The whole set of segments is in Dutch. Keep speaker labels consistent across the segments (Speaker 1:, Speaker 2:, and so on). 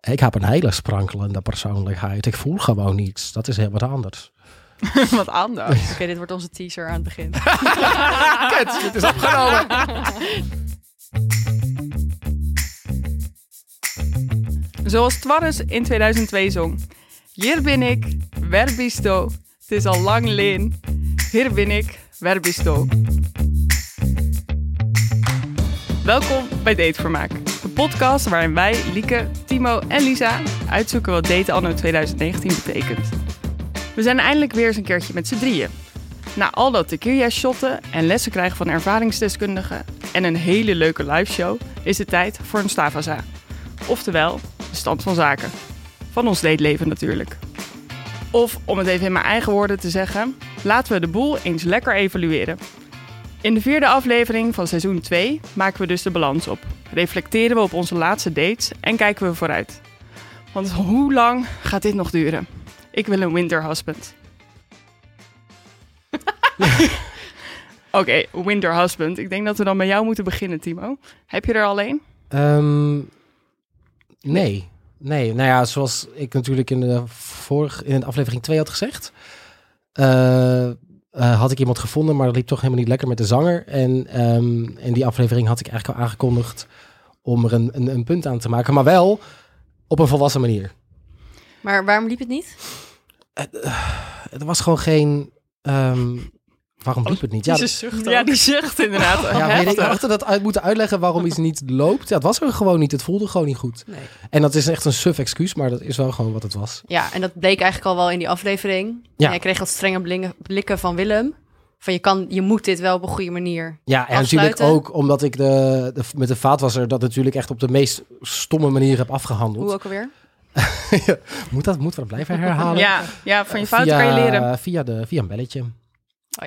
Speaker 1: Ik heb een hele sprankelende persoonlijkheid. Ik voel gewoon niets. Dat is heel wat anders.
Speaker 2: Wat anders. Oké, dit wordt onze teaser aan het begin.
Speaker 1: Kut, het is opgenomen.
Speaker 2: Zoals Twarres in 2002 zong. Hier ben ik, wer bist du? Het is al lang leen. Hier ben ik, wer bist du? Welkom bij Datevermaak. De podcast waarin wij, Lieke, Timo en Lisa uitzoeken wat daten anno 2019 betekent. We zijn eindelijk weer eens een keertje met z'n drieën. Na al dat tequila-shotten en lessen krijgen van ervaringsdeskundigen en een hele leuke liveshow, is het tijd voor een Stavaza. Oftewel, de stand van zaken. Van ons dateleven natuurlijk. Of, om het even in mijn eigen woorden te zeggen, laten we de boel eens lekker evalueren. In de vierde aflevering van seizoen 2 maken we dus de balans op. Reflecteren we op onze laatste dates en kijken we vooruit. Want hoe lang gaat dit nog duren? Ik wil een winter husband. Oké, winter husband. Ik denk dat we dan met jou moeten beginnen, Timo. Heb je er al een?
Speaker 1: Ehm, nee. Nee, nou ja, zoals ik natuurlijk in de vorige, in de aflevering 2 had gezegd, eh, eh, had ik iemand gevonden, maar dat liep toch helemaal niet lekker met de zanger. En ehm, in die aflevering had ik eigenlijk al aangekondigd om er een, een, een punt aan te maken, maar wel op een volwassen manier.
Speaker 3: Maar waarom liep het niet?
Speaker 1: Er was gewoon geen. ehm, waarom liep het niet? Ja,
Speaker 3: Ze zucht
Speaker 2: Ja, die zucht inderdaad.
Speaker 1: ja weet ik
Speaker 2: Heftig.
Speaker 1: dacht dat uit moeten uitleggen waarom iets niet loopt. Ja, het was er gewoon niet. Het voelde gewoon niet goed.
Speaker 3: Nee.
Speaker 1: En dat is echt een suf excuus, maar dat is wel gewoon wat het was.
Speaker 3: Ja, en dat bleek eigenlijk al wel in die aflevering.
Speaker 1: Ja.
Speaker 3: Ja. Jij kreeg wat strenge blingen- blikken van Willem. Van je, kan, je moet dit wel op een goede manier.
Speaker 1: Ja, en
Speaker 3: Afsluiten.
Speaker 1: natuurlijk ook omdat ik de, de- met de vaatwasser dat natuurlijk echt op de meest stomme manier heb afgehandeld.
Speaker 3: Hoe ook alweer?
Speaker 1: Moet dat moeten we dat blijven herhalen?
Speaker 2: Ja, ja, van je fouten
Speaker 1: via,
Speaker 2: kan je leren.
Speaker 1: Via, de, via een belletje.
Speaker 3: Oh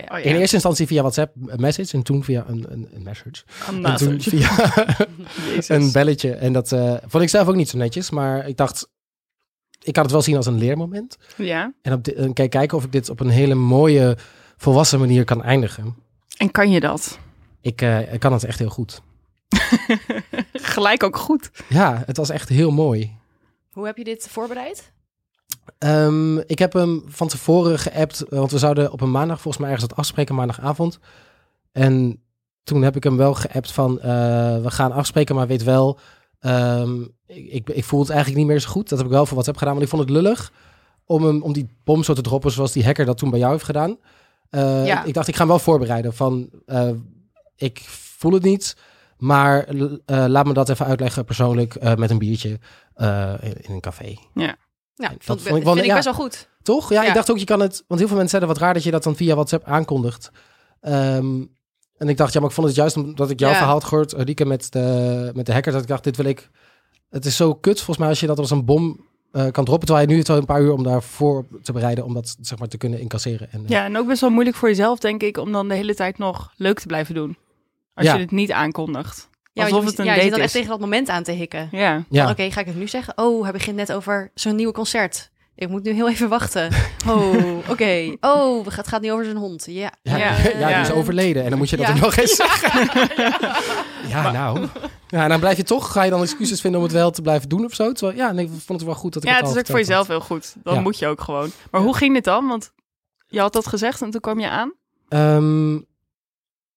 Speaker 3: ja.
Speaker 2: Oh
Speaker 1: In
Speaker 2: ja,
Speaker 1: eerste instantie via WhatsApp een message en toen via een, een, een message.
Speaker 2: een
Speaker 1: En toen
Speaker 2: message.
Speaker 1: via
Speaker 2: Jezus.
Speaker 1: een belletje. En dat eh, vond ik zelf ook niet zo netjes, maar ik dacht, ik kan het wel zien als een leermoment.
Speaker 2: Ja.
Speaker 1: En, op di- en kijk, kijken of ik dit op een hele mooie, volwassen manier kan eindigen.
Speaker 2: En kan je dat?
Speaker 1: Ik, eh, ik kan het echt heel goed.
Speaker 2: Gelijk ook goed.
Speaker 1: Ja, het was echt heel mooi.
Speaker 3: Hoe heb je dit voorbereid?
Speaker 1: Ehm, ik heb hem van tevoren geappt, eh, want we zouden op een maandag volgens mij ergens dat afspreken, maandagavond. En toen heb ik hem wel geappt van, eh, we gaan afspreken, maar weet wel, ehm, ik, ik, ik voel het eigenlijk niet meer zo goed. Dat heb ik wel voor WhatsApp gedaan, want ik vond het lullig om, hem, om die bom zo te droppen zoals die hacker dat toen bij jou heeft gedaan. Eh,
Speaker 3: Ja.
Speaker 1: Ik dacht, ik ga hem wel voorbereiden van, eh, ik voel het niet, maar l- eh, laat me dat even uitleggen persoonlijk eh, met een biertje eh, in in een café.
Speaker 3: Ja,
Speaker 1: Dat
Speaker 3: vond,
Speaker 1: vond ik
Speaker 3: vind
Speaker 1: wel-
Speaker 3: ik
Speaker 1: ja.
Speaker 3: best wel goed.
Speaker 1: Toch? Ja,
Speaker 3: Ja.
Speaker 1: ik dacht ook, je kan het... Want heel veel mensen zeiden wat raar dat je dat dan via WhatsApp aankondigt. Ehm, en ik dacht, ja, maar ik vond het juist omdat ik jouw
Speaker 3: Ja.
Speaker 1: verhaal had gehoord, eh, Rieke, met de, met de hacker, dat ik dacht, dit wil ik... Het is zo kut, volgens mij, als je dat als een bom eh, kan droppen. Terwijl je nu het wel een paar uur om daarvoor op te bereiden, om dat, zeg maar, te kunnen incasseren. En, eh,
Speaker 2: Ja, en ook best wel moeilijk voor jezelf, denk ik, om dan de hele tijd nog leuk te blijven doen. Als
Speaker 1: Ja.
Speaker 2: je dit niet aankondigt.
Speaker 3: Ja,
Speaker 2: Alsof
Speaker 3: je,
Speaker 2: het een
Speaker 3: ja, je
Speaker 2: date
Speaker 3: zit dan echt
Speaker 2: is.
Speaker 3: tegen dat moment aan te hikken.
Speaker 2: Ja.
Speaker 1: ja.
Speaker 3: Van, Oké, ga ik het nu zeggen? Oh, hij begint net over zo'n nieuwe concert. Ik moet nu heel even wachten. Oh, oké. Oh, we gaan- het gaat nu over zijn hond. Ja.
Speaker 1: Ja,
Speaker 2: Ja.
Speaker 1: ja, die is
Speaker 2: Ja.
Speaker 1: overleden. En dan moet je dat
Speaker 3: Ja.
Speaker 1: er nog eens zeggen. Ja, nou. Ja, en dan blijf je toch, ga je dan excuses vinden om het wel te blijven doen of zo? Terwijl, ja, nee, ik vond het wel goed dat ik
Speaker 2: ja,
Speaker 1: het eh,
Speaker 2: het
Speaker 1: al
Speaker 2: is ook voor
Speaker 1: verteld had.
Speaker 2: jezelf heel goed. Dan
Speaker 1: Ja.
Speaker 2: moet je ook gewoon. Maar hoe ging dit dan? Want je had dat gezegd en toen kwam je aan.
Speaker 1: Ehm,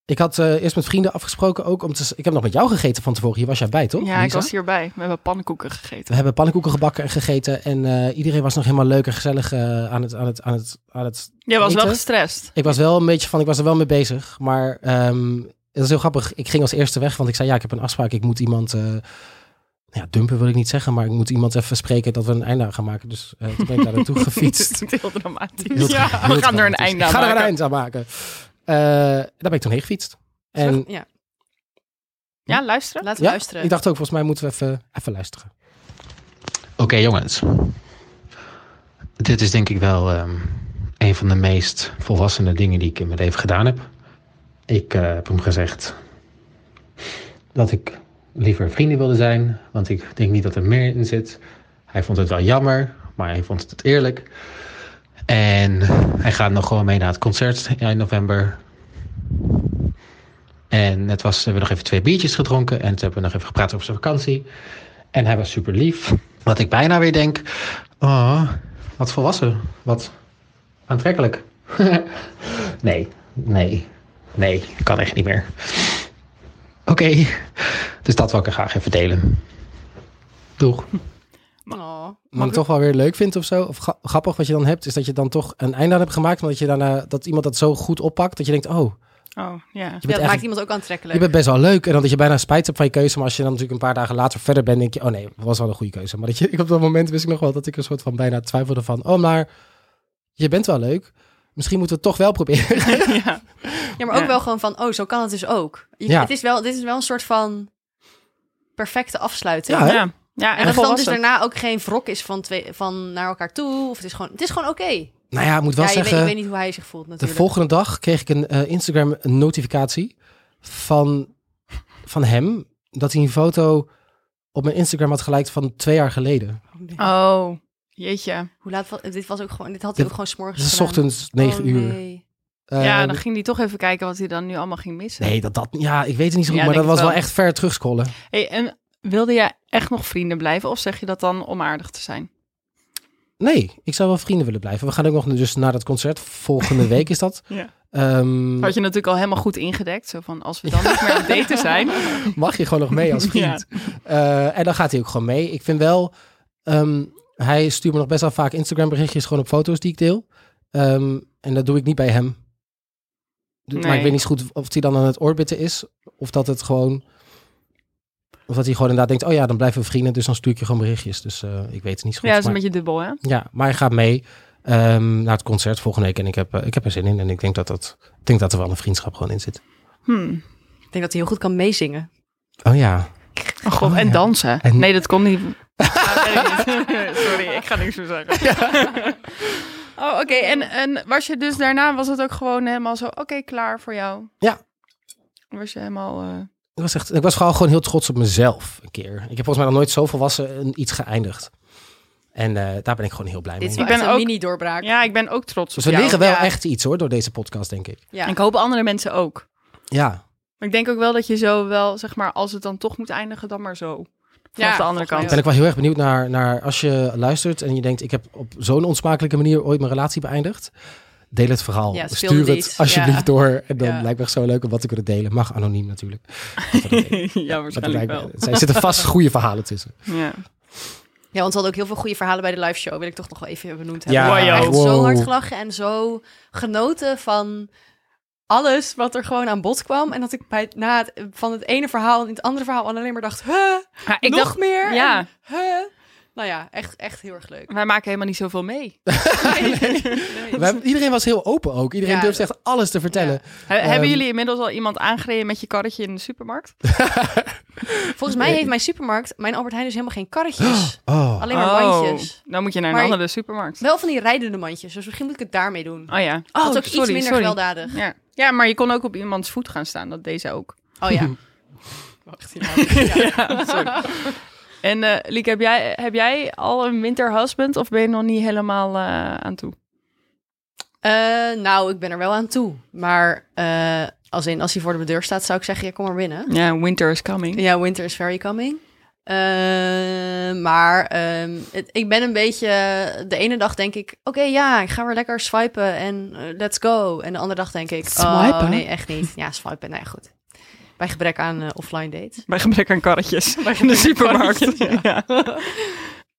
Speaker 1: ik had eh, eerst met vrienden afgesproken ook. Om te, s- ik heb nog met jou gegeten van tevoren. Hier was jij bij, toch?
Speaker 2: ja, ik
Speaker 1: Lisa?
Speaker 2: was hierbij. We hebben pannenkoeken gegeten.
Speaker 1: We hebben pannenkoeken gebakken en gegeten. En eh, iedereen was nog helemaal leuk en gezellig eh, aan, het, aan, het, aan, het, aan het...
Speaker 2: Jij was wel
Speaker 1: Eten?
Speaker 2: gestrest.
Speaker 1: Ik was wel een beetje van... Ik was er wel mee bezig. Maar ehm, het is heel grappig. Ik ging als eerste weg. Want ik zei, ja, ik heb een afspraak. Ik moet iemand... eh, ja, dumpen wil ik niet zeggen. Maar ik moet iemand even spreken dat we een einde aan gaan maken. Dus eh, toen ben ik daar naartoe gefietst.
Speaker 2: Het is heel dramatisch.
Speaker 1: Heel
Speaker 2: ja,
Speaker 1: dra-
Speaker 2: we
Speaker 1: heel
Speaker 2: gaan er een
Speaker 1: dramatisch.
Speaker 2: einde aan
Speaker 1: Ik ga er een
Speaker 2: maken.
Speaker 1: eind aan maken. Eh, daar ben ik toen heen gefietst. En
Speaker 3: ja.
Speaker 2: Ja, luisteren.
Speaker 3: Laten we
Speaker 1: Ja,
Speaker 3: luisteren.
Speaker 1: Ik dacht ook, volgens mij moeten we even, even luisteren.
Speaker 4: Oké jongens, dit is denk ik wel ehm, een van de meest volwassene dingen die ik in mijn leven gedaan heb. Ik eh, heb hem gezegd dat ik liever vrienden wilde zijn, want ik denk niet dat er meer in zit. Hij vond het wel jammer, maar hij vond het eerlijk. En hij gaat nog gewoon mee naar het concert in november. En net was, hebben we nog even twee biertjes gedronken en toen hebben we nog even gepraat over zijn vakantie. En hij was super lief. Dat ik bijna weer denk, oh, wat volwassen, wat aantrekkelijk. nee, nee, nee, kan echt niet meer. Oké, dus dat wil ik er graag even delen. Doeg.
Speaker 3: Oh,
Speaker 1: Wat ik toch wel weer leuk vind of zo. Of gra- grappig wat je dan hebt, is dat je dan toch een einde aan hebt gemaakt. Omdat je daarna, dat iemand dat zo goed oppakt, dat je denkt, oh,
Speaker 2: Oh, ja.
Speaker 1: je
Speaker 3: ja,
Speaker 1: bent,
Speaker 3: dat
Speaker 1: echt,
Speaker 3: maakt iemand ook
Speaker 1: je
Speaker 3: aantrekkelijk.
Speaker 1: bent best wel leuk. En dan dat je bijna spijt hebt van je keuze. Maar als je dan natuurlijk een paar dagen later verder bent, denk je, oh nee, was wel een goede keuze. Maar dat je, ik op dat moment wist ik nog wel dat ik een soort van bijna twijfelde van, oh maar, je bent wel leuk. Misschien moeten we het toch wel proberen.
Speaker 2: ja.
Speaker 3: Ja, maar ook
Speaker 2: Ja.
Speaker 3: wel gewoon van, oh, zo kan het dus ook. Je,
Speaker 1: Ja.
Speaker 3: het is wel, dit is wel een soort van perfecte afsluiting.
Speaker 1: Ja, Ah, hè?
Speaker 2: Ja. ja,
Speaker 3: En dat het dan dus
Speaker 2: volwassen.
Speaker 3: daarna ook geen wrok is van, twee, van naar elkaar toe. Of het is gewoon, het is gewoon oké.
Speaker 1: nou ja, ik moet wel
Speaker 3: Ja, je
Speaker 1: zeggen...
Speaker 3: weet, ik weet niet hoe hij zich voelt
Speaker 1: De
Speaker 3: natuurlijk.
Speaker 1: volgende dag kreeg ik een eh, Instagram notificatie van, van hem dat hij een foto op mijn Instagram had geliked van twee jaar geleden.
Speaker 3: Oh, nee.
Speaker 2: Oh, jeetje.
Speaker 3: Hoe laat was, dit was ook gewoon, dit had hij
Speaker 1: Dit-
Speaker 3: ook gewoon s'morgens
Speaker 1: Dus het is
Speaker 3: gedaan.
Speaker 1: ochtends negen
Speaker 3: Oh,
Speaker 1: uur.
Speaker 3: nee.
Speaker 1: Eh,
Speaker 2: ja, dan ging hij toch even kijken wat hij dan nu allemaal ging missen.
Speaker 1: nee, dat, dat, ja, ik weet het niet zo goed,
Speaker 2: Ja,
Speaker 1: maar dat
Speaker 2: denk
Speaker 1: was
Speaker 2: ik
Speaker 1: wel
Speaker 2: wel.
Speaker 1: echt ver terugscrollen.
Speaker 2: Hey, en wilde jij echt nog vrienden blijven of zeg je dat dan om aardig te zijn?
Speaker 1: Nee, ik zou wel vrienden willen blijven. We gaan ook nog dus naar dat concert. Volgende week is dat.
Speaker 2: Ja.
Speaker 1: Ehm,
Speaker 2: Had je natuurlijk al helemaal goed ingedekt. Zo van, als we dan niet meer aan het daten zijn.
Speaker 1: mag je gewoon nog mee als vriend. Eh, en dan gaat hij ook gewoon mee. Ik vind wel, ehm, hij stuurt me nog best wel vaak Instagram berichtjes gewoon op foto's die ik deel. Ehm, en dat doe ik niet bij hem. Dus- Maar
Speaker 2: Nee.
Speaker 1: ik weet niet zo goed of hij dan aan het orbiten is. Of dat het gewoon... Of dat hij gewoon inderdaad denkt, oh ja, dan blijven we vrienden. Dus dan stuur ik je gewoon berichtjes. Dus eh, ik weet het niet zo goed.
Speaker 2: Ja, dat is een
Speaker 1: maar,
Speaker 2: beetje dubbel, hè?
Speaker 1: ja, maar hij gaat mee ehm, naar het concert volgende week. En ik heb, eh, ik heb er zin in. En ik denk dat, dat, ik denk dat er wel een vriendschap gewoon in zit.
Speaker 2: Hmm.
Speaker 3: Ik denk dat hij heel goed kan meezingen.
Speaker 1: Oh ja.
Speaker 2: Oh god,
Speaker 1: Oh,
Speaker 2: en
Speaker 1: ja.
Speaker 2: dansen.
Speaker 1: En-
Speaker 2: Nee, dat kon niet. Ah, nee. Sorry, ik ga niks meer zeggen. Oh, oké. En, en was je dus daarna, was het ook gewoon helemaal zo, oké, klaar voor jou?
Speaker 1: Ja.
Speaker 2: Was je helemaal... eh,
Speaker 1: Ik was, echt, ik was gewoon, gewoon heel trots op mezelf een keer. Ik heb volgens mij nog nooit zo volwassen en iets geëindigd. En eh, daar ben ik gewoon heel blij
Speaker 3: Dit
Speaker 1: mee.
Speaker 3: is
Speaker 2: Ik
Speaker 3: wel
Speaker 2: ben
Speaker 3: echt een
Speaker 2: ook-
Speaker 3: mini-doorbraak. Ja.
Speaker 2: Ja, ik ben ook trots op
Speaker 1: Dus we
Speaker 2: jou.
Speaker 1: liggen wel
Speaker 2: Ja.
Speaker 1: echt iets hoor, door deze podcast, denk ik.
Speaker 2: En ik hoop andere mensen ook.
Speaker 1: Ja,
Speaker 2: Maar ik denk ook wel dat je zo wel, zeg maar, als het dan toch moet eindigen, dan maar zo. Vanaf
Speaker 3: Ja,
Speaker 2: de andere
Speaker 3: volgens
Speaker 2: kant.
Speaker 3: mij
Speaker 1: ben ik wel heel erg benieuwd naar, naar als je luistert en je denkt, ik heb op zo'n onsmakelijke manier ooit mijn relatie beëindigd. Deel het verhaal.
Speaker 3: Ja, speel
Speaker 1: Stuur
Speaker 3: de
Speaker 1: het
Speaker 3: lead.
Speaker 1: alsjeblieft
Speaker 3: Ja.
Speaker 1: door. En dan
Speaker 3: Ja.
Speaker 1: lijkt me echt zo leuk om wat te kunnen delen. Mag anoniem natuurlijk. Dat we dat weten.
Speaker 2: ja,
Speaker 1: Maar dat
Speaker 2: waarschijnlijk
Speaker 1: lijkt
Speaker 2: wel.
Speaker 1: me- Er zitten vast goede verhalen tussen.
Speaker 2: Ja.
Speaker 3: Ja, want we hadden ook heel veel goede verhalen bij de live show. Wil ik toch nog wel even benoemd
Speaker 1: Ja,
Speaker 3: hebben. We hebben echt
Speaker 1: wow.
Speaker 3: zo hard gelachen en zo genoten van alles wat er gewoon aan bod kwam. En dat ik bij, het- na het, van het ene verhaal in het andere verhaal alleen maar dacht, huh,
Speaker 2: Maar ik
Speaker 3: nog
Speaker 2: dacht,
Speaker 3: meer?
Speaker 2: ja.
Speaker 3: En, huh? Nou ja, echt, echt heel erg leuk.
Speaker 2: wij maken helemaal niet zoveel mee.
Speaker 1: We hebben- iedereen was heel open ook. Iedereen
Speaker 3: Ja.
Speaker 1: durfde echt alles te vertellen.
Speaker 2: He- Hebben
Speaker 1: Ehm.
Speaker 2: jullie inmiddels al iemand aangereden met je karretje in de supermarkt?
Speaker 3: Volgens mij heeft mijn supermarkt, mijn Albert Heijn, dus helemaal geen karretjes.
Speaker 1: Oh.
Speaker 3: Alleen maar
Speaker 2: Oh,
Speaker 3: mandjes.
Speaker 2: Dan moet je naar een
Speaker 3: Maar-
Speaker 2: andere supermarkt.
Speaker 3: Wel van die rijdende mandjes, dus misschien moet ik het daarmee doen.
Speaker 2: Oh ja.
Speaker 3: Oh, dat is ook iets minder gewelddadig.
Speaker 2: Ja. ja, maar je kon ook op iemands voet gaan staan. Dat deed ze ook.
Speaker 3: Oh ja. Wacht, ja.
Speaker 2: Ja, sorry. En eh Lieke, heb jij, heb jij al een winterhusband of ben je nog niet helemaal eh, aan toe?
Speaker 3: Eh, nou, ik ben er wel aan toe. Maar eh, als, in, als hij voor de deur staat, zou ik zeggen, ja, kom maar binnen.
Speaker 2: Ja, winter is coming.
Speaker 3: Ja, winter is very coming. Eh, maar ehm, het- ik ben een beetje... De ene dag denk ik, oké, ja, ik ga weer lekker swipen en eh, let's go. En de andere dag denk ik, oh
Speaker 2: Swipen?
Speaker 3: nee, echt niet. Ja, swipen, nou ja, goed. Bij gebrek aan eh, offline dates.
Speaker 2: Bij gebrek aan karretjes in de supermarkt.
Speaker 3: karretjes,
Speaker 2: Ja.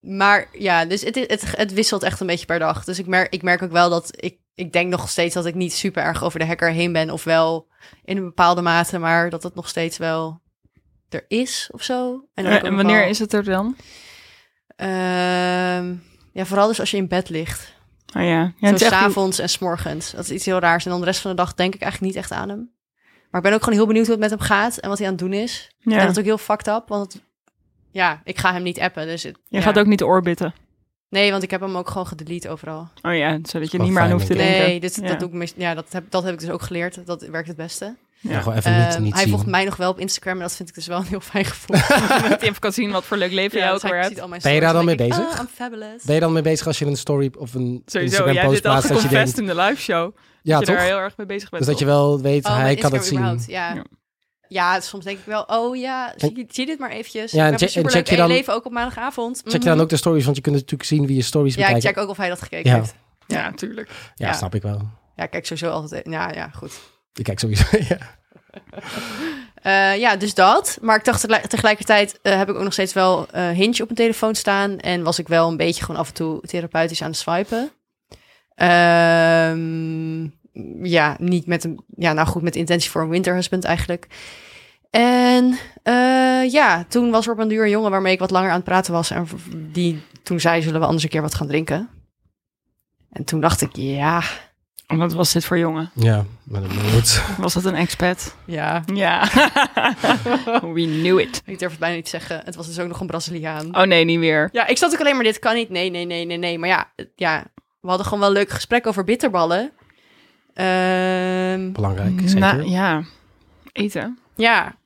Speaker 3: Maar ja, dus het, het, het wisselt echt een beetje per dag. Dus ik merk, ik merk ook wel dat ik, ik denk nog steeds dat ik niet super erg over de hacker heen ben. Of wel in een bepaalde mate, maar dat het nog steeds wel er is of zo. dan ook
Speaker 2: Eh, En wanneer
Speaker 3: wel-
Speaker 2: is het er dan?
Speaker 3: Ehm, ja, vooral dus als je in bed ligt.
Speaker 2: Oh ja, ja
Speaker 3: Zo
Speaker 2: het is echt-
Speaker 3: s'avonds en s'morgens. Dat is iets heel raars. En dan de rest van de dag denk ik eigenlijk niet echt aan hem. Maar ik ben ook gewoon heel benieuwd hoe het met hem gaat en wat hij aan het doen is. En
Speaker 2: ja.
Speaker 3: dat is ook heel fucked up, want ja, ik ga hem niet appen. Dus het,
Speaker 2: Je
Speaker 3: ja.
Speaker 2: gaat ook niet orbitten.
Speaker 3: Nee, want ik heb hem ook gewoon gedelete overal.
Speaker 2: Oh ja, zodat je
Speaker 1: Wel
Speaker 2: niet meer aan
Speaker 1: fijn,
Speaker 2: hoeft te
Speaker 1: denk
Speaker 2: denken.
Speaker 3: Nee, dit,
Speaker 2: Ja.
Speaker 3: dat, doe ik mis, ja, dat, heb, dat heb ik dus ook geleerd. Dat werkt het beste.
Speaker 1: Ja,
Speaker 2: Ja.
Speaker 1: gewoon even niet,
Speaker 3: Ehm,
Speaker 1: niet
Speaker 3: hij
Speaker 1: zien.
Speaker 3: volgt mij nog wel op Instagram. En dat vind ik dus wel een heel fijn gevoel.
Speaker 2: Dat je even kan zien wat voor leuk leven jij
Speaker 3: Ja,
Speaker 2: ook
Speaker 3: dus hij
Speaker 2: weer
Speaker 3: ziet
Speaker 2: hebt.
Speaker 3: al mijn
Speaker 1: Ben je daar
Speaker 3: stories
Speaker 1: dan
Speaker 3: en
Speaker 1: mee
Speaker 3: denk ik,
Speaker 1: bezig?
Speaker 3: ah, I'm fabulous.
Speaker 1: Ben je dan mee bezig als je een story of een
Speaker 2: Sowieso, jij
Speaker 1: Instagram post
Speaker 2: dit al
Speaker 1: plaatst dat je denkt...
Speaker 2: geconfessed in de live show.
Speaker 1: Ja,
Speaker 2: dat je
Speaker 1: toch?
Speaker 2: daar eh, heel erg mee bezig bent.
Speaker 1: Dus dat je
Speaker 2: toch?
Speaker 1: wel weet,
Speaker 3: Oh,
Speaker 1: hij
Speaker 3: mijn
Speaker 1: kan
Speaker 3: Instagram
Speaker 1: het zien.
Speaker 3: überhaupt, Ja.
Speaker 2: Ja.
Speaker 3: Ja, soms denk ik wel, oh ja, zie, je- zie dit maar eventjes.
Speaker 1: Ja, en
Speaker 3: ik
Speaker 1: check-
Speaker 3: heb
Speaker 1: en
Speaker 3: een
Speaker 1: check je dan-
Speaker 3: superleuk leven ook op maandagavond.
Speaker 1: Check
Speaker 3: Mhm.
Speaker 1: dan ook de stories, want je kunt natuurlijk zien wie je stories
Speaker 3: Ja, ik
Speaker 1: bekijkt.
Speaker 3: check ook of hij dat gekeken
Speaker 1: Ja.
Speaker 3: heeft.
Speaker 2: Ja, natuurlijk.
Speaker 1: ja,
Speaker 3: ja.
Speaker 1: snap ik wel.
Speaker 3: Ja, ik kijk sowieso altijd. Ja, ja, goed.
Speaker 1: Ik kijk sowieso. ja.
Speaker 3: Eh, ja, dus dat. Maar ik dacht tegelijk- tegelijkertijd eh, heb ik ook nog steeds wel eh Hinge op mijn telefoon staan. En was ik wel een beetje gewoon af en toe therapeutisch aan het swipen. Ehm, ja, niet met een. Ja, nou goed, met intentie voor een winterhusband eigenlijk. En eh, ja, toen was er op een duur een jongen waarmee ik wat langer aan het praten was. En die toen zei: Zullen we anders een keer wat gaan drinken? En toen dacht ik: Ja,
Speaker 2: En Wat was dit voor jongen?
Speaker 1: ja, maar dat moet.
Speaker 2: Was dat een expat?
Speaker 3: ja.
Speaker 2: Ja. We knew it.
Speaker 3: Ik durf het bijna niet te zeggen. Het was dus ook nog een Braziliaan.
Speaker 2: Oh nee, niet meer.
Speaker 3: Ja, ik zat ook alleen maar, dit kan niet. Nee, nee, nee, nee, nee. Maar ja, het- ja we hadden gewoon wel een leuk gesprek over bitterballen. Ehm,
Speaker 1: Belangrijk, zeker.
Speaker 2: Nou, ja. Eten.
Speaker 3: ja.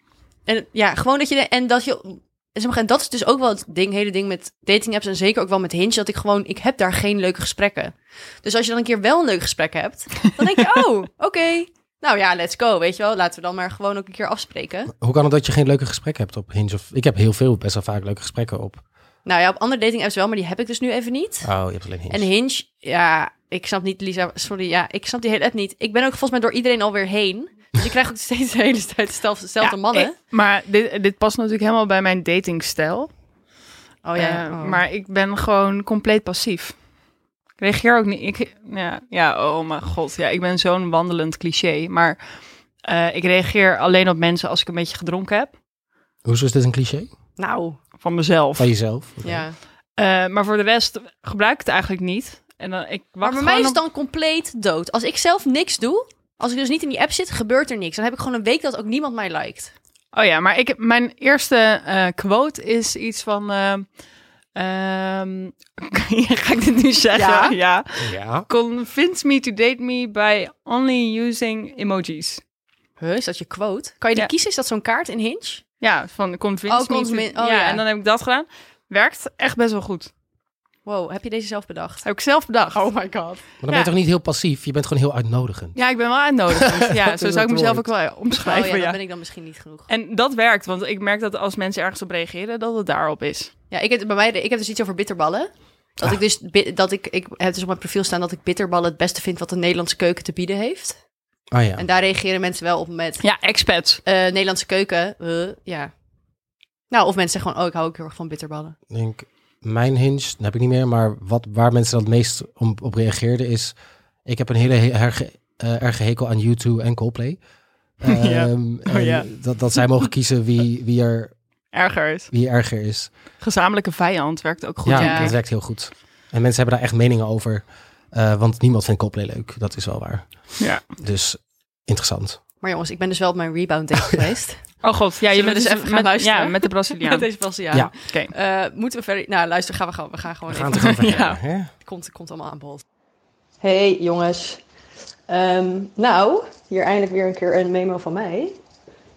Speaker 3: En ja, gewoon dat je... de- En dat je... zeg maar, En dat is dus ook wel het ding, hele ding met dating apps en zeker ook wel met Hinge, dat ik gewoon, ik heb daar geen leuke gesprekken. Dus als je dan een keer wel een leuk gesprek hebt, dan denk je, oh, oké, nou ja, let's go, weet je wel, laten we dan maar gewoon ook een keer afspreken.
Speaker 1: Hoe kan het dat je geen leuke gesprekken hebt op Hinge? Of, ik heb heel veel, best wel vaak leuke gesprekken op.
Speaker 3: Nou ja, op andere dating apps wel, maar die heb ik dus nu even niet.
Speaker 1: Oh, je hebt alleen Hinge.
Speaker 3: En Hinge, ja, ik snap niet, Lisa, sorry, ja, ik snap die hele app niet. Ik ben ook volgens mij door iedereen alweer heen. Dus ik krijg ook steeds de hele tijd dezelfde, dezelfde
Speaker 2: Ja,
Speaker 3: mannen.
Speaker 2: ik- maar dit, dit past natuurlijk helemaal bij mijn datingstijl.
Speaker 3: oh ja,
Speaker 2: Eh,
Speaker 3: oh.
Speaker 2: Maar ik ben gewoon compleet passief. Ik reageer ook niet. Ik, ja, ja, oh mijn god. Ja, ik ben zo'n wandelend cliché. Maar eh, ik reageer alleen op mensen als ik een beetje gedronken heb.
Speaker 1: Hoezo is dit een cliché?
Speaker 3: nou,
Speaker 2: Van mezelf.
Speaker 1: Van jezelf? Oké.
Speaker 3: ja.
Speaker 2: Eh, maar voor de rest gebruik ik het eigenlijk niet. En dan, ik wacht
Speaker 3: Maar bij mij
Speaker 2: gewoon
Speaker 3: is
Speaker 2: op-
Speaker 3: het dan compleet dood. Als ik zelf niks doe, als ik dus niet in die app zit, gebeurt er niks. Dan heb ik gewoon een week dat ook niemand mij liked.
Speaker 2: Oh ja, maar ik, heb- mijn eerste eh, quote is iets van... eh, ehm, ga ik dit nu zeggen?
Speaker 3: Ja.
Speaker 2: ja.
Speaker 1: Ja.
Speaker 2: Convince me to date me by only using emojis.
Speaker 3: Huh, is dat je quote? Kan je die
Speaker 2: Ja.
Speaker 3: kiezen? Is dat zo'n kaart in Hinge?
Speaker 2: Ja, van convince
Speaker 3: Oh,
Speaker 2: me to-
Speaker 3: convince- oh,
Speaker 2: ja,
Speaker 3: ja.
Speaker 2: en dan heb ik dat gedaan. Werkt echt best wel goed.
Speaker 3: Wow, heb je deze zelf bedacht?
Speaker 2: Heb ik zelf bedacht. Oh my
Speaker 1: Maar
Speaker 2: god.
Speaker 1: dan ben je
Speaker 2: Ja.
Speaker 1: toch niet heel passief? Je bent gewoon heel uitnodigend.
Speaker 2: Ja, ik ben wel uitnodigend. Ja,
Speaker 1: Dat
Speaker 2: zo
Speaker 1: is
Speaker 2: zou ik
Speaker 1: het
Speaker 2: mezelf ook
Speaker 1: woord.
Speaker 2: wel eh,
Speaker 3: Oh
Speaker 2: omschrijven.
Speaker 3: ja,
Speaker 2: ja.
Speaker 3: dan ben ik dan misschien niet genoeg.
Speaker 2: En dat werkt, want ik merk dat als mensen ergens op reageren, dat het daarop is.
Speaker 3: Ja, ik heb, bij mij, ik heb dus iets over bitterballen. Dat
Speaker 1: Ah.
Speaker 3: ik dus, bi- dat ik, ik heb dus op mijn profiel staan dat ik bitterballen het beste vind wat de Nederlandse keuken te bieden heeft.
Speaker 1: Ah ja.
Speaker 3: En daar reageren mensen wel op met
Speaker 2: Ja, expats.
Speaker 3: eh, Nederlandse keuken. eh, ja. Nou, of mensen zeggen gewoon, oh, ik hou ook heel erg van bitterballen.
Speaker 1: Ik denk, mijn hinge, dat heb ik niet meer, maar wat, waar mensen dat het meest om, op reageerden is... Ik heb een hele he- erge, eh, erge hekel aan U2 en Coldplay.
Speaker 2: Ja.
Speaker 1: Ehm,
Speaker 2: Oh,
Speaker 1: en
Speaker 2: ja.
Speaker 1: dat, dat zij mogen kiezen wie, wie, er,
Speaker 2: Erger is.
Speaker 1: wie erger is.
Speaker 2: Gezamenlijke vijand werkt ook goed.
Speaker 1: ja,
Speaker 2: denk
Speaker 3: ja.
Speaker 1: dat
Speaker 2: ik.
Speaker 1: werkt heel goed. En mensen hebben daar echt meningen over. eh, want niemand vindt Coldplay leuk, dat is wel waar.
Speaker 2: Ja.
Speaker 1: Dus interessant.
Speaker 3: Maar jongens, ik ben dus wel op mijn rebound date geweest.
Speaker 2: Oh god, ja, je
Speaker 3: Zullen we
Speaker 2: bent
Speaker 3: dus
Speaker 2: dus
Speaker 3: even gaan
Speaker 2: met,
Speaker 3: luisteren?
Speaker 2: Ja, met de Braziliaan.
Speaker 3: Met deze Braziliaan.
Speaker 1: Ja.
Speaker 2: Oké.
Speaker 3: Eh, moeten we verder... Nou, luister, gaan we, gewoon- we gaan gewoon
Speaker 1: We
Speaker 3: even...
Speaker 1: gaan het erover hebben.
Speaker 2: Ja.
Speaker 1: Hè?
Speaker 3: komt, komt allemaal aan bod. Hey jongens. Ehm, nou, hier eindelijk weer een keer een memo van mij.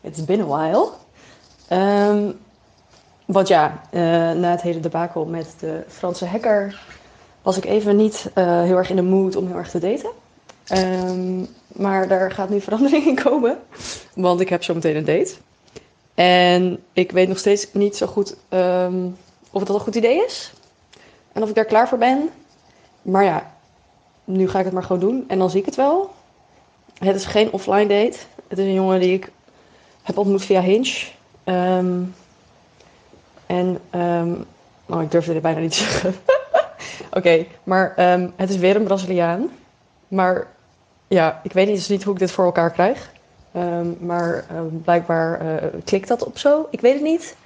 Speaker 3: It's been a while. Ehm, want ja, eh, na het hele debakel met de Franse hacker was ik even niet eh, heel erg in de mood om heel erg te daten. Ehm, maar daar gaat nu verandering in komen, want ik heb zo meteen een date. En ik weet nog steeds niet zo goed ehm, of dat een goed idee is en of ik daar klaar voor ben. Maar ja, nu ga ik het maar gewoon doen en dan zie ik het wel. Het is geen offline date. Het is een jongen die ik heb ontmoet via Hinge. Ehm, en, ehm oh, ik durfde dit bijna niet te zeggen. Oké, maar ehm, het is weer een Braziliaan. Maar ja, ik weet niet, dus niet hoe ik dit voor elkaar krijg. Ehm, maar ehm, blijkbaar eh, klikt dat op zo. Ik weet het niet.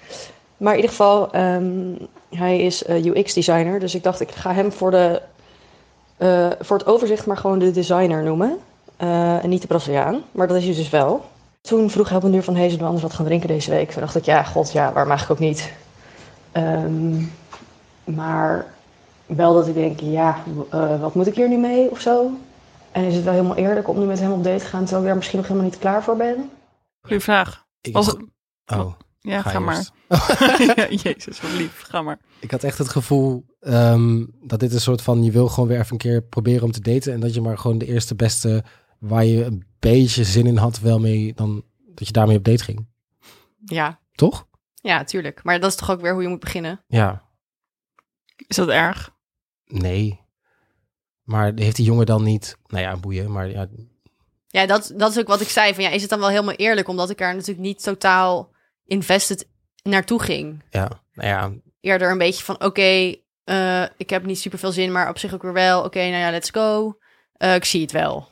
Speaker 3: Maar in ieder geval, ehm, hij is UX-designer. Dus ik dacht, ik ga hem voor de eh, voor het overzicht maar gewoon de designer noemen. Eh, en niet de Braziliaan, maar dat is hij dus wel. Toen vroeg hij op een duur van, hey, zullen we anders wat gaan drinken deze week? Toen dacht ik, ja, god, ja, waarom eigenlijk ook niet? Ehm, maar wel dat ik denk, ja, w- eh, wat moet ik hier nu mee of zo? En is het wel helemaal eerlijk om nu met hem op date te gaan, terwijl ik daar misschien nog helemaal niet klaar voor ben?
Speaker 2: Goeie vraag.
Speaker 1: Ik-
Speaker 2: Was,
Speaker 1: oh,
Speaker 2: ja,
Speaker 1: ga,
Speaker 2: ga,
Speaker 1: eerst.
Speaker 2: maar. Ja, Jezus, wat lief. Ga maar.
Speaker 1: Ik had echt het gevoel ehm, dat dit een soort van... je wil gewoon weer even een keer proberen om te daten... en dat je maar gewoon de eerste beste waar je een beetje zin in had... wel mee dan dat je daarmee op date ging.
Speaker 3: Ja.
Speaker 1: Toch?
Speaker 3: ja, tuurlijk. Maar dat is toch ook weer hoe je moet beginnen.
Speaker 1: Ja.
Speaker 2: Is dat erg?
Speaker 1: Nee. Maar heeft die jongen dan niet... Nou ja, boeien, maar ja,
Speaker 3: Ja, dat, dat is ook wat ik zei. Van, ja, is het dan wel helemaal eerlijk? Omdat ik er natuurlijk niet totaal invested naartoe ging.
Speaker 1: ja, nou ja
Speaker 3: Eerder een beetje van, oké, eh, ik heb niet super veel zin, maar op zich ook weer wel. Oké, nou ja, let's go. Eh, ik zie het wel.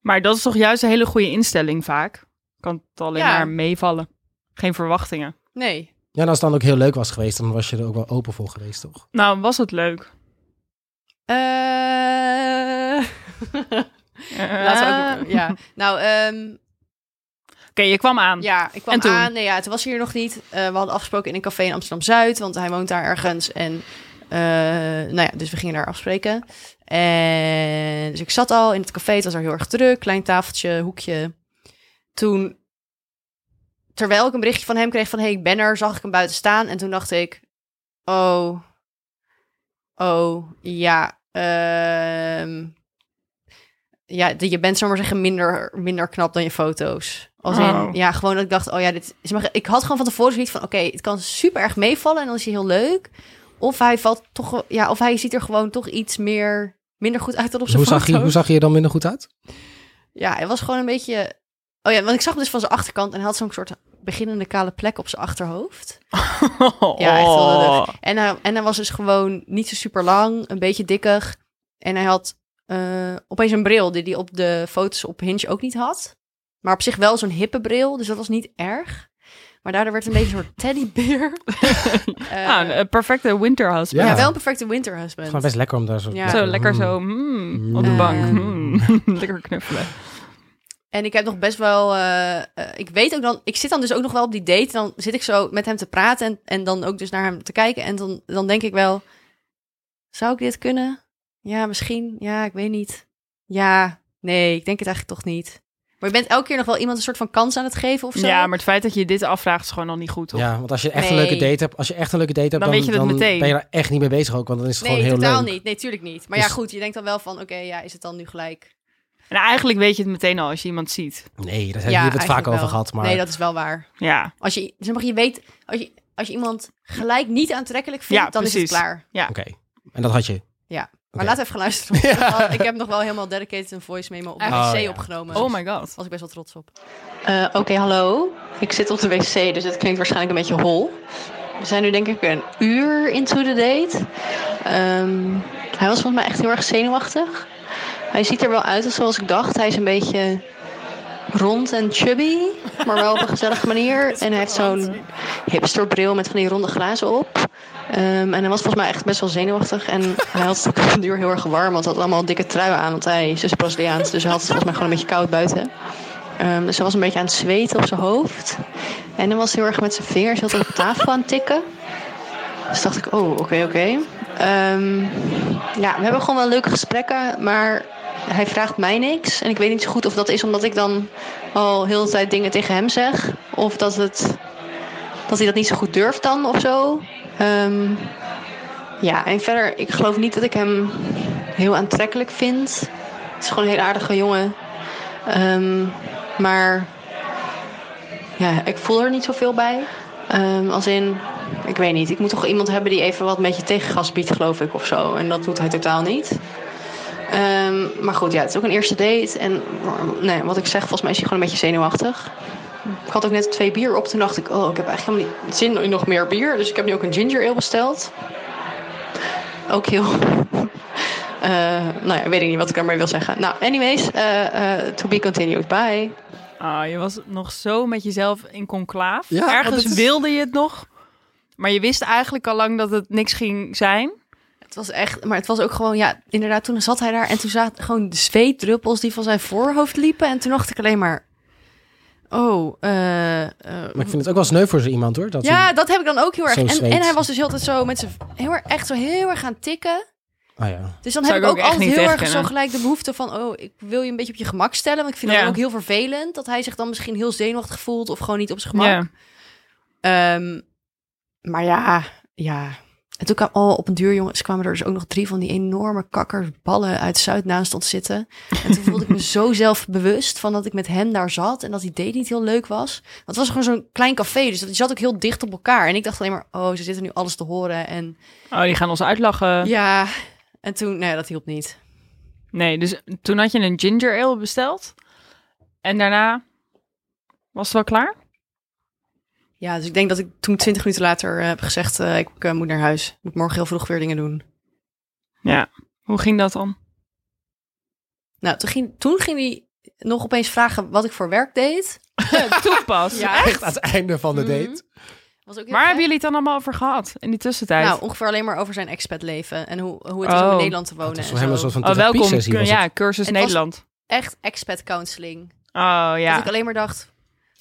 Speaker 2: Maar dat is toch juist een hele goede instelling vaak? Kan het alleen
Speaker 3: Ja.
Speaker 2: maar meevallen. Geen verwachtingen.
Speaker 3: Nee.
Speaker 1: Ja, en als het dan ook heel leuk was geweest, dan was je er ook wel open voor geweest, toch?
Speaker 2: Nou, was het leuk.
Speaker 3: Eh,
Speaker 2: Eh,
Speaker 3: Laten we ook, ja. Nou, ehm,
Speaker 2: Oké, je kwam aan.
Speaker 3: ja, ik kwam
Speaker 2: En toen?
Speaker 3: aan. Nee, ja, toen was hij hier nog niet. Eh, we hadden afgesproken in een café in Amsterdam-Zuid, want hij woont daar ergens. En, eh, nou ja, dus we gingen daar afspreken. En, dus ik zat al in het café, het was daar heel erg druk. Klein tafeltje, hoekje. Toen, terwijl ik een berichtje van hem kreeg van... hey, ik ben er, zag ik hem buiten staan. En toen dacht ik, oh, oh, ja, ehm, ja, de- je bent zomaar zeggen minder, minder knap dan je foto's. Als
Speaker 2: Oh.
Speaker 3: in, ja, gewoon dat ik dacht, oh ja, dit is maar. Ik had gewoon van tevoren zoiets van, oké, het kan super erg meevallen en dan is hij heel leuk. Of hij valt toch, wel- ja, of hij ziet er gewoon toch iets meer, minder goed uit dan op zijn
Speaker 1: Hoe
Speaker 3: foto's.
Speaker 1: zag, je, hoe zag je er dan minder goed uit?
Speaker 3: Ja, hij was gewoon een beetje. Oh ja, want ik zag hem dus van zijn achterkant en hij had zo'n soort beginnende kale plek op zijn achterhoofd. Ja, echt wel
Speaker 2: Oh.
Speaker 3: lullig. En hij, en hij was dus gewoon niet zo super lang, een beetje dikkig. En hij had eh, opeens een bril die hij op de foto's op Hinge ook niet had. Maar op zich wel zo'n hippe bril, dus dat was niet erg. Maar daardoor werd het een beetje een soort teddybeer. Eh,
Speaker 2: Ah, een perfecte winterhouse.
Speaker 3: ja.
Speaker 1: Ja.
Speaker 3: wel een perfecte
Speaker 1: Het is
Speaker 3: winterhusband.
Speaker 1: gewoon best lekker om daar zo...
Speaker 3: Ja.
Speaker 2: Zo lekker
Speaker 1: mm.
Speaker 2: zo mm, op
Speaker 1: Mm.
Speaker 2: de bank.
Speaker 3: Eh.
Speaker 2: Mm. lekker knuffelen.
Speaker 3: En ik heb nog best wel. eh, eh, ik weet ook dan. Ik zit dan dus ook nog wel op die date. En dan zit ik zo met hem te praten. En, en dan ook dus naar hem te kijken. En dan, dan denk ik wel. Zou ik dit kunnen? Ja, misschien. Ja, ik weet niet. Ja, nee, ik denk het eigenlijk toch niet. Maar je bent elke keer nog wel iemand een soort van kans aan het geven of zo.
Speaker 2: Ja, maar het feit dat je dit afvraagt is gewoon al niet goed, toch?
Speaker 1: Ja, want als je echt een
Speaker 3: Nee.
Speaker 1: leuke date hebt, als je echt een leuke date hebt,
Speaker 2: Dan
Speaker 1: dan,
Speaker 2: weet je dat meteen.
Speaker 1: ben je daar echt niet mee bezig ook, want dan is het
Speaker 3: nee,
Speaker 1: gewoon heel
Speaker 3: totaal
Speaker 1: leuk.
Speaker 3: niet. Nee, tuurlijk niet. Maar
Speaker 1: Dus-
Speaker 3: ja, goed. Je denkt dan wel van. Oké, ja, is het dan nu gelijk?
Speaker 2: En eigenlijk weet je het meteen al als je iemand ziet.
Speaker 1: Nee, daar
Speaker 3: Ja,
Speaker 1: hebben we het vaak
Speaker 3: eigenlijk
Speaker 1: over
Speaker 3: wel.
Speaker 1: gehad, maar
Speaker 3: Nee, dat is wel waar.
Speaker 2: Ja,
Speaker 3: Als je, zeg maar, je weet. Als je, als je iemand gelijk niet aantrekkelijk vindt,
Speaker 2: Ja,
Speaker 3: dan is
Speaker 2: precies.
Speaker 3: het klaar.
Speaker 1: oké. En dat had je.
Speaker 3: Maar
Speaker 1: Oké.
Speaker 3: laat even luisteren. want ik heb wel- Ik heb nog wel helemaal dedicated een voice memo op de
Speaker 1: Oh,
Speaker 3: wc
Speaker 1: ja.
Speaker 3: opgenomen.
Speaker 2: Oh my god.
Speaker 3: was ik best wel trots op.
Speaker 5: Eh, Oké, hallo. Ik zit op de wc, dus het klinkt waarschijnlijk een beetje hol. We zijn nu denk ik een uur into the date. Ehm, hij was volgens mij echt heel erg zenuwachtig. Hij ziet er wel uit als zoals ik dacht. Hij is een beetje rond en chubby, maar wel op een gezellige manier. En hij heeft zo'n hipsterbril met van die ronde glazen op. Ehm, en hij was volgens mij echt best wel zenuwachtig. En hij had het op den duur heel erg warm, want hij had allemaal dikke truien aan. Want hij is dus Braziliaans, dus hij had het volgens mij gewoon een beetje koud buiten. Ehm, dus hij was een beetje aan het zweten op zijn hoofd. En hij was heel erg met zijn vingers heel erg op de tafel aan het tikken. Dus dacht ik, oh, oké, oké. Ehm, ja, we hebben gewoon wel leuke gesprekken, maar hij vraagt mij niks. En ik weet niet zo goed of dat is omdat ik dan al heel de tijd dingen tegen hem zeg. Of dat, het, dat hij dat niet zo goed durft dan of zo. Ehm, ja, en verder, ik geloof niet dat ik hem heel aantrekkelijk vind. Het is gewoon een heel aardige jongen. Ehm, maar ja, ik voel er niet zoveel bij. Ehm, als in, ik weet niet. Ik moet toch iemand hebben die even wat met je tegengas biedt, geloof ik, of zo. En dat doet hij totaal niet. Ehm, maar goed, ja, het is ook een eerste date. En nee, wat ik zeg, volgens mij is hij gewoon een beetje zenuwachtig. Ik had ook net twee bier op. Toen dacht ik, oh, ik heb eigenlijk helemaal niet zin in nog meer bier. Dus ik heb nu ook een ginger ale besteld. Ook heel eh, nou ja, weet ik niet wat ik daarmee wil zeggen. Nou, anyways, eh, eh, to be continued. Bye.
Speaker 2: Ah, je was nog zo met jezelf in conclaaf.
Speaker 1: Ja, want
Speaker 2: Ergens
Speaker 1: het is-
Speaker 2: wilde je het nog. Maar je wist eigenlijk al lang dat het niks ging zijn.
Speaker 3: Het was echt, maar het was ook gewoon, ja, inderdaad, toen zat hij daar en toen zaten gewoon de zweetdruppels die van zijn voorhoofd liepen. En toen dacht ik alleen maar, oh, eh, eh,
Speaker 1: Maar ik vind het ook wel sneu voor zo iemand hoor. Dat
Speaker 3: ja, dat heb ik dan ook heel erg.
Speaker 1: Zo
Speaker 3: En,
Speaker 1: zweet.
Speaker 3: en hij was dus heel tijd zo met zijn, heel erg, echt zo heel erg gaan tikken.
Speaker 1: hij- ah, ja.
Speaker 3: Dus dan
Speaker 2: Zou
Speaker 3: heb
Speaker 2: ik ook
Speaker 3: ik ook,
Speaker 2: echt
Speaker 3: altijd
Speaker 2: niet
Speaker 3: heel erg
Speaker 2: wegkennen.
Speaker 3: zo gelijk de behoefte van, oh, ik wil je een beetje op je gemak stellen. Want ik vind
Speaker 2: Ja.
Speaker 3: dat ook heel vervelend, dat hij zich dan misschien heel zenuwachtig voelt of gewoon niet op zijn gemak.
Speaker 2: Ja.
Speaker 3: Ehm, maar ja, ja. En toen kwam, oh, op een duur, jongens, kwamen er dus ook nog drie van die enorme kakkerballen uit Zuid naast ons zitten. En toen voelde ik me zo zelfbewust van dat ik met hem daar zat en dat die date niet heel leuk was. Want het was gewoon zo'n klein café, dus die zat ook heel dicht op elkaar. En ik dacht alleen maar, oh, ze zitten nu alles te horen. En
Speaker 2: Oh, die gaan ons uitlachen.
Speaker 3: ja, en toen, nee, dat hielp niet.
Speaker 2: Nee, dus toen had je een ginger ale besteld. En daarna was het wel klaar.
Speaker 3: Ja, dus ik denk dat ik toen twintig minuten later eh, heb gezegd, eh, ik eh, moet naar huis. Ik moet morgen heel vroeg weer dingen doen.
Speaker 2: Ja. Hoe ging dat dan?
Speaker 3: Nou, toen ging, toen ging hij nog opeens vragen wat ik voor werk deed.
Speaker 2: toen Eh, pas.
Speaker 3: Ja,
Speaker 1: Echt aan het einde van de
Speaker 3: Mhm. Oh,
Speaker 1: date.
Speaker 3: Was ook heel
Speaker 2: Waar
Speaker 3: gek.
Speaker 2: hebben jullie het dan allemaal over gehad in die tussentijd?
Speaker 3: Nou, ongeveer alleen maar over zijn expatleven en hoe, hoe het is om
Speaker 2: Oh.
Speaker 3: in Nederland te wonen.
Speaker 1: Het was
Speaker 3: en
Speaker 1: voor hem een
Speaker 3: zo.
Speaker 1: soort van
Speaker 2: oh, welkom.
Speaker 1: therapie-sessie
Speaker 2: Kun-
Speaker 1: was het.
Speaker 2: ja, cursus
Speaker 3: Het was-
Speaker 2: Nederland.
Speaker 3: Echt expat counseling.
Speaker 2: Oh
Speaker 3: Dat
Speaker 2: ja.
Speaker 3: ik alleen maar dacht,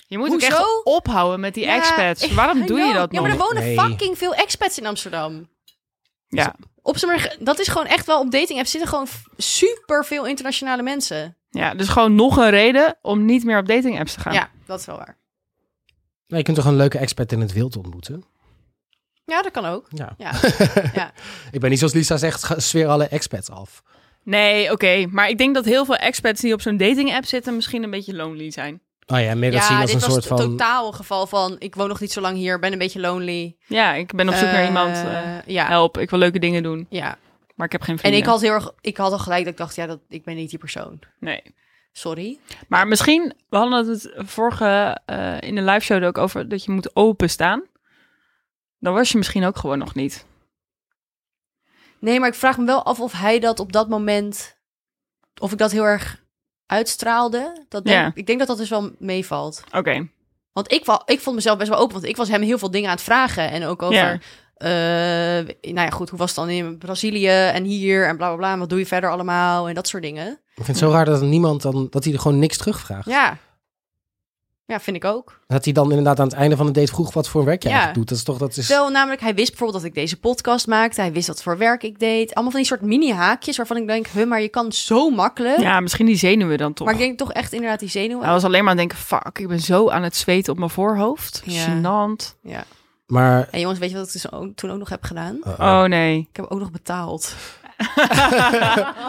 Speaker 2: Je moet ook
Speaker 3: Hoezo?
Speaker 2: echt ophouden met die
Speaker 3: Ja,
Speaker 2: expats. Waarom
Speaker 3: I
Speaker 2: doe je
Speaker 3: know.
Speaker 2: dat
Speaker 3: Ja,
Speaker 2: nog?
Speaker 3: maar er wonen
Speaker 1: Nee. Dus
Speaker 3: fucking veel expats in Amsterdam.
Speaker 2: Ja.
Speaker 3: Op z'n maar, dat is gewoon echt wel op dating apps zitten gewoon super veel internationale mensen.
Speaker 2: Ja, dus gewoon nog een reden om niet meer op dating apps te gaan.
Speaker 3: Ja, dat is wel waar.
Speaker 1: Nou, je kunt toch een leuke expert in het wild ontmoeten?
Speaker 3: Ja, dat kan ook.
Speaker 1: Ja.
Speaker 3: Ja. Ja.
Speaker 1: Ik ben niet zoals Lisa zegt, ga- zweer alle expats af.
Speaker 2: Nee, oké. Maar ik denk dat heel veel expats die op zo'n dating app zitten misschien een beetje lonely zijn.
Speaker 1: Oh ja, meer dat zien
Speaker 3: ja,
Speaker 1: als
Speaker 3: dit
Speaker 1: een
Speaker 3: was
Speaker 1: soort
Speaker 3: het
Speaker 1: van...
Speaker 3: totaal geval van ik woon nog niet zo lang hier, ben een beetje lonely.
Speaker 2: Ja, ik ben op zoek naar
Speaker 3: Eh,
Speaker 2: iemand. eh,
Speaker 3: ja,
Speaker 2: help, ik wil leuke dingen doen,
Speaker 3: ja.
Speaker 2: maar ik heb geen
Speaker 3: En
Speaker 2: vrienden.
Speaker 3: ik had heel erg, ik had al gelijk dat ik dacht, ja, dat, ik ben niet die persoon.
Speaker 2: Nee.
Speaker 3: Sorry.
Speaker 2: Maar misschien, we hadden het vorige eh, in de live show ook over dat je moet openstaan. Dan was je misschien ook gewoon nog niet.
Speaker 3: Nee, maar ik vraag me wel af of hij dat op dat moment, of ik dat heel erg uitstraalde. Dat denk,
Speaker 2: Ja.
Speaker 3: Ik denk dat dat dus wel meevalt.
Speaker 2: Oké.
Speaker 3: Want ik, wa- ik vond mezelf best wel open, want ik was hem heel veel dingen aan het vragen. En ook
Speaker 2: Ja.
Speaker 3: over, eh, nou ja goed, hoe was het dan in Brazilië en hier en bla bla bla. en Wat doe je verder allemaal en dat soort dingen.
Speaker 1: Ik vind het zo raar dat niemand dan, dat hij er gewoon niks terugvraagt.
Speaker 3: Ja. Ja, vind ik ook.
Speaker 1: Dat hij dan inderdaad aan het einde van de date vroeg wat voor werk jij
Speaker 3: Ja.
Speaker 1: eigenlijk doet. Dat is toch, dat
Speaker 2: Dus-
Speaker 1: is...
Speaker 3: Zo, namelijk, hij wist bijvoorbeeld dat ik deze podcast maakte. Hij wist wat voor werk ik deed. Allemaal van die soort mini-haakjes waarvan ik denk, huh, maar je kan zo makkelijk.
Speaker 2: Ja, misschien die zenuwen dan toch.
Speaker 3: Maar ik denk toch echt inderdaad die zenuwen.
Speaker 2: Hij was alleen maar aan het denken, fuck, ik ben zo aan het zweten op mijn voorhoofd.
Speaker 3: Ja.
Speaker 2: Gênant.
Speaker 1: Maar...
Speaker 3: En jongens, weet je wat ik dus ook- toen ook nog heb gedaan?
Speaker 1: Uh-oh.
Speaker 2: Oh nee.
Speaker 3: Ik heb ook nog betaald.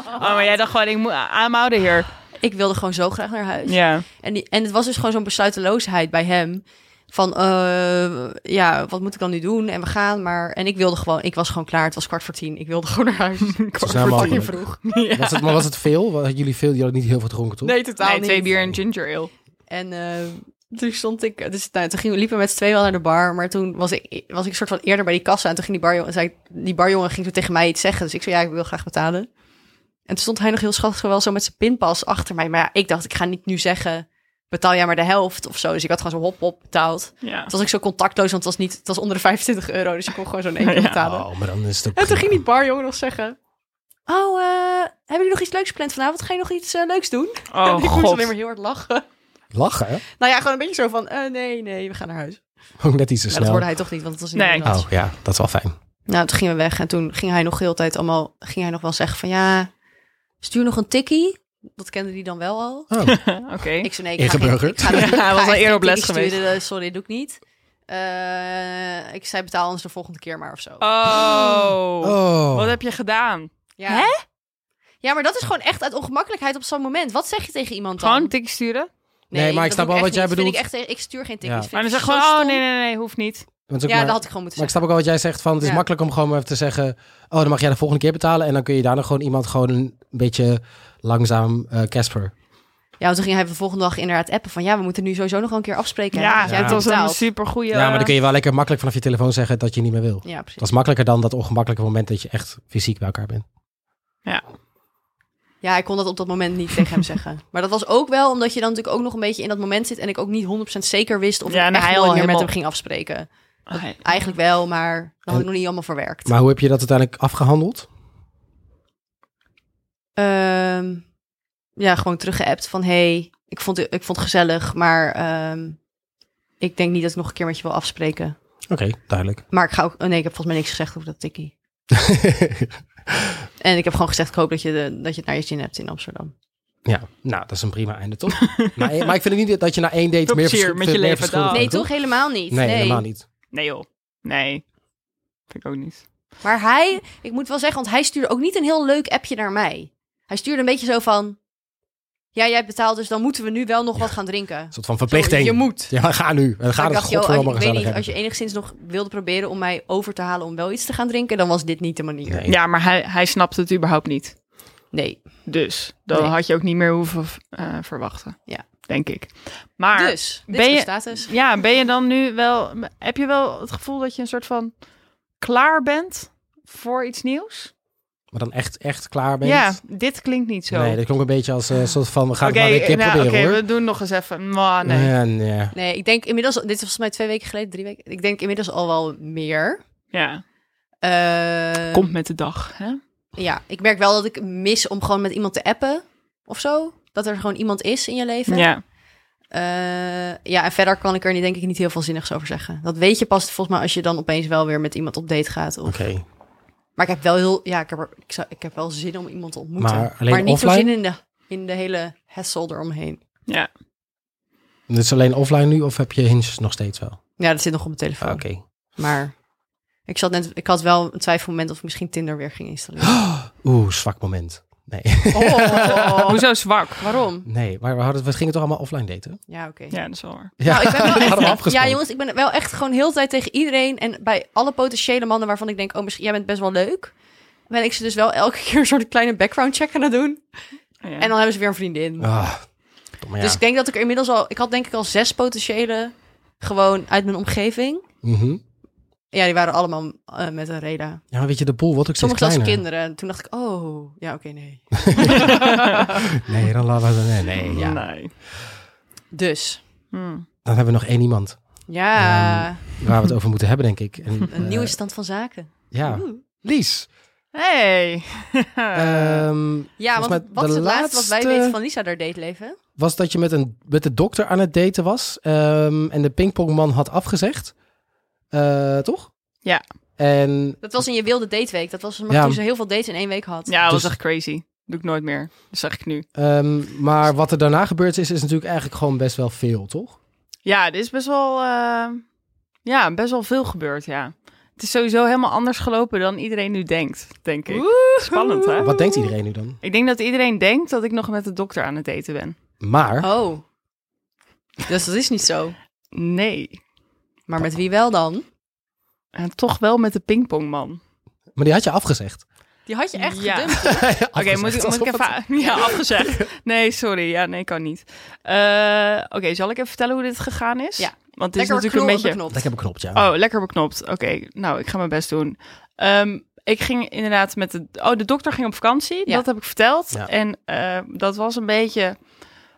Speaker 2: Oh, maar jij dacht gewoon, ik moet I'm out of here.
Speaker 3: Ik wilde gewoon zo graag naar huis.
Speaker 2: Ja.
Speaker 3: En, die, en het was dus gewoon zo'n besluiteloosheid bij hem. Van, eh, ja, wat moet ik dan nu doen? En we gaan maar. En ik wilde gewoon, ik was gewoon klaar. Het was kwart voor tien. Ik wilde gewoon naar huis.
Speaker 1: Zo
Speaker 3: Kwart
Speaker 1: snel
Speaker 3: voor tien
Speaker 1: mogelijk.
Speaker 3: vroeg.
Speaker 1: nou Was het, maar was het veel? Hadden jullie veel? Jullie hadden niet heel veel gedronken, toch?
Speaker 3: Nee, totaal
Speaker 2: Nee,
Speaker 3: niet.
Speaker 2: twee bier en ginger ale.
Speaker 3: En eh, toen stond ik, dus nou, toen gingen, liepen we met z'n tweeën wel naar de bar. Maar toen was ik, was ik een soort van eerder bij die kassa. En toen ging die barjongen, zei, die barjongen ging toen tegen mij iets zeggen. Dus ik zei, ja, ik wil graag betalen. En toen stond hij nog heel schattig wel zo met zijn pinpas achter mij. Maar ja, ik dacht, ik ga niet nu zeggen, betaal jij maar de helft of zo. Dus ik had gewoon zo hop hop betaald.
Speaker 2: Ja.
Speaker 3: Het was ook zo contactloos, want het was, niet, het was onder de 25 euro. Dus ik kon gewoon zo'n één keer
Speaker 2: Ja.
Speaker 3: betalen.
Speaker 1: Oh, maar dan is het ook
Speaker 3: En toen
Speaker 1: prima.
Speaker 3: ging die barjongen nog zeggen... Oh, eh, hebben jullie nog iets leuks gepland vanavond? Ga je nog iets eh, leuks doen?
Speaker 2: Oh
Speaker 3: en ik moest
Speaker 2: god.
Speaker 3: alleen maar heel hard lachen.
Speaker 1: Lachen, hè?
Speaker 3: Nou ja, gewoon een beetje zo van, eh, nee, nee, we gaan naar huis.
Speaker 1: Ook net iets te
Speaker 3: Ja, dat
Speaker 1: snel.
Speaker 3: hoorde hij toch niet, want het was in
Speaker 2: Nee.
Speaker 3: nee.
Speaker 1: Oh ja, dat is wel fijn.
Speaker 3: Nou, toen gingen we weg en toen ging hij nog heel de tijd allemaal, ging hij nog wel zeggen van, ja, stuur nog een tikkie. Dat kende hij dan wel al.
Speaker 1: Oh.
Speaker 2: Oké.
Speaker 3: Ik zei, nee, ik ga, geen,
Speaker 1: Ingeburgerd.
Speaker 3: ik ga, dat niet- ik
Speaker 2: Ja, hij
Speaker 3: ga
Speaker 2: was al
Speaker 3: echt
Speaker 2: eerder
Speaker 3: geen
Speaker 2: op les
Speaker 3: tikkie sturen, eh, sorry, doe ik niet. Eh, ik zei, betaal ons de volgende keer maar of zo.
Speaker 2: Oh.
Speaker 1: Oh.
Speaker 2: Wat heb je gedaan?
Speaker 3: ja. Ja, maar dat is gewoon echt uit ongemakkelijkheid op zo'n moment. Wat zeg je tegen iemand dan?
Speaker 2: Gewoon een tik sturen?
Speaker 1: Nee, maar ik
Speaker 3: dat
Speaker 1: snap
Speaker 3: doe
Speaker 1: wel
Speaker 3: echt
Speaker 1: wat jij
Speaker 3: niet. Vind
Speaker 1: bedoelt.
Speaker 3: Ik, echt, ik stuur geen
Speaker 1: Ja.
Speaker 3: tikkies.
Speaker 2: Maar dan zeg
Speaker 3: zegt
Speaker 2: gewoon, oh nee, nee, nee, hoeft niet.
Speaker 1: Want
Speaker 3: Ja,
Speaker 1: ook maar,
Speaker 3: dat had ik gewoon moeten
Speaker 1: maar ik
Speaker 3: zeggen.
Speaker 1: snap ook wel wat jij zegt van het is
Speaker 3: Ja.
Speaker 1: makkelijk om gewoon maar even te zeggen, oh dan mag jij de volgende keer betalen en dan kun je daarna gewoon iemand gewoon een beetje langzaam eh, Casper.
Speaker 3: Ja, want toen ging hij de volgende dag inderdaad appen van... ja, we moeten nu sowieso nog wel een keer afspreken.
Speaker 2: Ja,
Speaker 3: hè, want jij
Speaker 2: het
Speaker 3: hebt
Speaker 2: was een
Speaker 3: betaald.
Speaker 2: supergoeie...
Speaker 1: ja, maar dan kun je wel lekker makkelijk vanaf je telefoon zeggen dat je niet meer wil.
Speaker 3: Ja,
Speaker 1: Dat
Speaker 3: precies.
Speaker 1: is makkelijker dan dat ongemakkelijke moment dat je echt fysiek bij elkaar bent.
Speaker 3: Ja, ik kon dat op dat moment niet tegen hem zeggen. Maar dat was ook wel omdat je dan natuurlijk ook nog een beetje in dat moment zit... en ik ook niet 100% zeker wist of
Speaker 2: Ja, en
Speaker 3: ik echt
Speaker 2: hij
Speaker 3: nooit
Speaker 2: al
Speaker 3: meer met
Speaker 2: helemaal-
Speaker 3: hem ging afspreken.
Speaker 2: Oké.
Speaker 3: Eigenlijk wel, maar dat had
Speaker 1: En-
Speaker 3: ik nog niet allemaal verwerkt.
Speaker 1: Maar hoe heb je dat uiteindelijk afgehandeld?
Speaker 3: Ehm, ja, gewoon teruggeappt van... hey, ik, vond, ik vond het gezellig, maar ehm, ik denk niet dat ik nog een keer met je wil afspreken.
Speaker 1: Oké, duidelijk.
Speaker 3: Maar ik ga ook... oh nee, ik heb volgens mij niks gezegd over dat tikkie. En ik heb gewoon gezegd, ik hoop dat je, de- dat je het naar je zin hebt in Amsterdam.
Speaker 1: ja, nou dat is een prima einde toch? maar, maar ik vind het niet dat je na één date
Speaker 2: Veel
Speaker 1: meer,
Speaker 2: plezier
Speaker 1: verschil-
Speaker 2: met je
Speaker 1: veel meer
Speaker 2: leven,
Speaker 1: verschil
Speaker 2: dag.
Speaker 1: hebt,
Speaker 3: Nee, toch helemaal niet.
Speaker 1: Nee, helemaal niet.
Speaker 2: Nee joh. Nee. Vind ik ook niet.
Speaker 3: Maar hij, ik moet wel zeggen, want hij stuurde ook niet een heel leuk appje naar mij. Hij stuurde een beetje zo van... Ja, jij betaalt, dus dan moeten we nu wel nog wat gaan drinken.
Speaker 1: soort van verplichting.
Speaker 3: Je moet.
Speaker 1: Ja, maar ga nu. En ga
Speaker 3: Maar
Speaker 1: het
Speaker 3: ik dacht, joh,
Speaker 1: godverdomme
Speaker 3: als, ik weet
Speaker 1: gezellig
Speaker 3: niet, als je
Speaker 1: hebben.
Speaker 3: enigszins nog wilde proberen om mij over te halen om wel iets te gaan drinken, dan was dit niet de manier.
Speaker 1: Nee.
Speaker 2: Ja, maar hij, hij snapt het überhaupt niet.
Speaker 3: Nee.
Speaker 2: Dus dan
Speaker 3: Nee.
Speaker 2: had je ook niet meer hoeven eh, verwachten.
Speaker 3: Ja.
Speaker 2: Denk ik. Maar
Speaker 3: dus, dit
Speaker 2: ben
Speaker 3: is
Speaker 2: je-
Speaker 3: de status.
Speaker 2: ja, ben je dan nu wel. Heb je wel het gevoel dat je een soort van klaar bent voor iets nieuws?
Speaker 1: Maar dan echt, echt klaar bent.
Speaker 2: Ja, dit klinkt niet zo.
Speaker 1: Nee, dat klonk een beetje als
Speaker 3: Ah.
Speaker 1: een soort van, we gaan het maar weer een keer
Speaker 2: nou,
Speaker 1: proberen
Speaker 2: oké,
Speaker 1: hoor.
Speaker 2: we doen nog eens even. Maar nee.
Speaker 1: Ja, nee.
Speaker 3: ah, Nee, ik denk inmiddels, dit is volgens mij twee weken geleden, drie weken. Ik denk inmiddels al wel meer.
Speaker 2: Ja.
Speaker 3: Eh,
Speaker 2: Komt met de dag. Hè?
Speaker 3: Ja, ik merk wel dat ik mis om gewoon met iemand te appen of zo. Dat er gewoon iemand is in je leven.
Speaker 2: Ja.
Speaker 3: Eh, ja, en verder kan ik er niet- denk ik niet heel veel zinnigs over zeggen. Dat weet je pas volgens mij als je dan opeens wel weer met iemand op date gaat. Of...
Speaker 1: Oké.
Speaker 3: Maar ik heb wel heel, ja, ik heb, er- ik, zou, ik heb wel zin om iemand te ontmoeten.
Speaker 1: Maar alleen
Speaker 3: niet zo
Speaker 1: offline?
Speaker 3: zin in de, in de hele hessel eromheen.
Speaker 1: Dit is alleen offline nu of heb je hinges nog steeds wel?
Speaker 3: Ja, dat zit nog op mijn telefoon.
Speaker 1: Ah, Oké.
Speaker 3: Maar ik, zat net, ik had wel een twijfelmoment of ik misschien Tinder weer ging installeren.
Speaker 1: Oeh, zwak moment.
Speaker 3: Oh.
Speaker 2: Hoezo zwak?
Speaker 3: Waarom?
Speaker 1: Nee, maar we, hadden, we gingen toch allemaal offline daten?
Speaker 3: Ja, oké.
Speaker 2: Ja, dat is wel waar.
Speaker 1: Ja,
Speaker 3: Nou, ik ben wel
Speaker 1: we
Speaker 3: echt-
Speaker 1: hadden we afgesproken.
Speaker 3: Ja, jongens, ik ben wel echt gewoon heel de tijd tegen iedereen en bij alle potentiële mannen waarvan ik denk, oh, misschien jij bent best wel leuk. Ben ik ze dus wel elke keer een soort kleine background check aan het doen.
Speaker 2: Oh, Ja.
Speaker 3: En dan hebben ze weer een vriendin.
Speaker 1: Ah, domme ja.
Speaker 3: Dus ik denk dat ik er inmiddels al, ik had denk ik al zes potentiële gewoon uit mijn omgeving.
Speaker 1: Mhm.
Speaker 3: Ja, die waren allemaal eh, met een reda.
Speaker 1: Ja, maar weet je, de pool wordt ook steeds
Speaker 3: Sommige zelfs
Speaker 1: kleiner.
Speaker 3: kinderen. En toen dacht ik, oh, ja, oké, nee.
Speaker 1: Nee, dan laten we... Nee, nee ja.
Speaker 2: Nee.
Speaker 3: Dus,
Speaker 2: Hmm.
Speaker 1: Dan hebben we nog één iemand
Speaker 3: ja,
Speaker 1: waar we het over moeten hebben, denk ik. En,
Speaker 3: een
Speaker 1: Ehm, eh,
Speaker 3: nieuwe stand van zaken.
Speaker 1: Ja.
Speaker 3: Oeh.
Speaker 1: Lies. Eh,
Speaker 2: Hey.
Speaker 3: Eh.
Speaker 1: ehm,
Speaker 3: Ja,
Speaker 1: Volgens
Speaker 3: want
Speaker 1: mij
Speaker 3: wat
Speaker 1: de
Speaker 3: is het laatste wat wij
Speaker 1: laatste-
Speaker 3: weten van Lisa daar dateleven?
Speaker 1: was dat je met, een, met de dokter aan het daten was. ehm, en de pingpongman had afgezegd. Eh, toch?
Speaker 2: Ja.
Speaker 1: En
Speaker 3: Dat was in je wilde dateweek. Dat was omdat
Speaker 1: Ja.
Speaker 3: toen ze heel veel dates in één week had.
Speaker 2: Ja, dat
Speaker 1: Dus-
Speaker 2: was echt crazy. Doe ik nooit meer. Dat zeg ik nu.
Speaker 1: Ehm, maar wat er daarna gebeurd is, is natuurlijk eigenlijk gewoon best wel veel, toch?
Speaker 2: Ja, dit is best wel, eh, ja, best wel veel gebeurd, ja. Het is sowieso helemaal anders gelopen dan iedereen nu denkt, denk ik. Spannend, hè?
Speaker 1: Wat denkt iedereen nu dan?
Speaker 2: Ik denk dat iedereen denkt dat ik nog met de dokter aan het daten ben.
Speaker 1: Maar,
Speaker 3: Oh. Dus dat is niet zo.
Speaker 2: Nee.
Speaker 3: Maar met wie wel dan?
Speaker 2: En toch wel met de pingpongman.
Speaker 1: maar die had je afgezegd.
Speaker 3: Die had je echt
Speaker 2: Ja.
Speaker 3: gedumpt.
Speaker 2: Oké, moet ik, moet ik even... Ja, afgezegd. Nee, sorry. Ja, nee, kan niet. Eh, Oké, zal ik even vertellen hoe dit gegaan is?
Speaker 3: Ja.
Speaker 2: Want het is
Speaker 3: Lekker
Speaker 2: natuurlijk een beetje...
Speaker 1: Dat heb ik knopt, ja.
Speaker 2: Oh, lekker beknopt. Oké, nou, ik ga mijn best doen. Ehm, ik ging inderdaad met de... Oh, de dokter ging op vakantie.
Speaker 3: Ja.
Speaker 2: Dat heb ik verteld.
Speaker 1: Ja.
Speaker 2: En eh, dat was een beetje...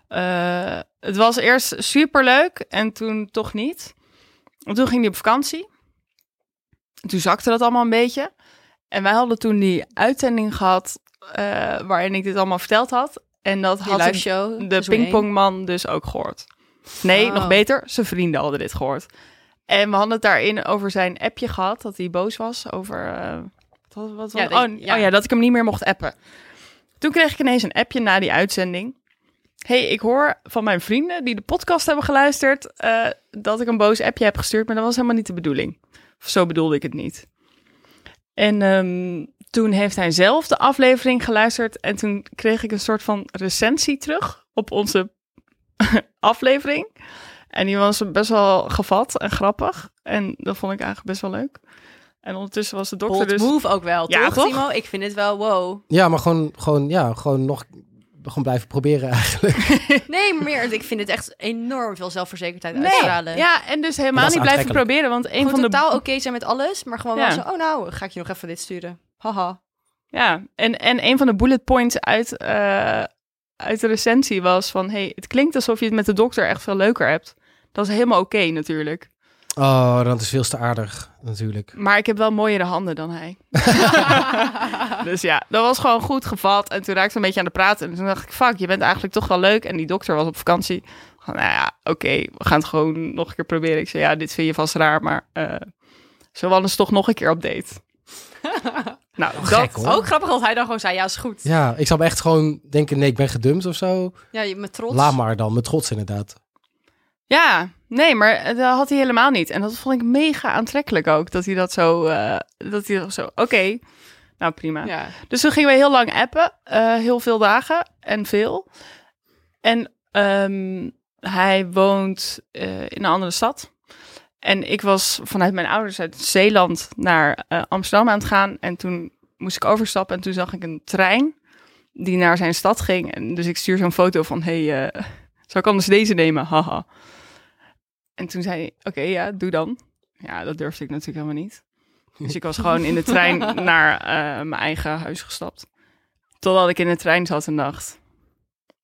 Speaker 2: eh, het was eerst superleuk en toen toch niet. En toen ging hij op vakantie. En toen zakte dat allemaal een beetje. En wij hadden toen die uitzending gehad... eh, waarin ik dit allemaal verteld had. En dat
Speaker 3: Die
Speaker 2: had
Speaker 3: live
Speaker 2: ik
Speaker 3: show.
Speaker 2: de pingpongman dus ook gehoord. Nee,
Speaker 3: Oh.
Speaker 2: nog beter, zijn vrienden hadden dit gehoord. En we hadden het daarin over zijn appje gehad, dat hij boos was over... eh, wat, wat,
Speaker 3: Ja,
Speaker 2: wat-
Speaker 3: dat-
Speaker 2: oh,
Speaker 3: ja.
Speaker 2: oh ja, dat ik hem niet meer mocht appen. Toen kreeg ik ineens een appje na die uitzending. hey, ik hoor van mijn vrienden die de podcast hebben geluisterd... eh, dat ik een boos appje heb gestuurd, maar dat was helemaal niet de bedoeling. Of zo bedoelde ik het niet. En ehm, toen heeft hij zelf de aflevering geluisterd. En toen kreeg ik een soort van recensie terug op onze aflevering. En die was best wel gevat en grappig. En dat vond ik eigenlijk best wel leuk. En ondertussen was de dokter
Speaker 3: Bold
Speaker 2: dus...
Speaker 3: move ook wel,
Speaker 2: Ja,
Speaker 3: toch,
Speaker 2: toch?
Speaker 3: Timo? Ik vind het wel wow.
Speaker 1: Ja, maar gewoon, gewoon, ja, gewoon nog gewoon blijven proberen eigenlijk.
Speaker 3: Nee, maar meer, ik vind het echt enorm veel zelfverzekerdheid
Speaker 2: Nee,
Speaker 3: uitstralen.
Speaker 2: ja, en dus helemaal
Speaker 1: Dat is
Speaker 2: niet blijven
Speaker 1: aantrekkelijk.
Speaker 2: proberen. Want een
Speaker 3: Gewoon
Speaker 2: van de...
Speaker 3: totaal oké zijn met alles, maar gewoon
Speaker 2: Ja.
Speaker 3: wel zo, oh nou, ga ik je nog even dit sturen. Haha.
Speaker 2: Ja, en, en een van de bullet points uit, eh, uit de recensie was van... hey, het klinkt alsof je het met de dokter echt veel leuker hebt. Dat is helemaal oké natuurlijk.
Speaker 1: Oh, dat is veel te aardig, natuurlijk.
Speaker 2: Maar ik heb wel mooiere handen dan hij. dus ja, dat was gewoon goed gevat. En toen raakte ik een beetje aan de praten. En toen dacht ik, fuck, je bent eigenlijk toch wel leuk. En die dokter was op vakantie. Nou ja, oké, we gaan het gewoon nog een keer proberen. Ik zei, ja, dit vind je vast raar, maar... eh zo wel eens toch nog een keer op date. nou, dat...
Speaker 1: gek, hoor.
Speaker 3: Ook grappig dat hij dan gewoon zei, ja, is goed. Ja,
Speaker 1: Ja, ik zou echt gewoon denken, nee, ik ben gedumpt of zo.
Speaker 3: je met trots.
Speaker 1: Laat maar dan, met trots inderdaad.
Speaker 2: Ja, Nee, maar eh, dat had hij helemaal niet. En dat vond ik mega aantrekkelijk ook. Dat hij dat zo. eh, dat hij dat zo. Oké. Nou prima.
Speaker 3: Ja.
Speaker 2: Dus toen gingen we heel lang appen. eh, heel veel dagen en veel. En ehm, hij woont eh, in een andere stad. En ik was vanuit mijn ouders uit Zeeland naar eh, Amsterdam aan het gaan. En toen moest ik overstappen. En toen zag ik een trein die naar zijn stad ging. En dus ik stuur zo'n foto van... Hé, hey, eh, zou ik anders deze nemen? Haha. En toen zei hij... Oké, ja, doe dan. Ja, dat durfde ik natuurlijk helemaal niet. Dus ik was gewoon in de trein naar eh, mijn eigen huis gestapt. Totdat ik in de trein zat en dacht...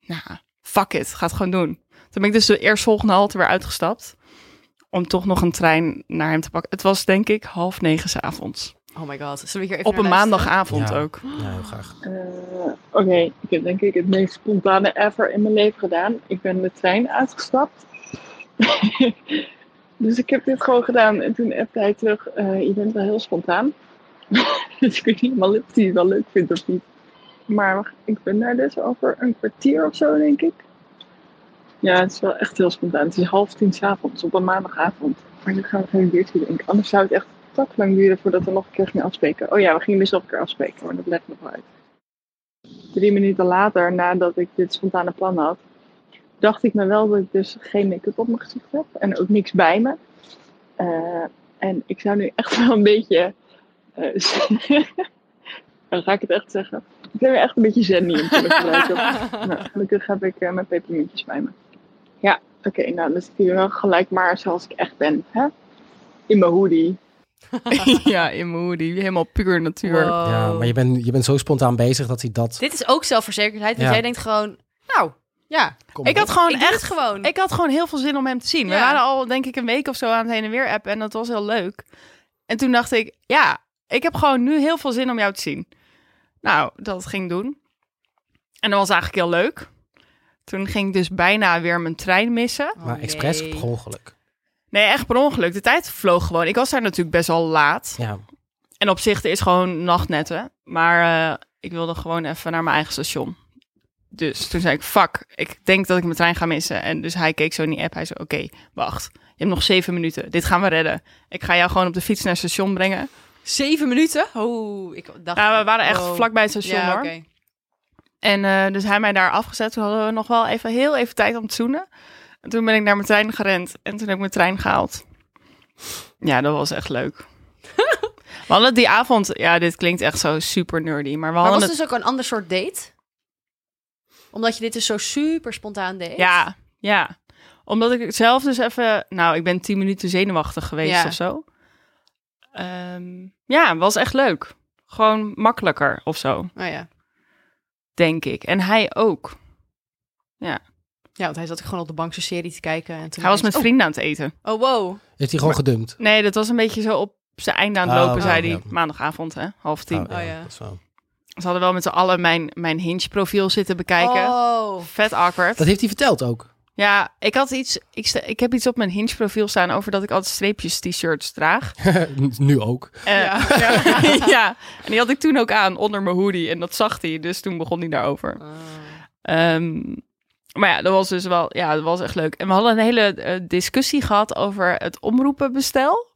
Speaker 2: Nou, fuck it, ga het gewoon doen. Toen ben ik dus de eerstvolgende halte weer uitgestapt. Om toch nog een trein naar hem te pakken. Het was denk ik half negen s'avonds.
Speaker 3: Oh my god. Zullen we hier even
Speaker 2: Op een
Speaker 3: naar luisteren?
Speaker 2: maandagavond
Speaker 1: Ja.
Speaker 2: ook.
Speaker 1: Ja, heel graag.
Speaker 6: Eh, Oké, ik heb denk ik het meest spontane ever in mijn leven gedaan. Ik ben de trein uitgestapt. dus ik heb dit gewoon gedaan. En toen appte hij terug, eh, je bent wel heel spontaan. dus ik weet niet helemaal of hij het wel leuk vindt of niet. Maar ik ben daar dus over een kwartier of zo, denk ik. Ja, het is wel echt heel spontaan. Het is half tien 's avonds op een maandagavond. Maar nu gaan we geen biertje drinken. Anders zou het echt tak lang duren voordat we nog een keer gingen afspreken. Oh ja, we gingen dus nog een keer afspreken, maar dat blijft nog wel uit drie minuten later, nadat ik dit spontane plan had, dacht ik me wel dat ik dus geen make-up op mijn gezicht heb en ook niks bij me. Eh, en ik zou nu echt wel een beetje. eh, dan ga ik het echt zeggen. Ik ben weer echt een beetje zen hier. Nou, gelukkig heb ik eh, mijn pepermuntjes bij me. Ja, oké, nou dan zit hier wel gelijk maar zoals ik echt ben. Hè? In mijn hoodie.
Speaker 2: ja, in mijn hoodie. Helemaal puur natuur.
Speaker 3: Wow.
Speaker 1: Ja, maar je bent, je bent zo spontaan bezig dat hij dat...
Speaker 3: Dit is ook zelfverzekerdheid. Want
Speaker 1: Ja.
Speaker 3: jij denkt gewoon, nou, ja.
Speaker 1: Kom
Speaker 2: Ik had
Speaker 1: op.
Speaker 2: gewoon
Speaker 3: Oh, ik doe
Speaker 2: echt
Speaker 3: het gewoon.
Speaker 2: Ik had gewoon heel veel zin om hem te zien. We
Speaker 3: Ja.
Speaker 2: waren al, denk ik, een week of zo aan het heen en weer appen. En dat was heel leuk. En toen dacht ik, ja, ik heb gewoon nu heel veel zin om jou te zien. Nou, dat ging ik doen. En dat was eigenlijk heel leuk. Toen ging ik dus bijna weer mijn trein missen.
Speaker 1: Maar
Speaker 3: Oh,
Speaker 1: expres,
Speaker 3: nee.
Speaker 1: per ongeluk.
Speaker 2: Nee, echt per ongeluk. De tijd vloog gewoon. Ik was daar natuurlijk best wel laat.
Speaker 1: Ja,
Speaker 2: En op zich er is gewoon nachtnetten. Maar eh, ik wilde gewoon even naar mijn eigen station. Dus toen zei ik, fuck, ik denk dat ik mijn trein ga missen. En dus hij keek zo in die app. Hij zei, oké, wacht. Je hebt nog zeven minuten. Dit gaan we redden. Ik ga jou gewoon op de fiets naar het station brengen.
Speaker 3: Zeven minuten? Oh, ik dacht...
Speaker 2: Ja, we waren echt
Speaker 3: oh.
Speaker 2: vlakbij het station
Speaker 3: Ja,
Speaker 2: hoor.
Speaker 3: oké.
Speaker 1: Oh,
Speaker 2: En eh, dus hij mij daar afgezet. Toen hadden we nog wel even heel even tijd om te zoenen. En toen ben ik naar mijn trein gerend. En toen heb ik mijn trein gehaald. Ja, dat was echt leuk. we hadden die avond... Ja, dit klinkt echt zo super nerdy. Maar we
Speaker 3: Maar
Speaker 2: hadden
Speaker 3: was
Speaker 2: het-
Speaker 3: het dus ook een ander soort date? Omdat je dit dus zo super spontaan deed?
Speaker 2: Ja, ja. Omdat ik het zelf dus even... Nou, ik ben tien minuten zenuwachtig geweest
Speaker 3: Ja.
Speaker 2: of zo. Ehm, ja, was echt leuk. Gewoon makkelijker of zo,
Speaker 3: Oh ja.
Speaker 2: denk ik. En hij ook.
Speaker 3: Ja, want hij zat gewoon op de bank zijn serie te kijken. En toen
Speaker 2: Hij was met
Speaker 3: ineens-
Speaker 2: vrienden aan het eten.
Speaker 3: Oh, oh, wow.
Speaker 1: heeft hij gewoon gedumpt.
Speaker 2: Nee, dat was een beetje zo op zijn einde aan het
Speaker 1: Oh,
Speaker 2: lopen,
Speaker 1: oh,
Speaker 2: zei
Speaker 1: ja.
Speaker 2: hij. Maandagavond, hè? Half tien.
Speaker 3: Oh, ja.
Speaker 1: dat is wel-
Speaker 2: Ze hadden wel met z'n allen mijn, mijn Hinge-profiel zitten bekijken.
Speaker 3: Oh.
Speaker 2: Vet awkward.
Speaker 1: Dat heeft hij verteld ook.
Speaker 2: Ja, ik had iets... Ik, sta- ik heb iets op mijn Hinge-profiel staan over dat ik altijd streepjes-t-shirts draag.
Speaker 1: nu ook.
Speaker 2: Eh,
Speaker 3: Ja.
Speaker 2: ja. ja, en die had ik toen ook aan onder mijn hoodie. En dat zag hij, dus toen begon hij daarover.
Speaker 3: Oh.
Speaker 2: Ehm, maar ja, dat was dus wel, ja, dat was echt leuk. En we hadden een hele eh, discussie gehad over het omroepenbestel.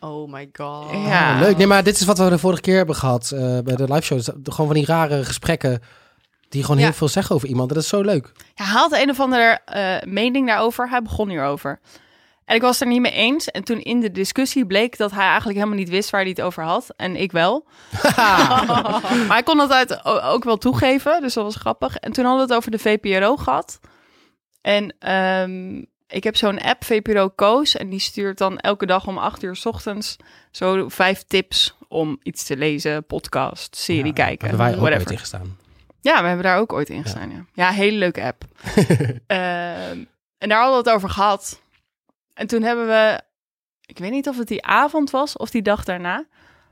Speaker 3: Oh my god.
Speaker 2: Ja.
Speaker 1: Oh, leuk. Nee, maar dit is wat we de vorige keer hebben gehad eh, bij de live show. Gewoon van die rare gesprekken die gewoon
Speaker 3: Ja.
Speaker 1: heel veel zeggen over iemand. En dat is zo leuk.
Speaker 2: Hij haalt een of andere eh, mening daarover. Hij begon hierover. En ik was het er niet mee eens. En toen in de discussie bleek dat hij eigenlijk helemaal niet wist waar hij het over had. En ik wel. maar hij kon dat uit, o- ook wel toegeven. Dus dat was grappig. En toen hadden we het over de VPRO gehad. En ehm, ik heb zo'n app, VPRO Koos. En die stuurt dan elke dag om 8 uur 's ochtends zo vijf tips om iets te lezen, podcast, serie
Speaker 1: Ja,
Speaker 2: kijken.
Speaker 1: Hebben wij ook
Speaker 2: whatever.
Speaker 1: ooit in gestaan.
Speaker 2: Ja, we hebben daar ook ooit in gestaan. Ja, ja hele leuke app. Ehm, en daar hadden we het over gehad. En toen hebben we, ik weet niet of het die avond was of die dag daarna,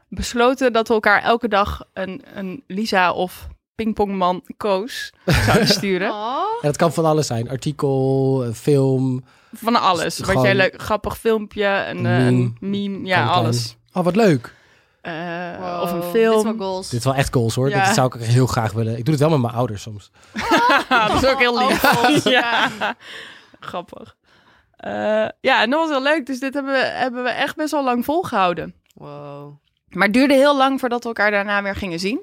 Speaker 2: besloten dat we elkaar elke dag een, een Lisa of pingpongman Koos zouden sturen.
Speaker 3: Oh.
Speaker 1: En dat kan van alles zijn. Artikel, eh, film.
Speaker 2: Van alles. Wat
Speaker 1: Gewoon-
Speaker 2: jij leuk, grappig filmpje,
Speaker 1: Een
Speaker 2: een, eh, een meme, ja,
Speaker 1: Kan het
Speaker 2: alles.
Speaker 1: zijn. Oh, wat leuk.
Speaker 2: Eh,
Speaker 3: Wow.
Speaker 2: Of een
Speaker 3: Dit is wel
Speaker 2: film.
Speaker 3: goals.
Speaker 1: Dit is wel echt goals hoor.
Speaker 2: Ja.
Speaker 1: Dit zou ik echt heel graag willen. Ik doe het wel met mijn ouders soms.
Speaker 2: dat is ook heel lief.
Speaker 3: Oh, God.
Speaker 2: ja. Grappig. Ehm, Eh, ja, en dat was wel leuk. Dus dit hebben we, hebben we echt best wel lang volgehouden.
Speaker 3: Wow.
Speaker 2: Maar het duurde heel lang voordat we elkaar daarna weer gingen zien.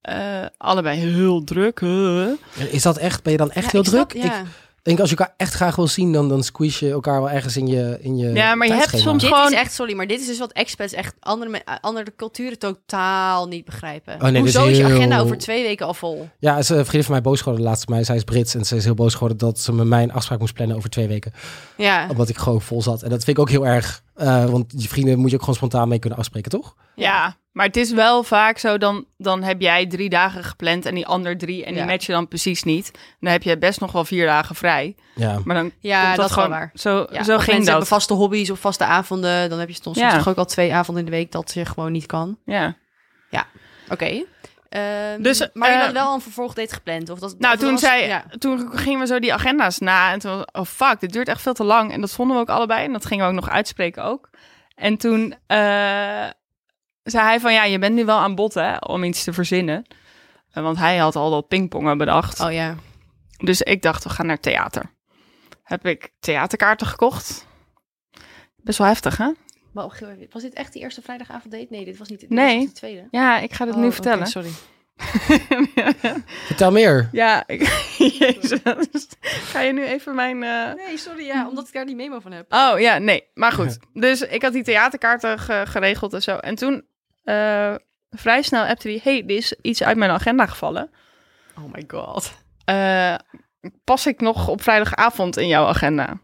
Speaker 2: Eh, allebei heel druk. eh.
Speaker 1: En Is dat echt, ben je dan echt
Speaker 3: Ja,
Speaker 1: heel
Speaker 3: is
Speaker 1: druk?
Speaker 3: dat- ja.
Speaker 1: Ik denk als je elkaar echt graag wil zien, dan, dan squeeze je elkaar wel ergens in je in je
Speaker 2: Ja, maar je hebt
Speaker 1: tijdschema.
Speaker 2: soms-
Speaker 3: Dit
Speaker 2: Gewoon-
Speaker 3: is echt, sorry, maar dit is dus wat expats echt andere, me- eh, andere culturen totaal niet begrijpen.
Speaker 1: Oh, nee, dit is
Speaker 3: Hoezo is je
Speaker 1: heel-
Speaker 3: agenda over twee weken al vol?
Speaker 1: Ja, ze een vriendin van mij boos geworden laatst op mij. Zij is Brits en ze is heel boos geworden dat ze met mij een afspraak moest plannen over twee weken.
Speaker 3: Ja,
Speaker 2: Ah.
Speaker 1: Omdat ik gewoon vol zat. En dat vind ik ook heel erg. eh, want je vrienden moet je ook gewoon spontaan mee kunnen afspreken, toch?
Speaker 2: Ja, maar het is wel vaak zo, dan, dan heb jij drie dagen gepland en die ander drie. En die
Speaker 3: Ja.
Speaker 2: match je dan precies niet. Dan heb je best nog wel vier dagen vrij.
Speaker 1: Ja.
Speaker 2: Maar dan
Speaker 3: ja
Speaker 2: komt
Speaker 3: dat, is
Speaker 2: gewoon,
Speaker 3: wel waar.
Speaker 2: Zo,
Speaker 3: Ja,
Speaker 2: zo
Speaker 3: of mensen
Speaker 2: ging dat.
Speaker 3: hebben vaste hobby's of vaste avonden. Dan heb je soms,
Speaker 2: Ja.
Speaker 3: toch ook al twee avonden in de week dat je gewoon niet kan.
Speaker 2: Ja.
Speaker 3: Oké. Ehm,
Speaker 2: Dus,
Speaker 3: maar
Speaker 2: eh,
Speaker 3: je had wel een vervolgdate gepland? Of dat,
Speaker 2: Nou,
Speaker 3: of dat
Speaker 2: toen,
Speaker 3: was-
Speaker 2: zei,
Speaker 3: Ja.
Speaker 2: toen gingen we zo die agenda's na. En toen was oh fuck, dit duurt echt veel te lang. En dat vonden we ook allebei. En dat gingen we ook nog uitspreken ook. En toen eh, zei hij van, ja, je bent nu wel aan bod hè, om iets te verzinnen. Eh, Want hij had al dat pingpongen bedacht.
Speaker 3: Oh ja.
Speaker 2: Dus ik dacht, we gaan naar theater. Heb ik theaterkaarten gekocht. Best wel heftig, hè?
Speaker 3: Maar wacht even, was dit echt die eerste vrijdagavond date? Nee, dit was niet dit
Speaker 2: Nee.
Speaker 3: was de tweede.
Speaker 2: Ja, ik ga dit
Speaker 3: Oh,
Speaker 2: nu
Speaker 3: oké,
Speaker 2: vertellen.
Speaker 3: sorry.
Speaker 1: Vertel meer.
Speaker 2: ja, ik... Jezus. Ga je nu even mijn... eh,
Speaker 3: Nee, sorry, ja, omdat ik daar die memo van heb.
Speaker 2: Oh ja, nee. Maar goed. Dus ik had die theaterkaarten ge- geregeld en zo. En toen eh, vrij snel appte hij... hey, er is iets uit mijn agenda gevallen.
Speaker 3: Oh my god.
Speaker 2: Eh, pas ik nog op vrijdagavond in jouw agenda?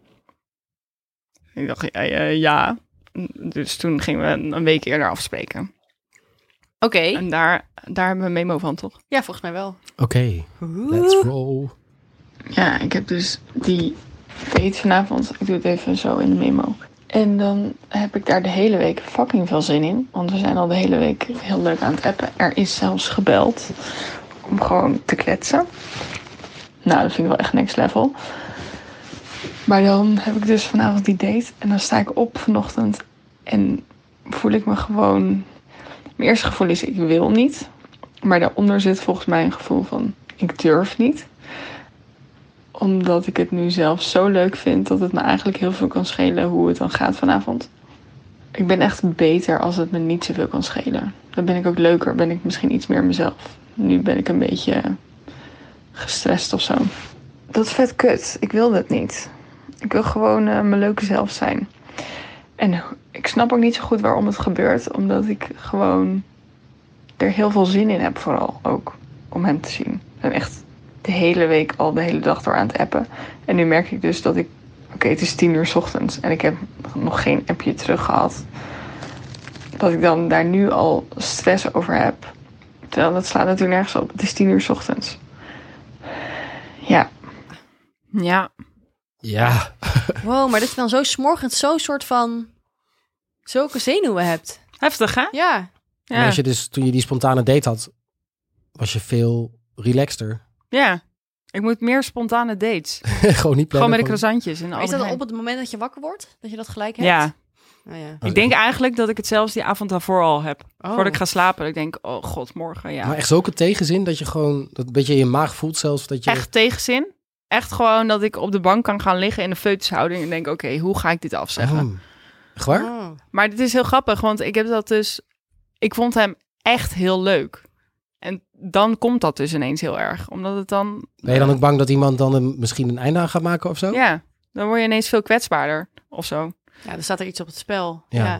Speaker 2: Ik dacht, ja, ja, ja. Dus toen gingen we een- een week eerder afspreken.
Speaker 3: Oké,
Speaker 2: En daar, daar hebben we een memo van, toch?
Speaker 3: ja, volgens mij wel.
Speaker 1: Oké, let's roll.
Speaker 6: Ja, ik heb dus die date vanavond. Ik doe het even zo in de memo. En dan heb ik daar de hele week fucking veel zin in. Want we zijn al de hele week heel leuk aan het appen. Er is zelfs gebeld om gewoon te kletsen. Nou, dat vind ik wel echt next level. Maar dan heb ik dus vanavond die date. En dan sta ik op vanochtend. En voel ik me gewoon... Mijn eerste gevoel is ik wil niet. Maar daaronder zit volgens mij een gevoel van ik durf niet omdat ik het nu zelf zo leuk vind dat het me eigenlijk heel veel kan schelen hoe het dan gaat vanavond. Ik ben echt beter als het me niet zoveel kan schelen. Dan ben ik ook leuker, ben ik misschien iets meer mezelf. Nu ben ik een beetje gestrest of zo. Dat is vet kut. Ik wil dat niet. Ik wil gewoon eh, mijn leuke zelf zijn. En ik snap ook niet zo goed waarom het gebeurt, omdat ik gewoon er heel veel zin in heb, vooral ook om hem te zien. En echt de hele week al de hele dag door aan het appen. En nu merk ik dus dat ik. Oké, het is tien uur 's ochtends en ik heb nog geen appje terug gehad. Dat ik dan daar nu al stress over heb. Terwijl dat slaat natuurlijk nergens op. Het is tien uur 's ochtends. Ja,
Speaker 2: Ja.
Speaker 1: Ja.
Speaker 3: Wow, maar dat je dan zo smorgens zo'n soort van... Zulke zenuwen hebt.
Speaker 2: Heftig, hè?
Speaker 3: Ja.
Speaker 1: En
Speaker 2: Ja.
Speaker 1: Als je dus, toen je die spontane date had, was je veel relaxter.
Speaker 2: ja. Ik moet meer spontane dates.
Speaker 1: gewoon niet plannen.
Speaker 2: Gewoon met de
Speaker 1: gewoon-
Speaker 2: croissantjes. En
Speaker 3: Maar is dat dan op het moment dat je wakker wordt? Dat je dat gelijk hebt?
Speaker 2: Ja.
Speaker 3: Oh, ja.
Speaker 1: Oh,
Speaker 2: Ik denk eigenlijk dat ik het zelfs die avond daarvoor al heb. Voordat Oh. ik ga slapen. Ik denk, oh god, morgen. Ja.
Speaker 1: Maar echt zulke tegenzin dat je gewoon dat een beetje in je maag voelt zelfs. Dat je,
Speaker 2: echt tegenzin. Echt gewoon dat ik op de bank kan gaan liggen in de feutushouding. En denk, oké, hoe ga ik dit afzeggen?
Speaker 1: Oh, echt waar?
Speaker 3: Oh.
Speaker 2: Maar dit is heel grappig, want ik heb dat dus... Ik vond hem echt heel leuk. En dan komt dat dus ineens heel erg. Omdat het dan...
Speaker 1: Ben je dan ook bang dat iemand dan een, misschien een einde aan gaat maken of zo?
Speaker 2: Ja, dan word je ineens veel kwetsbaarder of zo.
Speaker 3: Ja, er staat er iets op het spel.
Speaker 1: Ja.
Speaker 3: Ja.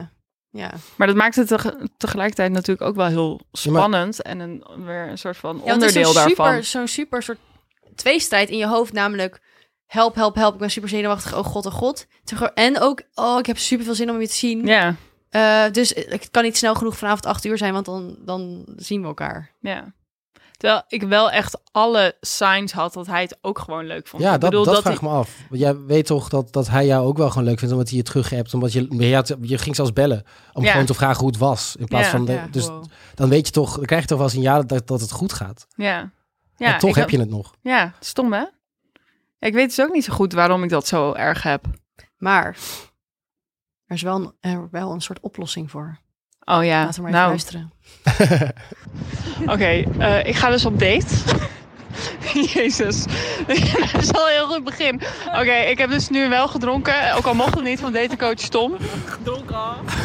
Speaker 3: Ja. Ja,
Speaker 2: Maar dat maakt het teg- tegelijkertijd natuurlijk ook wel heel spannend. En een, weer een soort van
Speaker 3: want het is
Speaker 2: onderdeel
Speaker 3: zo'n
Speaker 2: daarvan.
Speaker 3: Super, zo'n super soort tweestrijd in je hoofd, namelijk help, help, help. Ik ben super zenuwachtig. Oh god, oh god. Tegel- En ook, oh, ik heb super veel zin om je te zien.
Speaker 2: Ja,
Speaker 3: Eh, dus het kan niet snel genoeg vanavond acht uur zijn, want dan, dan zien we elkaar.
Speaker 2: ja. Terwijl ik wel echt alle signs had dat hij het ook gewoon leuk vond.
Speaker 1: Ja,
Speaker 2: ik
Speaker 1: dat,
Speaker 2: bedoel,
Speaker 1: dat,
Speaker 2: dat
Speaker 1: vraag
Speaker 2: hij-
Speaker 1: ik me af. Want jij weet toch dat, dat hij jou ook wel gewoon leuk vindt, omdat hij je terug hebt. Omdat je, je, had- je ging zelfs bellen om
Speaker 2: Ja.
Speaker 1: gewoon te vragen hoe het was. In plaats
Speaker 2: Ja,
Speaker 1: van de,
Speaker 3: ja,
Speaker 1: dus
Speaker 3: wow.
Speaker 1: dan weet je toch, dan krijg je toch wel signalen dat, dat het goed gaat.
Speaker 2: Ja.
Speaker 1: Ja,
Speaker 2: ja
Speaker 1: toch
Speaker 2: ik
Speaker 1: heb
Speaker 2: had-
Speaker 1: je het nog.
Speaker 2: Ja, stom hè? Ja, ik weet dus ook niet zo goed waarom ik dat zo erg heb.
Speaker 3: Maar er is wel een, er wel een soort oplossing voor.
Speaker 2: Oh ja,
Speaker 3: Laten we maar even
Speaker 2: nou,
Speaker 3: luisteren.
Speaker 6: Oké, eh, ik ga dus op date.
Speaker 2: Jezus. dat is al een heel goed begin. Oké, ik heb dus nu wel gedronken. Ook al mocht het niet van datingcoach Tom.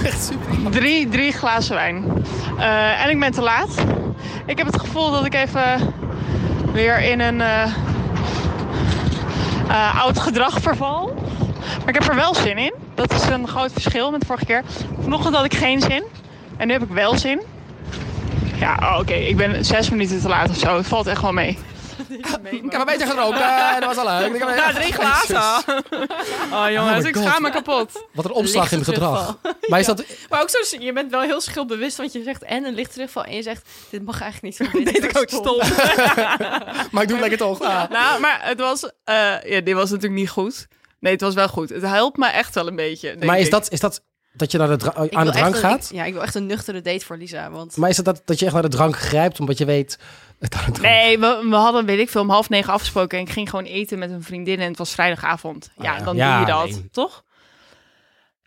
Speaker 1: Echt super.
Speaker 2: Drie, drie glazen wijn. Eh, en ik ben te laat. Ik heb het gevoel dat ik even weer in een eh, eh, oud gedrag verval. Maar ik heb er wel zin in. Dat is een groot verschil met vorige keer. Vanochtend had ik geen zin. En nu heb ik wel zin. Ja, oh, oké. Ik ben zes minuten te laat of zo. Het valt echt wel mee.
Speaker 1: Ik heb een beetje gedronken. en Dat was al leuk. Ik heb-
Speaker 2: Ja, drie glazen. Oh jongens,
Speaker 1: Oh my
Speaker 2: ik
Speaker 1: God.
Speaker 2: schaam me kapot.
Speaker 1: Wat een omslag in het
Speaker 7: Lichte
Speaker 1: gedrag. Maar is dat...
Speaker 7: Maar ook zo, je bent wel heel schuldbewust, want je zegt en een licht terugval. En je zegt, dit mag eigenlijk niet van
Speaker 2: Dit coach
Speaker 7: Tom.
Speaker 2: Tom.
Speaker 1: Maar ik doe het lekker toch. Ah.
Speaker 2: Nou, maar het was... eh, ja, dit was natuurlijk niet goed. Nee, het was wel goed. Het helpt me echt wel een beetje, denk
Speaker 1: Maar is
Speaker 2: ik.
Speaker 1: dat, is dat dat je naar de dra-
Speaker 3: Ik
Speaker 1: aan de
Speaker 3: wil echt
Speaker 1: drank
Speaker 3: een-
Speaker 1: gaat?
Speaker 3: ik- ja, ik wil echt een nuchtere date voor Lisa. Want
Speaker 1: Maar is het dat, dat je echt naar de drank grijpt omdat je weet... het aan de drank-
Speaker 2: Nee, we, we hadden, weet ik veel, om half negen afgesproken. En ik ging gewoon eten met een vriendin. En het was vrijdagavond.
Speaker 1: Oh
Speaker 2: ja,
Speaker 1: ja.
Speaker 2: dan
Speaker 1: Ja,
Speaker 2: doe je dat,
Speaker 1: nee.
Speaker 2: toch?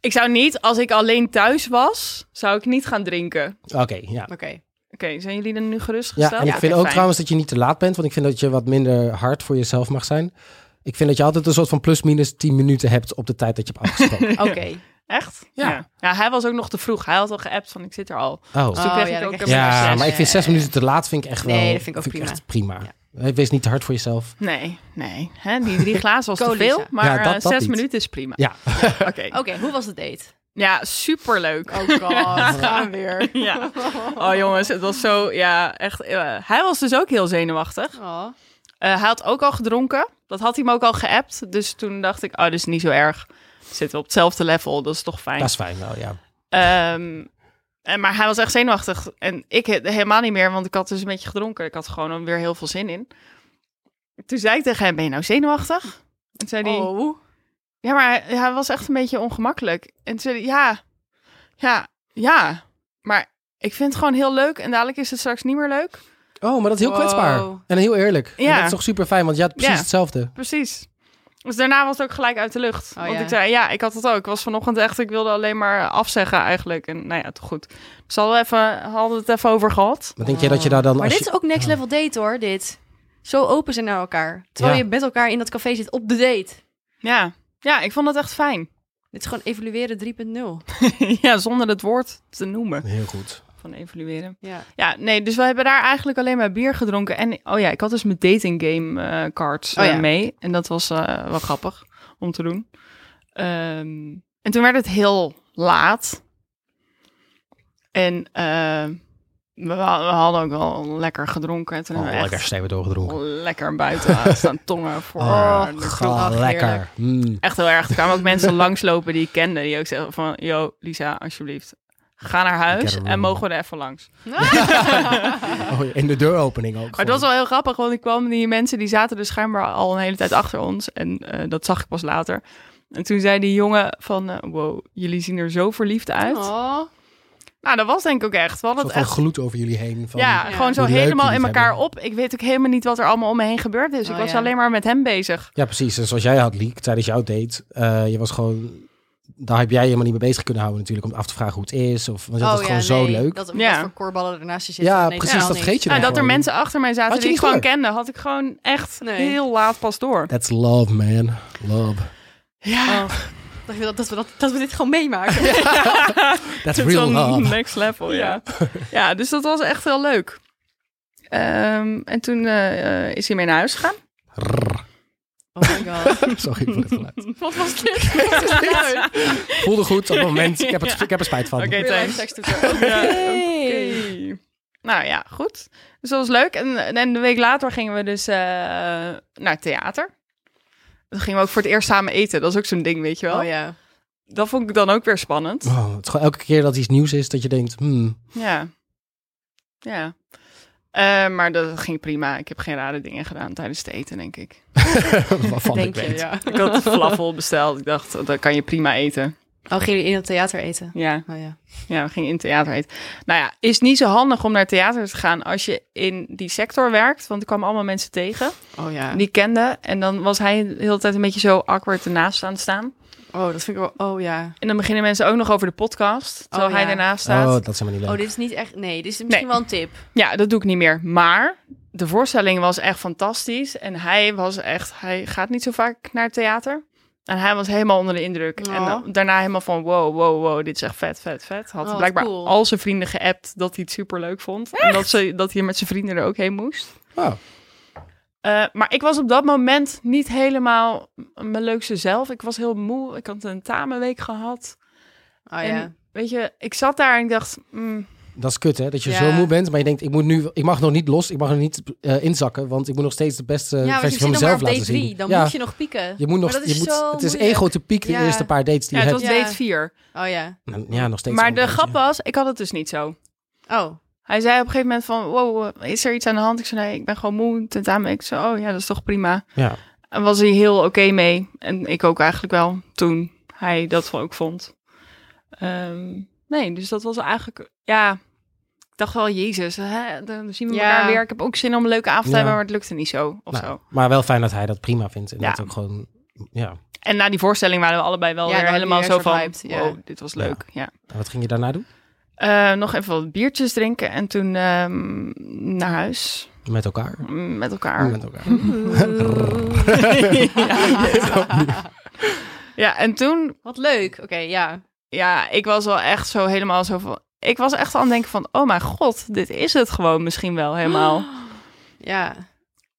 Speaker 2: Ik zou niet, als ik alleen thuis was, zou ik niet gaan drinken.
Speaker 1: Oké, ja.
Speaker 3: oké.
Speaker 2: Oké, zijn jullie dan nu gerustgesteld?
Speaker 1: Ja, en ik
Speaker 2: Oké,
Speaker 1: vind ook
Speaker 2: fijn.
Speaker 1: trouwens dat je niet te laat bent, want ik vind dat je wat minder hard voor jezelf mag zijn. Ik vind dat je altijd een soort van plus-minus 10 minuten hebt op de tijd dat je hebt afgesproken.
Speaker 3: Oké.
Speaker 2: Echt?
Speaker 1: Ja.
Speaker 2: ja. Ja, hij was ook nog te vroeg. Hij had al geappt van, ik zit er al.
Speaker 1: Oh.
Speaker 2: Dus toen
Speaker 3: Oh,
Speaker 2: kreeg
Speaker 3: ja,
Speaker 2: ik
Speaker 3: dan
Speaker 2: ook
Speaker 3: krijg
Speaker 2: een
Speaker 3: je
Speaker 1: Ja,
Speaker 2: zes.
Speaker 1: maar ik vind zes minuten te laat vind ik echt wel...
Speaker 3: Nee, dat vind ik ook prima.
Speaker 1: echt prima. Wees niet te hard voor jezelf.
Speaker 2: Nee, nee. Hè, die drie glazen was te
Speaker 3: Colisa.
Speaker 2: veel, maar
Speaker 1: Ja, dat-
Speaker 2: eh,
Speaker 1: dat
Speaker 2: zes
Speaker 1: niet.
Speaker 2: minuten is prima.
Speaker 1: Ja.
Speaker 2: Oké.
Speaker 3: Oké, hoe was de date?
Speaker 2: Ja, superleuk.
Speaker 3: Oh god, gaan we weer.
Speaker 2: Ja. Oh jongens, het was zo, ja, echt. eh, hij was dus ook heel zenuwachtig.
Speaker 3: Oh.
Speaker 2: Eh, hij had ook al gedronken. Dat had hij me ook al geappt. Dus toen dacht ik, oh, dat is niet zo erg. Zitten we op hetzelfde level, dat is toch fijn.
Speaker 1: Dat is fijn wel, ja.
Speaker 2: Ehm, en, maar hij was echt zenuwachtig. En ik he- helemaal niet meer, want ik had dus een beetje gedronken. Ik had gewoon weer heel veel zin in. Toen zei ik tegen hem, ben je nou zenuwachtig? En toen zei hij,
Speaker 3: Oh.
Speaker 2: ja, maar hij, hij was echt een beetje ongemakkelijk. En toen zei hij, ja, ja, ja. Maar ik vind het gewoon heel leuk en dadelijk is het straks niet meer leuk.
Speaker 1: Oh, maar dat is heel
Speaker 3: Wow.
Speaker 1: kwetsbaar. En heel eerlijk.
Speaker 2: Ja.
Speaker 1: En Dat is toch super fijn, want je had precies
Speaker 2: Ja.
Speaker 1: hetzelfde.
Speaker 2: Precies. Dus daarna was het ook gelijk uit de lucht.
Speaker 3: Oh,
Speaker 2: Want
Speaker 3: ja.
Speaker 2: ik zei, ja, ik had het ook. Ik was vanochtend echt, ik wilde alleen maar afzeggen eigenlijk. En nou ja, toch goed. Dus hadden we, even, hadden we het even over gehad.
Speaker 1: Maar denk je dat je daar dan...
Speaker 3: Maar
Speaker 1: als
Speaker 3: dit
Speaker 1: je- Ah.
Speaker 3: is ook next level date hoor, dit. Zo open zijn naar elkaar. Terwijl
Speaker 1: Ja.
Speaker 3: je met elkaar in dat café zit op de date.
Speaker 2: Ja, ja ik vond het echt fijn.
Speaker 3: Dit is gewoon evalueren 3.0.
Speaker 2: ja, zonder het woord te noemen
Speaker 1: Heel goed.
Speaker 2: van evalueren.
Speaker 3: Ja.
Speaker 2: Ja, nee, dus we hebben daar eigenlijk alleen maar bier gedronken. En oh ja, ik had dus mijn dating game eh, cards
Speaker 3: Oh
Speaker 2: eh,
Speaker 3: ja.
Speaker 2: mee. En dat was eh, wel grappig om te doen. Ehm, en toen werd het heel laat. En eh, we, we hadden ook wel lekker gedronken. En toen
Speaker 1: Oh,
Speaker 2: hebben we
Speaker 1: lekker
Speaker 2: echt
Speaker 1: stijven doorgedronken.
Speaker 2: lekker buiten aan staan tongen voor.
Speaker 1: Oh,
Speaker 2: de
Speaker 1: ga-
Speaker 3: heerlijk.
Speaker 1: lekker. Mm.
Speaker 2: Echt heel erg. Er kwamen ook mensen langslopen die ik kende. Die ook zeiden van, yo, Lisa, alsjeblieft. Ga naar
Speaker 1: Ik
Speaker 2: huis
Speaker 1: heb een
Speaker 2: en
Speaker 1: room.
Speaker 2: mogen we er even langs.
Speaker 1: Oh, ja, en de deuropening ook.
Speaker 2: Maar het was wel heel grappig, want ik kwam die mensen die zaten dus schijnbaar al een hele tijd achter ons. En eh, dat zag ik pas later. En toen zei die jongen van, eh, wow, jullie zien er zo verliefd uit.
Speaker 3: Oh.
Speaker 2: Nou, dat was denk ik ook echt. We hadden
Speaker 1: Een
Speaker 2: het
Speaker 1: soort van
Speaker 2: echt,
Speaker 1: gloed over jullie heen. Van,
Speaker 2: ja,
Speaker 3: Ja.
Speaker 2: gewoon zo
Speaker 1: Hoe leuk
Speaker 2: helemaal in
Speaker 1: jullie het
Speaker 2: elkaar
Speaker 1: hebben.
Speaker 2: op. Ik weet ook helemaal niet wat er allemaal om me heen gebeurd is. ik
Speaker 3: Oh,
Speaker 2: was
Speaker 3: ja.
Speaker 2: alleen maar met hem bezig.
Speaker 1: Ja, precies. En zoals jij had, Liek, tijdens jouw date, eh, je was gewoon... Daar heb jij je helemaal niet mee bezig kunnen houden natuurlijk, om af te vragen hoe het is. Of, want je had
Speaker 3: Oh ja,
Speaker 1: het gewoon zo
Speaker 3: nee.
Speaker 1: leuk.
Speaker 3: Dat,
Speaker 2: Ja.
Speaker 3: wat voor korballen ernaast je zitten.
Speaker 1: ja,
Speaker 3: Nee,
Speaker 1: precies,
Speaker 3: totaal
Speaker 1: dat
Speaker 3: niet.
Speaker 1: vergeet je
Speaker 2: En
Speaker 1: dan
Speaker 2: Nou, dat er
Speaker 1: gewoon.
Speaker 2: mensen achter mij zaten
Speaker 1: Had je
Speaker 2: die ik
Speaker 1: niet
Speaker 2: gewoon
Speaker 1: door?
Speaker 2: kende, had ik gewoon echt
Speaker 3: Nee.
Speaker 2: heel laat pas door.
Speaker 1: That's love, man. Love.
Speaker 2: Ja,
Speaker 3: Dat, we dat, dat, we dat, dat we dit gewoon meemaken.
Speaker 1: That's
Speaker 2: Het is
Speaker 1: real
Speaker 2: wel
Speaker 1: love.
Speaker 2: Next level, ja. ja, dus dat was echt heel leuk. Ehm, en toen eh, eh, is hij mee naar huis gegaan.
Speaker 1: Rrr.
Speaker 3: Oh my god.
Speaker 1: Sorry voor dit geluid.
Speaker 2: Wat was dit?
Speaker 1: Voelde goed op het moment. Ik heb, het, ik heb er spijt van.
Speaker 2: Oké,
Speaker 3: Real life
Speaker 2: thanks.
Speaker 3: sex doet er ook.
Speaker 2: Ja,
Speaker 3: Hey.
Speaker 2: oké. Nou ja, goed. Dus dat was leuk. En, en de week later gingen we dus eh, naar het theater. Dan gingen we ook voor het eerst samen eten. Dat is ook zo'n ding, weet je wel.
Speaker 3: Oh ja.
Speaker 2: Dat vond ik dan ook weer spannend.
Speaker 1: Oh, het is gewoon elke keer dat iets nieuws is, dat je denkt, hmm,
Speaker 2: Ja. Ja. Eh, maar dat ging prima. Ik heb geen rare dingen gedaan tijdens het eten, denk ik.
Speaker 1: waarvan
Speaker 3: Denk
Speaker 1: ik
Speaker 3: je,
Speaker 1: weet.
Speaker 3: ja.
Speaker 2: Ik had falafel besteld. Ik dacht, dat kan je prima eten.
Speaker 3: Oh, gingen jullie in het theater eten?
Speaker 2: Ja,
Speaker 3: Oh ja.
Speaker 2: ja we gingen in het theater eten. Nou ja, is niet zo handig om naar het theater te gaan als je in die sector werkt. Want ik kwam allemaal mensen tegen
Speaker 3: Oh ja.
Speaker 2: die ik kende. En dan was hij de hele tijd een beetje zo awkward ernaast aan het staan.
Speaker 3: Oh, dat vind ik wel... Oh ja.
Speaker 2: En dan beginnen mensen ook nog over de podcast, terwijl
Speaker 3: Oh,
Speaker 2: hij
Speaker 3: ja.
Speaker 2: daarnaast staat.
Speaker 1: Oh, dat is helemaal niet leuk.
Speaker 3: Oh, dit is niet echt... Nee, dit is misschien
Speaker 2: Nee.
Speaker 3: wel een tip.
Speaker 2: Ja, dat doe ik niet meer. Maar de voorstelling was echt fantastisch. En hij was echt, hij gaat niet zo vaak naar het theater. En hij was helemaal onder de indruk.
Speaker 3: Oh.
Speaker 2: En dan- daarna helemaal van wow, wow, wow, dit is echt vet, vet, vet. Had
Speaker 3: Oh, wat
Speaker 2: blijkbaar
Speaker 3: cool.
Speaker 2: al zijn vrienden geappt dat hij het super leuk vond. En dat, ze, dat hij met zijn vrienden er ook heen moest.
Speaker 1: Oh.
Speaker 2: Eh, maar ik was op dat moment niet helemaal m- mijn leukste zelf. Ik was heel moe. Ik had een tamenweek gehad.
Speaker 3: Oh
Speaker 2: En-
Speaker 3: ja.
Speaker 2: Weet je, ik zat daar en ik dacht, mm,
Speaker 1: Dat is kut, hè? Dat je
Speaker 3: Ja.
Speaker 1: zo moe bent, maar je denkt, ik, moet nu, ik mag nog niet los, ik mag nog niet eh, inzakken, want ik moet nog steeds de beste
Speaker 3: ja, want je
Speaker 1: versie
Speaker 3: zit
Speaker 1: Eh, van
Speaker 3: nog maar op
Speaker 1: mezelf
Speaker 3: day
Speaker 1: laten
Speaker 3: 3.
Speaker 1: zien.
Speaker 3: Dan
Speaker 1: ja,
Speaker 3: moet je nog pieken.
Speaker 1: je moet nog,
Speaker 3: Maar dat
Speaker 1: je
Speaker 3: is
Speaker 1: moet,
Speaker 3: zo
Speaker 1: het is
Speaker 3: moeilijk.
Speaker 1: ego te piek de
Speaker 3: Ja.
Speaker 1: eerste paar dates die
Speaker 2: ja,
Speaker 1: je
Speaker 2: het
Speaker 1: hebt.
Speaker 2: was
Speaker 3: Ja.
Speaker 2: date 4.
Speaker 3: Oh ja.
Speaker 1: Nou, Ja, nog steeds.
Speaker 2: Maar
Speaker 1: een
Speaker 2: de
Speaker 1: beetje.
Speaker 2: grap was, ik had het dus niet zo.
Speaker 3: Oh.
Speaker 2: Hij zei op een gegeven moment van, wow, eh, is er iets aan de hand? Ik zei, nee, ik ben gewoon moe. Tentamen. Ik zei, oh ja, dat is toch prima.
Speaker 1: Ja.
Speaker 2: En was hij heel oké mee. En ik ook eigenlijk wel, toen hij dat ook vond. Ehm, nee, dus dat was eigenlijk, ja... Ik dacht wel, jezus, hè, dan zien we
Speaker 3: Ja.
Speaker 2: elkaar weer. Ik heb ook zin om een leuke avond te
Speaker 1: Ja.
Speaker 2: hebben, maar het lukte niet zo, of
Speaker 1: Nou,
Speaker 2: zo.
Speaker 1: Maar wel fijn dat hij dat prima vindt en
Speaker 2: Ja.
Speaker 1: dat ook gewoon, ja.
Speaker 2: En na die voorstelling waren we allebei wel
Speaker 3: Ja,
Speaker 2: weer
Speaker 3: dan heb je
Speaker 2: helemaal
Speaker 3: weer
Speaker 2: zo
Speaker 3: een soort
Speaker 2: van,
Speaker 3: hyped, ja.
Speaker 2: wow, dit was
Speaker 1: Ja.
Speaker 2: leuk, ja.
Speaker 1: En wat ging je daarna doen?
Speaker 2: Eh, nog even wat biertjes drinken en toen ehm, naar huis
Speaker 1: Met elkaar.
Speaker 2: mm, met elkaar.
Speaker 1: Met elkaar.
Speaker 2: Ja, en toen,
Speaker 3: Wat leuk. Oké, ja.
Speaker 2: ja, ik was wel echt zo helemaal zo van. Ik was echt aan het denken van, oh mijn god, dit is het gewoon misschien wel helemaal.
Speaker 3: Ah. Ja.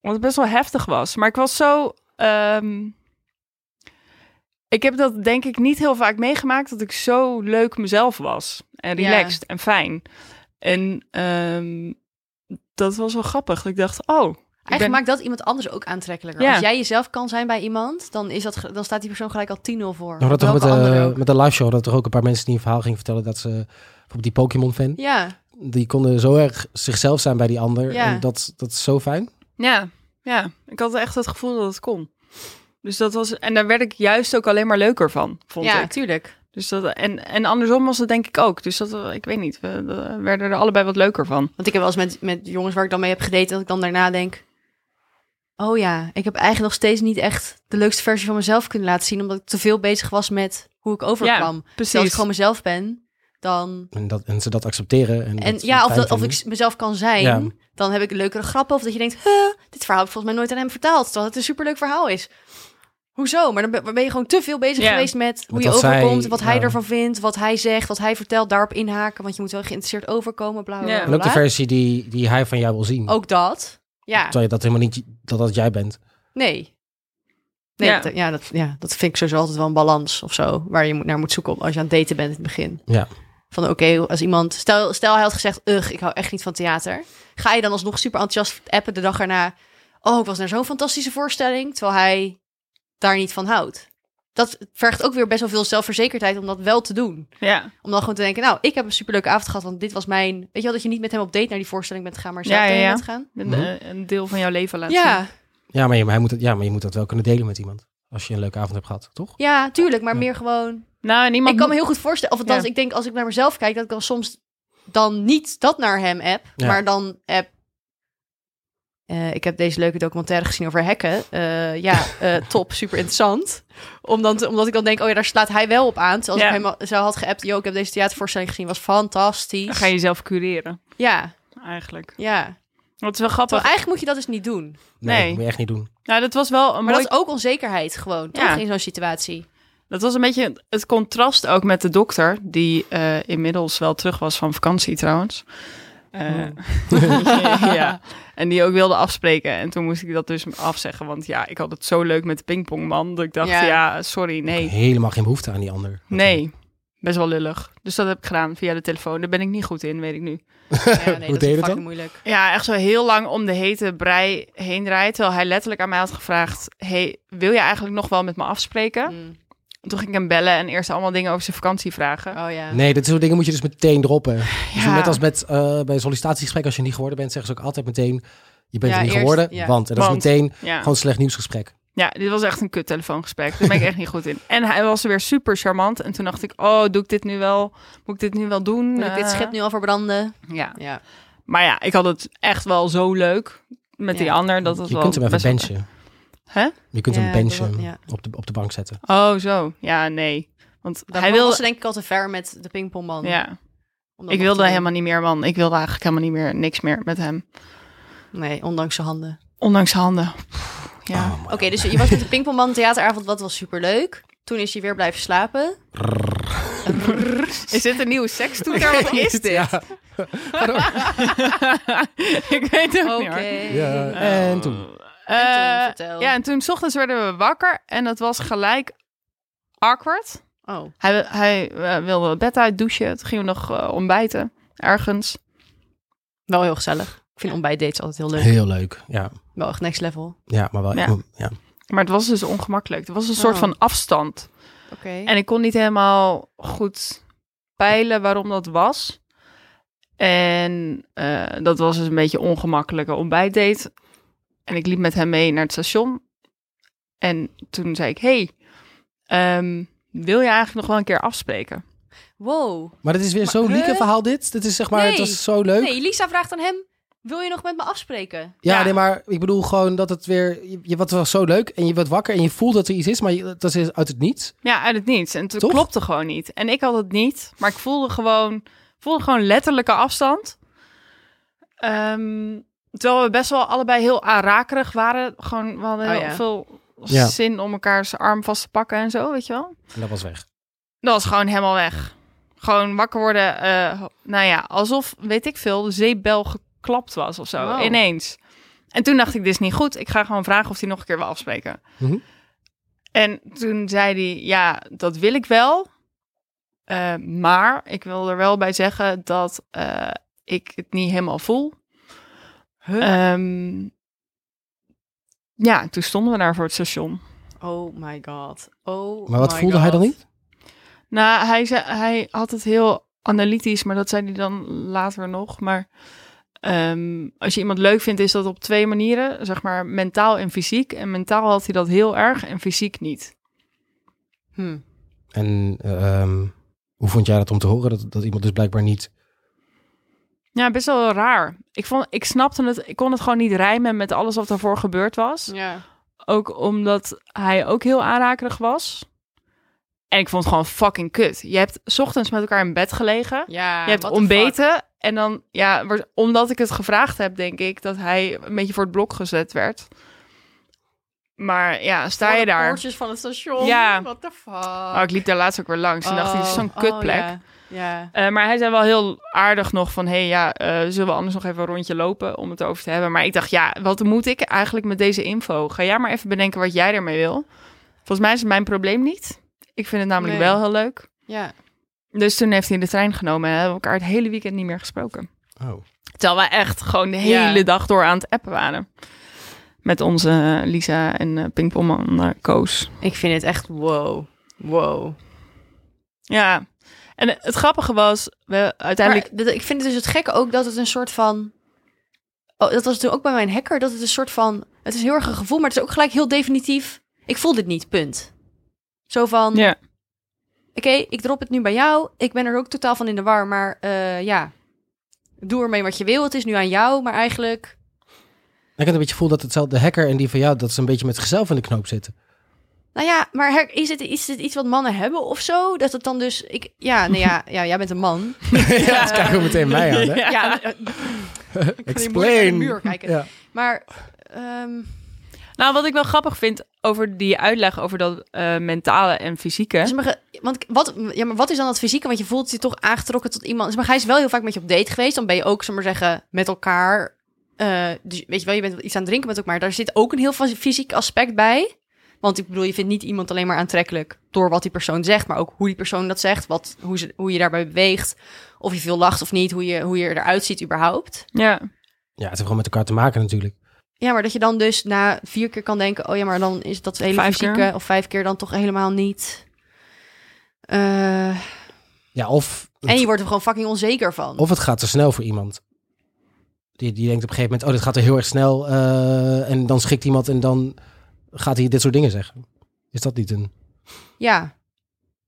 Speaker 2: Wat best wel heftig was. Maar ik was zo. ehm, ik heb dat denk ik niet heel vaak meegemaakt dat ik zo leuk mezelf was. En
Speaker 3: Ja.
Speaker 2: relaxed en fijn. En ehm, dat was wel grappig. Ik dacht, oh. ik
Speaker 3: Eigenlijk
Speaker 2: ben-
Speaker 3: maakt dat iemand anders ook aantrekkelijker.
Speaker 2: Ja.
Speaker 3: Als jij jezelf kan zijn bij iemand, dan, is dat, ge- dan staat die persoon gelijk al 10-0 voor.
Speaker 1: Nou, dat toch met,
Speaker 3: Welke andere
Speaker 1: de,
Speaker 3: ook.
Speaker 1: met de live show, dat er ook een paar mensen die een verhaal gingen vertellen dat ze, bijvoorbeeld die Pokémon-fan,
Speaker 3: Ja,
Speaker 1: die konden zo erg zichzelf zijn bij die ander.
Speaker 3: Ja.
Speaker 1: En dat, dat is zo fijn.
Speaker 2: Ja, ja. Ik had echt het gevoel dat het kon. Dus dat was, en daar werd ik juist ook alleen maar leuker van, vond
Speaker 3: ja
Speaker 2: ik.
Speaker 3: tuurlijk.
Speaker 2: Dus dat, en, en andersom was dat denk ik ook. Dus dat, eh, ik weet niet, we, we werden er allebei wat leuker van.
Speaker 3: Want ik heb wel eens met, met jongens waar ik dan mee heb gedate, dat ik dan daarna denk... Oh ja, ik heb eigenlijk nog steeds niet echt de leukste versie van mezelf kunnen laten zien... omdat ik te veel bezig was met hoe ik overkwam.
Speaker 2: Ja,
Speaker 3: Dus als ik
Speaker 2: precies.
Speaker 3: gewoon mezelf ben, dan...
Speaker 1: En, dat, en ze dat accepteren. En,
Speaker 3: En
Speaker 1: dat
Speaker 3: ja, of,
Speaker 1: fijn
Speaker 3: dat, of
Speaker 1: vinden.
Speaker 3: ik mezelf kan zijn,
Speaker 1: Ja.
Speaker 3: dan heb ik leukere grappen. Of dat je denkt, huh, dit verhaal heb ik volgens mij nooit aan hem vertaald. Terwijl het een superleuk verhaal is. Hoezo? Maar dan ben- ben je gewoon te veel bezig
Speaker 2: Ja.
Speaker 3: geweest met hoe
Speaker 1: Wat
Speaker 3: je
Speaker 1: dat zij-
Speaker 3: overkomt. wat hij
Speaker 1: ja.
Speaker 3: ervan vindt, wat hij zegt, wat hij vertelt. Daarop inhaken, want je moet wel geïnteresseerd overkomen. Bla, bla,
Speaker 2: Ja.
Speaker 3: bla,
Speaker 1: En ook de
Speaker 3: bla.
Speaker 1: versie die, die hij van jou wil zien.
Speaker 3: Ook dat. Oh, Ja,
Speaker 1: Terwijl je dat helemaal niet, dat dat jij bent.
Speaker 3: nee. Nee,
Speaker 2: Ja.
Speaker 3: dat- ja. dat, ja, dat vind ik sowieso altijd wel een balans of zo. Waar je moet- naar moet zoeken als je aan het daten bent in het begin.
Speaker 1: Ja.
Speaker 3: Van oké, als iemand... Stel, stel hij had gezegd, ugh, ik hou echt niet van theater. Ga je dan alsnog super enthousiast appen de dag erna... Oh, ik was naar zo'n fantastische voorstelling. Terwijl hij daar niet van houdt. Dat vergt ook weer best wel veel zelfverzekerdheid om dat wel te doen.
Speaker 2: Ja,
Speaker 3: Om dan gewoon te denken, nou, ik heb een superleuke avond gehad. Want dit was mijn... Weet je wel, dat je niet met hem op date naar die voorstelling bent gegaan... maar zelf
Speaker 2: Ja, ja,
Speaker 3: erheen
Speaker 2: ja.
Speaker 3: bent gaan.
Speaker 2: een,
Speaker 1: Mhm.
Speaker 2: eh, een deel van jouw leven laten zien.
Speaker 3: Ja,
Speaker 1: Ja maar, je, maar hij moet het, ja, maar je moet dat wel kunnen delen met iemand. Als je een leuke avond hebt gehad, toch?
Speaker 3: ja, tuurlijk. Maar
Speaker 1: Ja.
Speaker 3: meer gewoon...
Speaker 2: Nou, en iemand
Speaker 3: ik kan me heel goed voorstellen. Of althans,
Speaker 2: Ja.
Speaker 3: ik denk als ik naar mezelf kijk, dat ik dan soms dan niet dat naar hem app,
Speaker 1: Ja.
Speaker 3: maar dan app. eh, ik heb deze leuke documentaire gezien over hekken. Eh, ja, eh, top, super interessant. Omdat, omdat ik dan denk, oh ja, daar slaat hij wel op aan. Terwijl als
Speaker 2: Ja.
Speaker 3: ik hem al- zo had geappt, yo, ik heb deze theatervoorstelling gezien, was fantastisch.
Speaker 2: ga je jezelf cureren,
Speaker 3: Ja,
Speaker 2: eigenlijk.
Speaker 3: ja.
Speaker 2: Dat is wel grappig.
Speaker 3: Terwijl eigenlijk moet je dat dus niet doen.
Speaker 1: Nee,
Speaker 2: Nee.
Speaker 1: dat moet je echt niet doen.
Speaker 2: Nou, dat was wel een
Speaker 3: Maar
Speaker 2: mooi...
Speaker 3: dat is ook onzekerheid gewoon,
Speaker 2: Ja.
Speaker 3: toch, in zo'n situatie.
Speaker 2: Dat was een beetje het contrast ook met de dokter, die eh, inmiddels wel terug was van vakantie trouwens. Eh,
Speaker 3: Oh.
Speaker 2: ja. En die ook wilde afspreken. En toen moest ik dat dus afzeggen. Want ja, ik had het zo leuk met de pingpongman. Dat ik dacht, ja,
Speaker 3: Ja.
Speaker 2: sorry, nee.
Speaker 1: Helemaal geen behoefte aan die ander.
Speaker 2: Nee. Best wel lullig. Dus dat heb ik gedaan via de telefoon. Daar ben ik niet goed in, weet ik nu.
Speaker 3: Ja, nee, dat
Speaker 1: deed je dat
Speaker 3: is fucking
Speaker 1: dan?
Speaker 3: moeilijk.
Speaker 2: Ja, echt zo heel lang om de hete brei heen draait. Terwijl hij letterlijk aan mij had gevraagd... Hey, wil je eigenlijk nog wel met me afspreken?
Speaker 3: Mm.
Speaker 2: Toen ging ik hem bellen en eerst allemaal dingen over zijn vakantie vragen.
Speaker 3: Oh ja.
Speaker 1: Nee, dit soort dingen moet je dus meteen droppen. Dus
Speaker 2: Ja.
Speaker 1: net als met, eh, bij een sollicitatiegesprek, als je niet geworden bent, zeggen ze ook altijd meteen, je bent
Speaker 3: Ja,
Speaker 1: er niet
Speaker 3: eerst-
Speaker 1: geworden,
Speaker 3: ja.
Speaker 1: want. En dat
Speaker 2: Want.
Speaker 1: is meteen
Speaker 2: Ja.
Speaker 1: gewoon slecht nieuwsgesprek.
Speaker 2: ja, dit was echt een kut telefoongesprek. Daar ben ik echt niet goed in. En hij was weer super charmant. En toen dacht ik, oh, doe ik dit nu wel? Moet ik dit nu wel doen?
Speaker 3: Moet ik dit
Speaker 2: Eh,
Speaker 3: schip nu al verbranden?
Speaker 2: Ja.
Speaker 3: Ja.
Speaker 2: Maar ja, ik had het echt wel zo leuk met
Speaker 3: Ja.
Speaker 2: die ander. Dat het
Speaker 1: je
Speaker 2: wel
Speaker 1: kunt hem even
Speaker 2: best wel-
Speaker 1: benchen.
Speaker 2: Hè?
Speaker 1: Je kunt
Speaker 3: Ja,
Speaker 1: een
Speaker 3: ik wil
Speaker 1: bench
Speaker 3: dat-
Speaker 1: hem
Speaker 3: ja.
Speaker 1: op, de, op de bank zetten.
Speaker 2: Oh, zo. Ja, nee. Want
Speaker 3: Daarom
Speaker 2: hij wilde...
Speaker 3: was ze denk ik al te ver met de pingpongman.
Speaker 2: Ja,
Speaker 3: om dat
Speaker 2: ik
Speaker 3: nog
Speaker 2: wilde
Speaker 3: te doen.
Speaker 2: helemaal niet meer, man. Ik wilde eigenlijk helemaal niet meer, niks meer met hem.
Speaker 3: Nee, ondanks zijn handen.
Speaker 2: Ondanks zijn handen. Pff, Ja.
Speaker 1: Oh, man.
Speaker 3: Oké, dus je was met de pingpongman theateravond, dat was superleuk. Toen is hij weer blijven slapen.
Speaker 2: Is dit een nieuwe sekstoeter? Wat is dit?
Speaker 1: Ja.
Speaker 2: ik weet het
Speaker 3: Oké.
Speaker 2: niet hoor.
Speaker 1: Ja,
Speaker 2: Oh.
Speaker 1: Eh, en toen.
Speaker 3: En toen,
Speaker 2: Eh,
Speaker 3: vertel.
Speaker 2: ja, en toen 's ochtends werden we wakker en dat was gelijk awkward.
Speaker 3: Oh,
Speaker 2: Hij, hij eh, wilde het bed uit douchen. Toen gingen we nog eh, ontbijten ergens.
Speaker 3: wel heel gezellig. Ik vind ontbijtdates altijd heel leuk.
Speaker 1: Heel leuk. Ja,
Speaker 3: Wel echt next level.
Speaker 1: ja maar wel.
Speaker 2: Ja.
Speaker 1: Ja.
Speaker 2: Maar het was dus ongemakkelijk. Er was een soort
Speaker 3: Oh.
Speaker 2: van afstand.
Speaker 3: Oké.
Speaker 2: En ik kon niet helemaal goed peilen waarom dat was. En eh, dat was dus een beetje een ongemakkelijke ontbijtdate. En ik liep met hem mee naar het station. En toen zei ik, hey, ehm, wil je eigenlijk nog wel een keer afspreken?
Speaker 3: Wow.
Speaker 1: Maar dit is weer
Speaker 3: Maar,
Speaker 1: zo'n
Speaker 3: huh?
Speaker 1: lieke verhaal dit. Dit is zeg maar, het
Speaker 3: Nee.
Speaker 1: was zo leuk.
Speaker 3: Nee, Lisa vraagt aan hem: Wil je nog met me afspreken?
Speaker 1: Ja,
Speaker 2: Ja.
Speaker 1: nee, maar ik bedoel gewoon dat het weer... Je, je- wat was zo leuk en je wordt wakker en je voelt dat er iets is, maar je- dat is uit het niets.
Speaker 2: Ja, uit het niets. En toen
Speaker 1: Toch?
Speaker 2: klopte gewoon niet. En ik had het niet. Maar ik voelde gewoon, voelde gewoon letterlijke afstand. Ehm, terwijl we best wel allebei heel aanrakerig waren. Gewoon, we hadden
Speaker 3: Oh
Speaker 2: heel
Speaker 3: ja.
Speaker 2: veel
Speaker 1: Ja.
Speaker 2: zin om elkaars arm vast te pakken en zo, weet je wel.
Speaker 1: En dat was weg.
Speaker 2: Dat was gewoon helemaal weg. Gewoon wakker worden. eh, nou ja, alsof, weet ik veel, de zeepbel geklapt was of zo.
Speaker 3: Wow.
Speaker 2: Ineens. En toen dacht ik, dit is niet goed. Ik ga gewoon vragen of hij nog een keer wil afspreken.
Speaker 1: Mhm.
Speaker 2: En toen zei hij, ja, dat wil ik wel. Eh, maar ik wil er wel bij zeggen dat eh, ik het niet helemaal voel. Ehm, ja, toen stonden we daar voor het station.
Speaker 3: Oh my god. Oh.
Speaker 1: Maar wat
Speaker 3: my
Speaker 1: voelde
Speaker 3: god.
Speaker 1: hij dan niet?
Speaker 2: Nou, hij, zei, hij had het heel analytisch, maar dat zei hij dan later nog. Maar ehm, als je iemand leuk vindt, is dat op twee manieren. Zeg maar mentaal en fysiek. En mentaal had hij dat heel erg en fysiek niet.
Speaker 3: Hm.
Speaker 1: En ehm, hoe vond jij dat om te horen? Dat, dat iemand dus blijkbaar niet...
Speaker 2: Ja, best wel raar. Ik, vond, ik snapte het, ik kon het gewoon niet rijmen met alles wat daarvoor gebeurd was.
Speaker 3: Ja.
Speaker 2: Ook omdat hij ook heel aanrakerig was. En ik vond het gewoon fucking kut. Je hebt 's ochtends met elkaar in bed gelegen.
Speaker 3: Ja.
Speaker 2: Je hebt
Speaker 3: what the fuck.
Speaker 2: ontbeten en dan, ja, wa- omdat ik het gevraagd heb, denk ik dat hij een beetje voor het blok gezet werd. Maar ja, sta
Speaker 3: Voor
Speaker 2: je
Speaker 3: de
Speaker 2: daar.
Speaker 3: Poortjes van het station.
Speaker 2: Ja.
Speaker 3: What the fuck.
Speaker 2: Oh, ik liep daar laatst ook weer langs en dacht, dit is zo'n
Speaker 3: Oh,
Speaker 2: kutplek.
Speaker 3: ja. Ja.
Speaker 2: Eh, maar hij zei wel heel aardig nog van, hey, ja, eh, zullen we anders nog even een rondje lopen om het over te hebben? Maar ik dacht, ja, wat moet ik eigenlijk met deze info? Ga jij maar even bedenken wat jij ermee wil. Volgens mij is het mijn probleem niet. Ik vind het namelijk
Speaker 3: Nee.
Speaker 2: wel heel leuk.
Speaker 3: Ja.
Speaker 2: Dus toen heeft hij de trein genomen en hebben we elkaar het hele weekend niet meer gesproken.
Speaker 1: Oh.
Speaker 2: Terwijl wij echt gewoon de
Speaker 3: Ja.
Speaker 2: hele dag door aan het appen waren. Met onze eh, Lisa en eh Pingpongman eh, Koos.
Speaker 3: Ik vind het echt wow. Wow.
Speaker 2: Ja. En eh, het grappige was, we uiteindelijk...
Speaker 3: Maar dat- ik vind het dus het gekke ook dat het een soort van... Oh, dat was toen ook bij mijn hacker. Dat het een soort van... Het is heel erg een gevoel, maar het is ook gelijk heel definitief. Ik voel dit niet, punt. Zo van...
Speaker 2: Ja.
Speaker 3: Oké, ik drop het nu bij jou. Ik ben er ook totaal van in de war, maar eh, ja... Doe ermee wat je wil. Het is nu aan jou, maar eigenlijk...
Speaker 1: Ik had een beetje het gevoel dat hetzelfde de hacker en die van jou, dat ze een beetje met zichzelf in de knoop zitten.
Speaker 3: Nou ja, maar her- is, het, is het iets wat mannen hebben of zo? Dat het dan dus... Ik, ja, nou ja, ja, jij bent een man.
Speaker 1: ja, dat kijken we meteen mij aan, hè?
Speaker 3: Ja, eh, ik kan niet moeilijk naar de muur kijken.
Speaker 1: Ja.
Speaker 3: Maar... ehm,
Speaker 2: Nou, wat ik wel grappig vind over die uitleg over dat eh, mentale en fysieke...
Speaker 3: Dus maar, ge- want ik- wat, ja, maar wat is dan dat fysieke? Want je voelt je toch aangetrokken tot iemand. Dus maar hij is wel heel vaak met je op date geweest. Dan ben je ook, zullen we maar zeggen, met elkaar. eh, dus weet je wel, je bent iets aan het drinken met elkaar. Maar daar zit ook een heel fys- fysiek aspect bij. Want ik bedoel, je vindt niet iemand alleen maar aantrekkelijk door wat die persoon zegt, maar ook hoe die persoon dat zegt, wat, hoe, ze, hoe je daarbij beweegt, of je veel lacht of niet, hoe je, hoe je eruit ziet überhaupt.
Speaker 2: Ja.
Speaker 1: ja, het heeft gewoon met elkaar te maken natuurlijk.
Speaker 3: Ja, maar dat je dan dus na vier keer kan denken, oh ja, maar dan is dat hele
Speaker 2: Vijf keer.
Speaker 3: fysieke, of vijf keer dan toch helemaal niet. Eh,
Speaker 1: Ja, of,
Speaker 3: En je wordt er gewoon fucking onzeker van.
Speaker 1: of het gaat te snel voor iemand. Die, die denkt op een gegeven moment, oh, dit gaat er heel erg snel. eh, en dan schikt iemand en dan gaat hij dit soort dingen zeggen. Is dat niet een...
Speaker 3: Ja.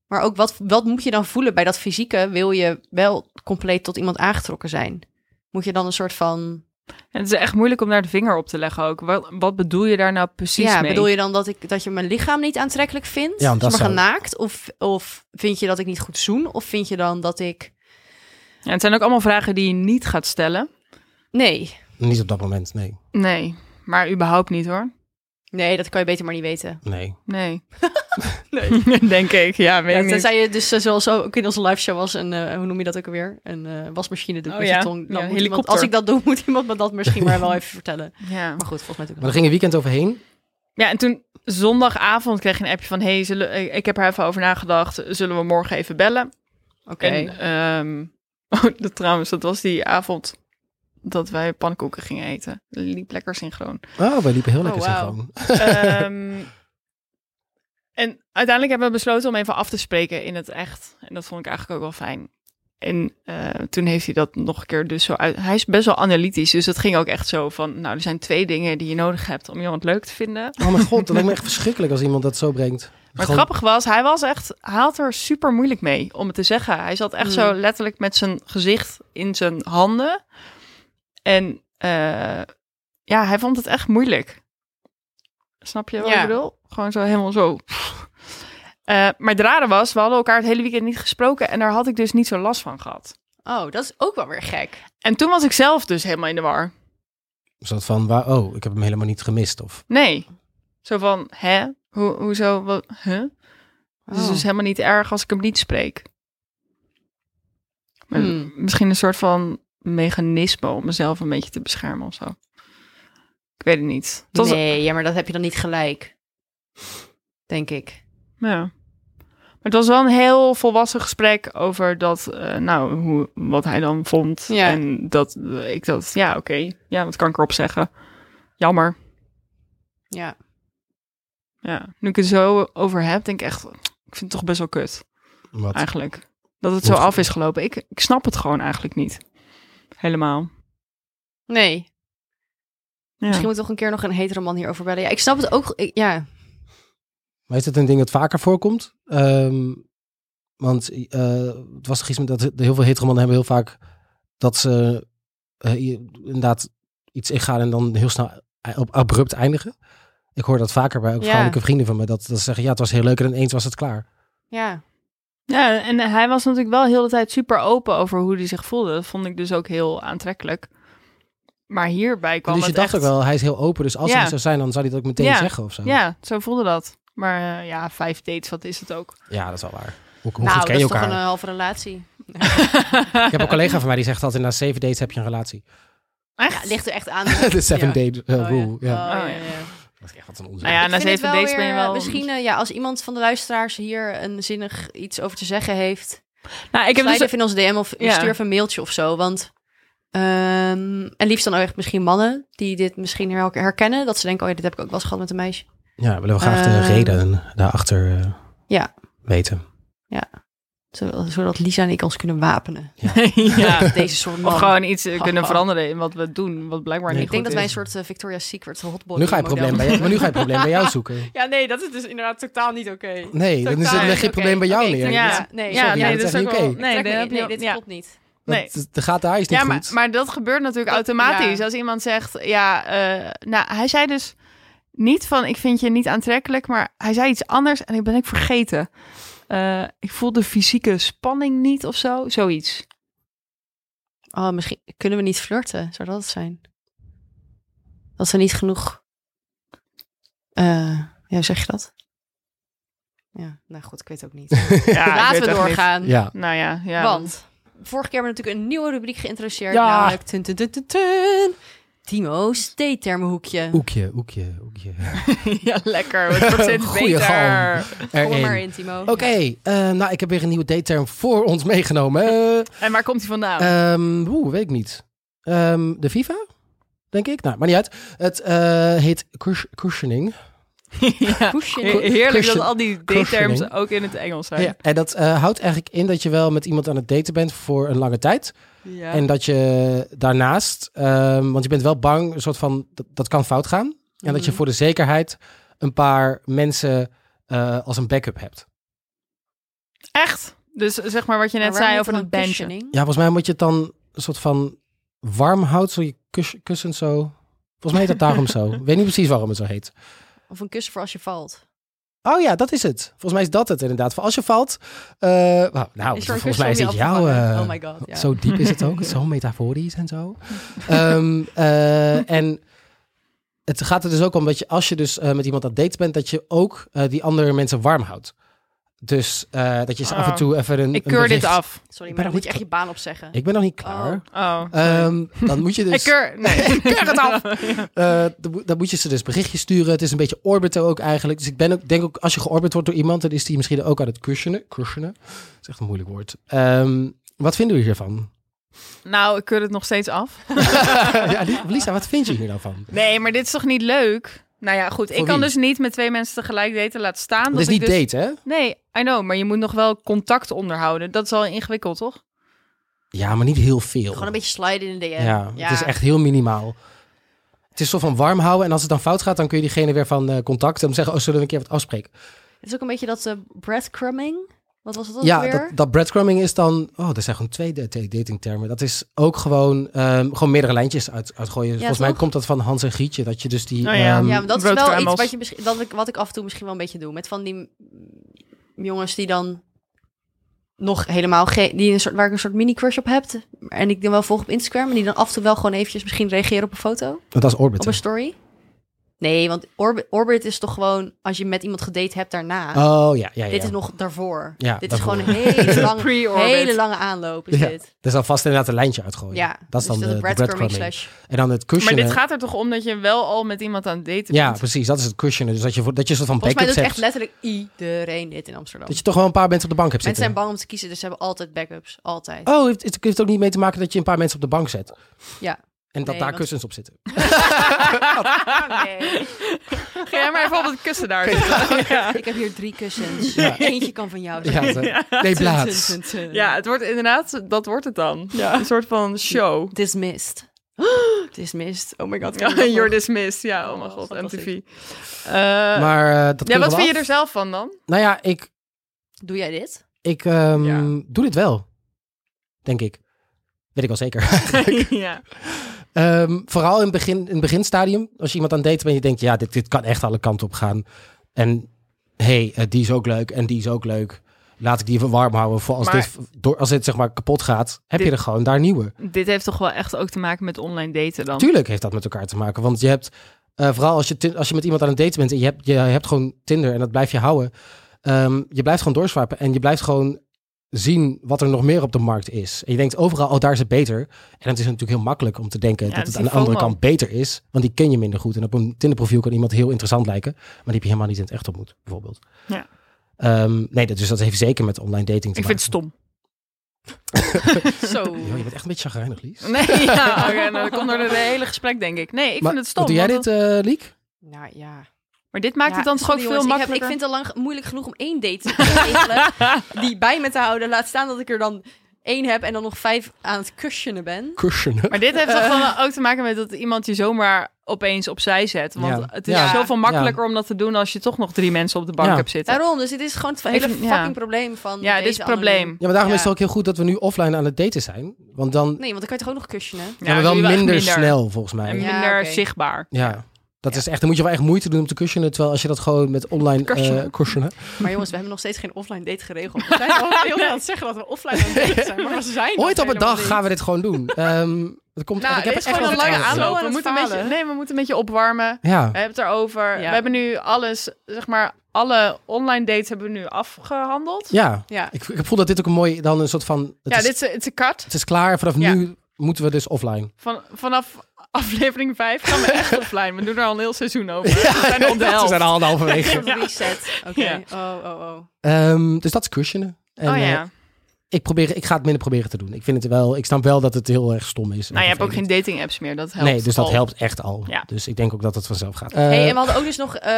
Speaker 3: Maar ook wat, wat moet je dan voelen bij dat fysieke? Wil je wel compleet tot iemand aangetrokken zijn? Moet je dan een soort van
Speaker 2: En het is echt moeilijk om daar de vinger op te leggen ook. Wat, wat bedoel je daar nou precies
Speaker 3: ja,
Speaker 2: mee?
Speaker 3: bedoel je dan dat, ik, dat je mijn lichaam niet aantrekkelijk vindt?
Speaker 1: Ja, want dat
Speaker 3: Zeg maar
Speaker 1: zou-
Speaker 3: genaakt? Of, of vind je dat ik niet goed zoen? Of vind je dan dat ik...
Speaker 2: Ja, het zijn ook allemaal vragen die je niet gaat stellen.
Speaker 3: Nee.
Speaker 1: Niet op dat moment, nee.
Speaker 2: Nee, maar überhaupt niet hoor.
Speaker 3: Nee, dat kan je beter maar niet weten.
Speaker 1: Nee.
Speaker 2: Nee. Denk ik, ja, weet
Speaker 3: Ja,
Speaker 2: ik niet.
Speaker 3: tenzij je dus eh, zoals ook in onze live show was een, eh, hoe noem je dat ook alweer? Een eh, wasmachine doet
Speaker 2: Oh
Speaker 3: met
Speaker 2: ja,
Speaker 3: je tong. Dan
Speaker 2: ja,
Speaker 3: moet iemand,
Speaker 2: helikopter.
Speaker 3: als ik dat doe, moet iemand me dat misschien maar wel even vertellen.
Speaker 2: Ja.
Speaker 3: Maar goed, volgens mij doe
Speaker 1: Maar
Speaker 3: ik dat.
Speaker 1: daar ging je weekend overheen.
Speaker 2: ja, en toen zondagavond kreeg je een appje van... hey, zullen, ik- ik heb er even over nagedacht. Zullen we morgen even bellen?
Speaker 3: Oké.
Speaker 2: En ehm, oh, dat, trouwens, dat was die avond dat wij pannenkoeken gingen eten. Liep lekker synchroon.
Speaker 1: Oh, wij liepen heel lekker
Speaker 2: Oh, wauw.
Speaker 1: synchroon.
Speaker 2: Ehm, en uiteindelijk hebben we besloten om even af te spreken in het echt. En dat vond ik eigenlijk ook wel fijn. En eh, toen heeft hij dat nog een keer dus zo uit. Hij is best wel analytisch, dus dat ging ook echt zo van... Nou, er zijn twee dingen die je nodig hebt om iemand leuk te vinden.
Speaker 1: Oh mijn god, dat lijkt me echt verschrikkelijk als iemand dat zo brengt.
Speaker 2: Maar
Speaker 1: Gewoon-
Speaker 2: het grappig was, hij was echt, hij had er super moeilijk mee om het te zeggen. Hij zat echt zo letterlijk met zijn gezicht in zijn handen. En eh, ja, hij vond het echt moeilijk. Snap je wat
Speaker 3: Ja.
Speaker 2: ik bedoel? Gewoon zo helemaal zo. Eh, maar het rare was, we hadden elkaar het hele weekend niet gesproken en daar had ik dus niet zo last van gehad.
Speaker 3: Oh, dat is ook wel weer gek.
Speaker 2: En toen was ik zelf dus helemaal in de war.
Speaker 1: Een soort van, waar, oh, ik heb hem helemaal niet gemist. Of,
Speaker 2: Nee. Zo van, hè? Ho- hoezo? Wat, huh? Het is
Speaker 3: Oh.
Speaker 2: dus helemaal niet erg als ik hem niet spreek. Maar
Speaker 3: Hmm.
Speaker 2: Misschien een soort van mechanisme om mezelf een beetje te beschermen of zo. Ik weet het niet. Het was-
Speaker 3: Nee, ja, maar dat heb je dan niet gelijk. Denk ik.
Speaker 2: ja. Maar het was wel een heel volwassen gesprek over dat, eh, nou, hoe, wat hij dan vond.
Speaker 3: Ja.
Speaker 2: En dat eh, ik dat, ja, oké. Ja, wat kan ik erop zeggen? Jammer.
Speaker 3: Ja.
Speaker 2: Ja. Nu ik het zo over heb, denk ik echt, ik vind het toch best wel kut. Ah,
Speaker 1: wat.
Speaker 2: eigenlijk. Dat het zo
Speaker 1: Hoeft-
Speaker 2: af is gelopen. Ik, ik snap het gewoon eigenlijk niet. Helemaal.
Speaker 3: Nee.
Speaker 2: Ja.
Speaker 3: Misschien moet we toch een keer nog een hetere man hierover bellen. Ja, ik snap het ook. ik- ja.
Speaker 1: Maar is dit een ding dat vaker voorkomt? Ehm, want eh, het was gisteren dat heel veel hetero mannen hebben heel vaak dat ze eh, i- inderdaad iets ingaan en dan heel snel ei- op abrupt eindigen. Ik hoor dat vaker bij ook
Speaker 3: Ja.
Speaker 1: vrouwelijke vrienden van me. Dat, dat ze zeggen, ja, het was heel leuk en ineens was het klaar.
Speaker 3: Ja.
Speaker 2: ja, en hij was natuurlijk wel heel de tijd super open over hoe hij zich voelde. Dat vond ik dus ook heel aantrekkelijk. Maar hierbij kwam
Speaker 1: dus je
Speaker 2: het
Speaker 1: dacht
Speaker 2: echt...
Speaker 1: ook eh, wel, hij is heel open. Dus als
Speaker 2: Ja.
Speaker 1: hij het zou zijn, dan zou hij dat ook meteen
Speaker 2: Ja.
Speaker 1: zeggen of zo.
Speaker 2: Ja, zo voelde dat. Maar eh, ja, vijf dates, wat is het ook?
Speaker 1: Ja, dat is wel waar. Hoe, hoe
Speaker 3: nou,
Speaker 1: goed
Speaker 3: dat
Speaker 1: ken je
Speaker 3: is toch
Speaker 1: elkaar?
Speaker 3: een eh, halve relatie.
Speaker 1: Ik heb een collega van mij die zegt altijd, na zeven dates heb je een relatie.
Speaker 2: Echt?
Speaker 3: Ja, het ligt er echt aan.
Speaker 1: De seven
Speaker 3: Ja.
Speaker 1: date eh,
Speaker 3: Oh,
Speaker 1: rule. Ja.
Speaker 3: Oh,
Speaker 2: Oh, ja.
Speaker 1: Dat is echt wat een onzin.
Speaker 2: Nou ja,
Speaker 3: Ik
Speaker 2: na
Speaker 3: vind het
Speaker 2: zeven dates
Speaker 3: weer,
Speaker 2: ben je wel...
Speaker 3: Misschien, eh, ja, als iemand van de luisteraars hier een zinnig iets over te zeggen heeft...
Speaker 2: Nou, ik heb
Speaker 3: Sluit
Speaker 2: dus...
Speaker 3: even in ons DM of
Speaker 2: Ja.
Speaker 3: stuur even een mailtje of zo. Want, ehm, en liefst dan ook echt misschien mannen die dit misschien her- herkennen. Dat ze denken, oh ja, dit heb ik ook wel eens gehad met een meisje.
Speaker 1: Ja, willen we graag de
Speaker 3: Ehm,
Speaker 1: reden daarachter eh,
Speaker 3: ja.
Speaker 1: weten.
Speaker 3: Zodat, zodat Lisa en ik ons kunnen wapenen.
Speaker 2: ja.
Speaker 3: Deze soort man. Oh,
Speaker 2: Of gewoon iets eh, kunnen veranderen in wat we doen. Wat blijkbaar
Speaker 1: Nee,
Speaker 2: niet
Speaker 3: ik
Speaker 2: goed
Speaker 3: denk dat wij een
Speaker 2: is.
Speaker 3: soort eh, Victoria's Secret hotbody
Speaker 1: Nu ga, je
Speaker 3: model-
Speaker 1: probleem bij, maar nu ga je probleem bij jou zoeken.
Speaker 7: Ja, nee, dat is dus inderdaad totaal niet oké.
Speaker 1: Nee, dan is het,
Speaker 7: Totaal,
Speaker 1: leg je
Speaker 7: oké,
Speaker 1: probleem bij jou
Speaker 3: oké,
Speaker 1: neer.
Speaker 3: tuurlijk.
Speaker 2: Ja,
Speaker 3: Ja, nee,
Speaker 2: nee,
Speaker 3: sorry,
Speaker 1: dat
Speaker 2: nee,
Speaker 1: is
Speaker 2: dat is ook
Speaker 1: echt
Speaker 2: wel...
Speaker 1: niet oké.
Speaker 2: Nee,
Speaker 3: Trek
Speaker 2: dat
Speaker 3: me
Speaker 2: heb je-
Speaker 3: niet. nee, dit
Speaker 2: ja.
Speaker 3: klopt niet.
Speaker 1: Dat-
Speaker 2: Nee.
Speaker 1: De gaat daar is niet
Speaker 2: Ja, maar,
Speaker 1: goed.
Speaker 2: maar dat gebeurt natuurlijk
Speaker 7: Dat-
Speaker 2: automatisch.
Speaker 7: ja.
Speaker 2: Als iemand zegt, ja, eh, nou, hij zei dus niet van, ik vind je niet aantrekkelijk, maar hij zei iets anders en ik ben ik vergeten. Eh, ik voel de fysieke spanning niet of zo, zoiets.
Speaker 3: Oh, misschien kunnen we niet flirten. Zou dat het zijn? Dat ze niet genoeg. eh, ja, hoe zeg je dat? Ja, nou goed, ik weet het ook niet. Laten we doorgaan.
Speaker 1: Ja.
Speaker 2: Nou ja, ja.
Speaker 3: Want vorige keer hebben we natuurlijk een nieuwe rubriek geïntroduceerd.
Speaker 1: Ja.
Speaker 3: Namelijk tun, tun, tun, tun, tun. Timo's date-termenhoekje.
Speaker 1: Oekje, oekje, oekje.
Speaker 2: ja, lekker. Het wordt steeds
Speaker 1: Goeie
Speaker 2: beter.
Speaker 3: Kom er maar
Speaker 1: Erin.
Speaker 3: in, Timo.
Speaker 1: Oké, eh, nou, ik heb weer een nieuwe dateterm voor ons meegenomen. Eh,
Speaker 2: En waar komt hij vandaan?
Speaker 1: ehm, Oeh, weet ik niet. Ehm, de FIFA? Denk ik? Nou, maar niet uit. Het eh, heet cus- cushioning.
Speaker 2: Ja.
Speaker 3: Cushioning.
Speaker 2: Heerlijk dat
Speaker 1: Cushioning.
Speaker 2: al die dateterms
Speaker 1: Cushioning.
Speaker 2: ook in het Engels zijn.
Speaker 1: Ja, en dat eh, houdt eigenlijk in dat je wel met iemand aan het daten bent voor een lange tijd. En dat je daarnaast, ehm, want je bent wel bang, een soort van, dat, dat kan fout gaan. En dat je
Speaker 3: Mhm.
Speaker 1: voor de zekerheid een paar mensen eh, als een backup hebt.
Speaker 2: Echt? Dus zeg maar wat je
Speaker 3: Maar
Speaker 2: net
Speaker 3: waarom
Speaker 2: zei
Speaker 3: heet
Speaker 2: over
Speaker 3: dat
Speaker 2: een
Speaker 3: dan
Speaker 2: bandje.
Speaker 3: cushioning?
Speaker 1: Ja, volgens mij moet je het dan een soort van warm houdt, zo je kus- kussens zo. Volgens mij heet dat daarom zo. Ik weet niet precies waarom het zo heet.
Speaker 3: Of een kussen voor als je valt.
Speaker 1: Oh ja, dat is het. Volgens mij is dat het inderdaad. Voor als je valt. eh, nou, nou
Speaker 7: Is er een
Speaker 1: volgens mij is
Speaker 7: kussen
Speaker 1: het
Speaker 7: om je
Speaker 1: jou.
Speaker 7: af te vangen?
Speaker 1: eh,
Speaker 3: oh my god, ja.
Speaker 1: Zo diep is het ook. zo metaforisch en zo. Ehm, eh, en het gaat er dus ook om dat je, als je dus eh, met iemand aan het daten bent, dat je ook eh, die andere mensen warm houdt. Dus eh, dat je ze af en
Speaker 2: Ah.
Speaker 1: toe even een.
Speaker 2: Ik
Speaker 1: een
Speaker 2: keur dit
Speaker 1: bericht-
Speaker 2: af.
Speaker 3: Sorry,
Speaker 1: Ik ben
Speaker 3: maar
Speaker 1: nog
Speaker 3: dan
Speaker 1: niet
Speaker 3: moet je echt
Speaker 1: ge-
Speaker 3: je baan opzeggen.
Speaker 1: Ik ben nog niet klaar.
Speaker 3: Oh.
Speaker 2: Oh.
Speaker 1: Ehm, dan moet je dus.
Speaker 2: Ik keur... Nee, ik keur het af.
Speaker 1: Eh, dan, moet- dan moet je ze dus berichtjes sturen. Het is een beetje orbito ook eigenlijk. Dus ik ben ook, denk ook, als je georbit wordt door iemand, dan is die misschien ook aan het cushion. Cushion. Dat is echt een moeilijk woord. Ehm, wat vinden jullie hiervan?
Speaker 2: Nou, ik keur het nog steeds af.
Speaker 1: ja, Li- Lisa, wat vind je hier nou van?
Speaker 2: Nee, maar dit is toch niet leuk? Nou ja, goed.
Speaker 1: Voor
Speaker 2: ik kan
Speaker 1: wie?
Speaker 2: dus niet met twee mensen tegelijk daten laten staan.
Speaker 1: Het
Speaker 2: dat
Speaker 1: is
Speaker 2: ik
Speaker 1: niet
Speaker 2: dus...
Speaker 1: date, hè?
Speaker 2: Nee, I know. Maar je moet nog wel contact onderhouden. Dat is al ingewikkeld, toch?
Speaker 1: Ja, maar niet heel veel.
Speaker 3: Gewoon een beetje sliden in de DM.
Speaker 1: ja, het is echt heel minimaal. Het is zo van warm houden en als het dan fout gaat, dan kun je diegene weer van eh, contacten en zeggen, oh, zullen we een keer wat afspreken?
Speaker 3: Het is ook een beetje dat eh, breadcrumbing. Wat was dat ook
Speaker 1: ja,
Speaker 3: weer?
Speaker 1: dat, dat breadcrumbing is dan, oh, er zijn gewoon twee da- twee datingtermen. Dat is ook gewoon, ehm, gewoon meerdere lijntjes uit, uitgooien. Volgens mij
Speaker 3: toch?
Speaker 1: komt dat van Hans en Grietje, dat je dus die...
Speaker 2: Oh ja.
Speaker 1: ehm,
Speaker 3: Ja, maar dat is
Speaker 2: Rood
Speaker 3: wel
Speaker 2: kruimels.
Speaker 3: iets wat, je misschien, dat ik, wat ik af en toe misschien wel een beetje doe. Met van die mm, jongens die dan nog helemaal geen... Die een soort, waar ik een soort mini-crush op heb. En ik dan wel volg op Instagram. En die dan af en toe wel gewoon eventjes misschien reageren op een foto.
Speaker 1: Dat is
Speaker 3: Op
Speaker 1: Orbit.
Speaker 3: een story. Nee, want Orbit, Orbit is toch gewoon... Als je met iemand gedate hebt daarna.
Speaker 1: Oh ja, ja, ja.
Speaker 3: Dit is nog daarvoor.
Speaker 1: Ja,
Speaker 3: dit
Speaker 1: daarvoor.
Speaker 3: is gewoon een hele lange,
Speaker 2: Pre-orbit.
Speaker 3: hele lange aanloop. Is
Speaker 1: Ja.
Speaker 3: dit.
Speaker 1: Er zal vast inderdaad een lijntje uitgooien.
Speaker 3: Ja,
Speaker 1: Dat is dan
Speaker 3: dus
Speaker 1: de, de breadcrumbing.
Speaker 3: slash...
Speaker 1: En dan het
Speaker 2: Maar
Speaker 1: cushion.
Speaker 2: dit gaat er toch om dat je wel al met iemand aan het daten
Speaker 1: nou? Ja,
Speaker 2: bent?
Speaker 1: precies. Dat is het cushion. Dus dat je, voor- dat je een soort van
Speaker 3: Volgens mij
Speaker 1: backups
Speaker 3: doet echt
Speaker 1: hebt.
Speaker 3: letterlijk iedereen dit in Amsterdam.
Speaker 1: Dat je toch wel een paar mensen op de bank hebt
Speaker 3: Mensen
Speaker 1: zitten.
Speaker 3: zijn bang om te kiezen, dus ze hebben altijd backups. Altijd.
Speaker 1: Oh, heeft, het heeft ook niet mee te maken dat je een paar mensen op de bank zet.
Speaker 3: Ja.
Speaker 1: En dat
Speaker 3: Nee,
Speaker 1: daar
Speaker 3: want-
Speaker 1: kussens op zitten.
Speaker 3: nee.
Speaker 2: Oh, Ga jij maar even op het kussen daar. zitten. Ja.
Speaker 3: Ik heb hier drie kussens.
Speaker 1: Ja.
Speaker 3: Eentje kan van jou
Speaker 1: Ja,
Speaker 3: zijn.
Speaker 1: ze- Nee, plaats.
Speaker 3: Tun, tun, tun.
Speaker 2: ja, het wordt inderdaad... Dat wordt het dan. Een soort van show.
Speaker 3: Dismissed. Dismissed. Oh my god.
Speaker 2: Ja, you're dismissed. Ja, oh mijn god,
Speaker 3: fantastisch.
Speaker 2: MTV. Eh,
Speaker 1: Maar eh, dat
Speaker 2: ja,
Speaker 1: kunnen
Speaker 2: wat
Speaker 1: we
Speaker 2: vind je
Speaker 1: af.
Speaker 2: er zelf van dan?
Speaker 1: Nou ja, ik,
Speaker 3: Doe jij dit?
Speaker 1: ik ehm,
Speaker 2: Ja.
Speaker 1: doe dit wel. Denk ik. Weet ik wel zeker.
Speaker 2: ja.
Speaker 1: Ehm, vooral in het, begin, in het beginstadium. Als je iemand aan het daten bent en je denkt... ja, dit, dit kan echt alle kanten op gaan. En hé, hey, eh, die is ook leuk en die is ook leuk. Laat ik die even warm houden. Voor als,
Speaker 2: Maar-
Speaker 1: dit, door, als dit zeg maar kapot gaat... heb je
Speaker 2: Dit-
Speaker 1: er gewoon daar nieuwe.
Speaker 2: Dit heeft toch wel echt ook te maken met online daten dan?
Speaker 1: Tuurlijk heeft dat met elkaar te maken. Want je hebt, eh, vooral als je, tin- als je met iemand aan het daten bent en je hebt, je hebt gewoon Tinder en dat blijf je houden. ehm, je blijft gewoon doorswapen en je blijft gewoon zien wat er nog meer op de markt is. En je denkt overal, oh daar is het beter. En het is natuurlijk heel makkelijk om te denken dat
Speaker 2: dat
Speaker 1: het
Speaker 2: is
Speaker 1: aan de
Speaker 2: die
Speaker 1: andere
Speaker 2: FOMO.
Speaker 1: kant beter is. Want die ken je minder goed. En op een Tinder profiel kan iemand heel interessant lijken. Maar die heb je helemaal niet in het echt ontmoet, bijvoorbeeld.
Speaker 2: Ja.
Speaker 1: Ehm, nee, dat- dus dat heeft zeker met online dating te
Speaker 2: Ik vind het
Speaker 1: maken.
Speaker 2: stom.
Speaker 7: Zo.
Speaker 1: Yo, je bent echt een beetje chagrijnig, Lies.
Speaker 2: Nee, ja, oké, nou, dat komt door het hele gesprek, denk ik. Nee, ik
Speaker 1: Maar
Speaker 2: vind het stom.
Speaker 1: Doe jij
Speaker 2: want
Speaker 1: dit, eh Liek?
Speaker 3: Nou ja.
Speaker 2: dat- Maar dit maakt het dan toch ook veel makkelijker?
Speaker 3: Ik, vind het al lang ge- moeilijk genoeg om één date te regelen. die bij me te houden. Laat staan dat ik er dan één heb en dan nog vijf aan het kushionen ben.
Speaker 1: Cushion.
Speaker 2: Maar dit heeft toch wel ook te maken met dat iemand je zomaar opeens opzij zet. Want
Speaker 1: Ja.
Speaker 2: het is
Speaker 1: Ja.
Speaker 2: zoveel makkelijker om dat te doen als je toch nog drie mensen op de bank
Speaker 1: Ja.
Speaker 2: hebt zitten.
Speaker 3: Daarom, dus dit is gewoon het hele
Speaker 2: Ik
Speaker 3: fucking
Speaker 2: vind- ja.
Speaker 3: probleem van
Speaker 2: Ja, dit is
Speaker 3: deze
Speaker 2: het probleem.
Speaker 3: anoniem.
Speaker 1: Ja, maar daarom
Speaker 3: Ja.
Speaker 1: is het ook heel goed dat we nu offline aan het daten zijn. Want dan
Speaker 3: Nee, want dan kan je toch ook nog kushionen?
Speaker 2: Ja,
Speaker 1: zijn we
Speaker 2: nu
Speaker 1: wel
Speaker 2: echt
Speaker 1: minder, snel, volgens mij.
Speaker 2: En
Speaker 1: Ja.
Speaker 3: Ja.
Speaker 2: minder
Speaker 3: oké.
Speaker 2: zichtbaar.
Speaker 1: Dat is echt, dan moet je wel echt moeite doen om te cushionen. Terwijl als je dat gewoon met online
Speaker 2: Cushion.
Speaker 1: eh cushionen.
Speaker 3: Maar jongens, we hebben nog steeds geen offline date geregeld.
Speaker 7: We zijn al heel veel aan het zeggen dat we offline aan het daten zijn, maar we zijn
Speaker 1: Ooit op een dag
Speaker 7: gaan
Speaker 1: gaan we dit gewoon doen. Ehm dat komt
Speaker 2: Nou,
Speaker 1: ik heb
Speaker 2: dit is
Speaker 1: er echt
Speaker 2: gewoon een
Speaker 1: wel
Speaker 2: lange
Speaker 1: vertrouwen
Speaker 2: aanloop.
Speaker 7: Zo aan
Speaker 2: We
Speaker 7: het
Speaker 2: moeten, een beetje,
Speaker 7: falen.
Speaker 2: nee, we moeten een beetje opwarmen.
Speaker 1: in. Ja.
Speaker 2: We hebben het erover.
Speaker 7: Ja.
Speaker 2: We hebben nu alles, zeg maar, alle online dates hebben we nu afgehandeld.
Speaker 1: ja.
Speaker 7: Ja.
Speaker 1: Ik, ik voel dat dit ook een mooi, dan een soort van, het,
Speaker 2: ja,
Speaker 1: is,
Speaker 2: dit is een- het is een cut.
Speaker 1: het is klaar. Vanaf
Speaker 2: Ja.
Speaker 1: nu moeten we dus offline.
Speaker 2: Van, vanaf aflevering 5 gaan we echt offline. We doen er al een heel seizoen over. we zijn op de
Speaker 1: we
Speaker 2: helft.
Speaker 1: zijn al halverwege.
Speaker 3: Een reset. Oké.
Speaker 2: Ja.
Speaker 3: Oh, oh, oh.
Speaker 1: Ehm dus dat is cushionen. En,
Speaker 2: oh
Speaker 1: eh,
Speaker 2: ja.
Speaker 1: ik, probeer, ik ga het minder proberen te doen. Ik vind het wel, ik snap wel dat het heel erg stom is. en
Speaker 2: Nou, je hebt ook
Speaker 1: vervelend.
Speaker 2: geen dating apps meer. Dat helpt.
Speaker 1: Nee, dus dat
Speaker 2: al.
Speaker 1: helpt echt al.
Speaker 2: Ja.
Speaker 1: Dus ik denk ook dat het vanzelf gaat.
Speaker 3: hey,
Speaker 1: Eh,
Speaker 3: en we hadden ook dus nog eh,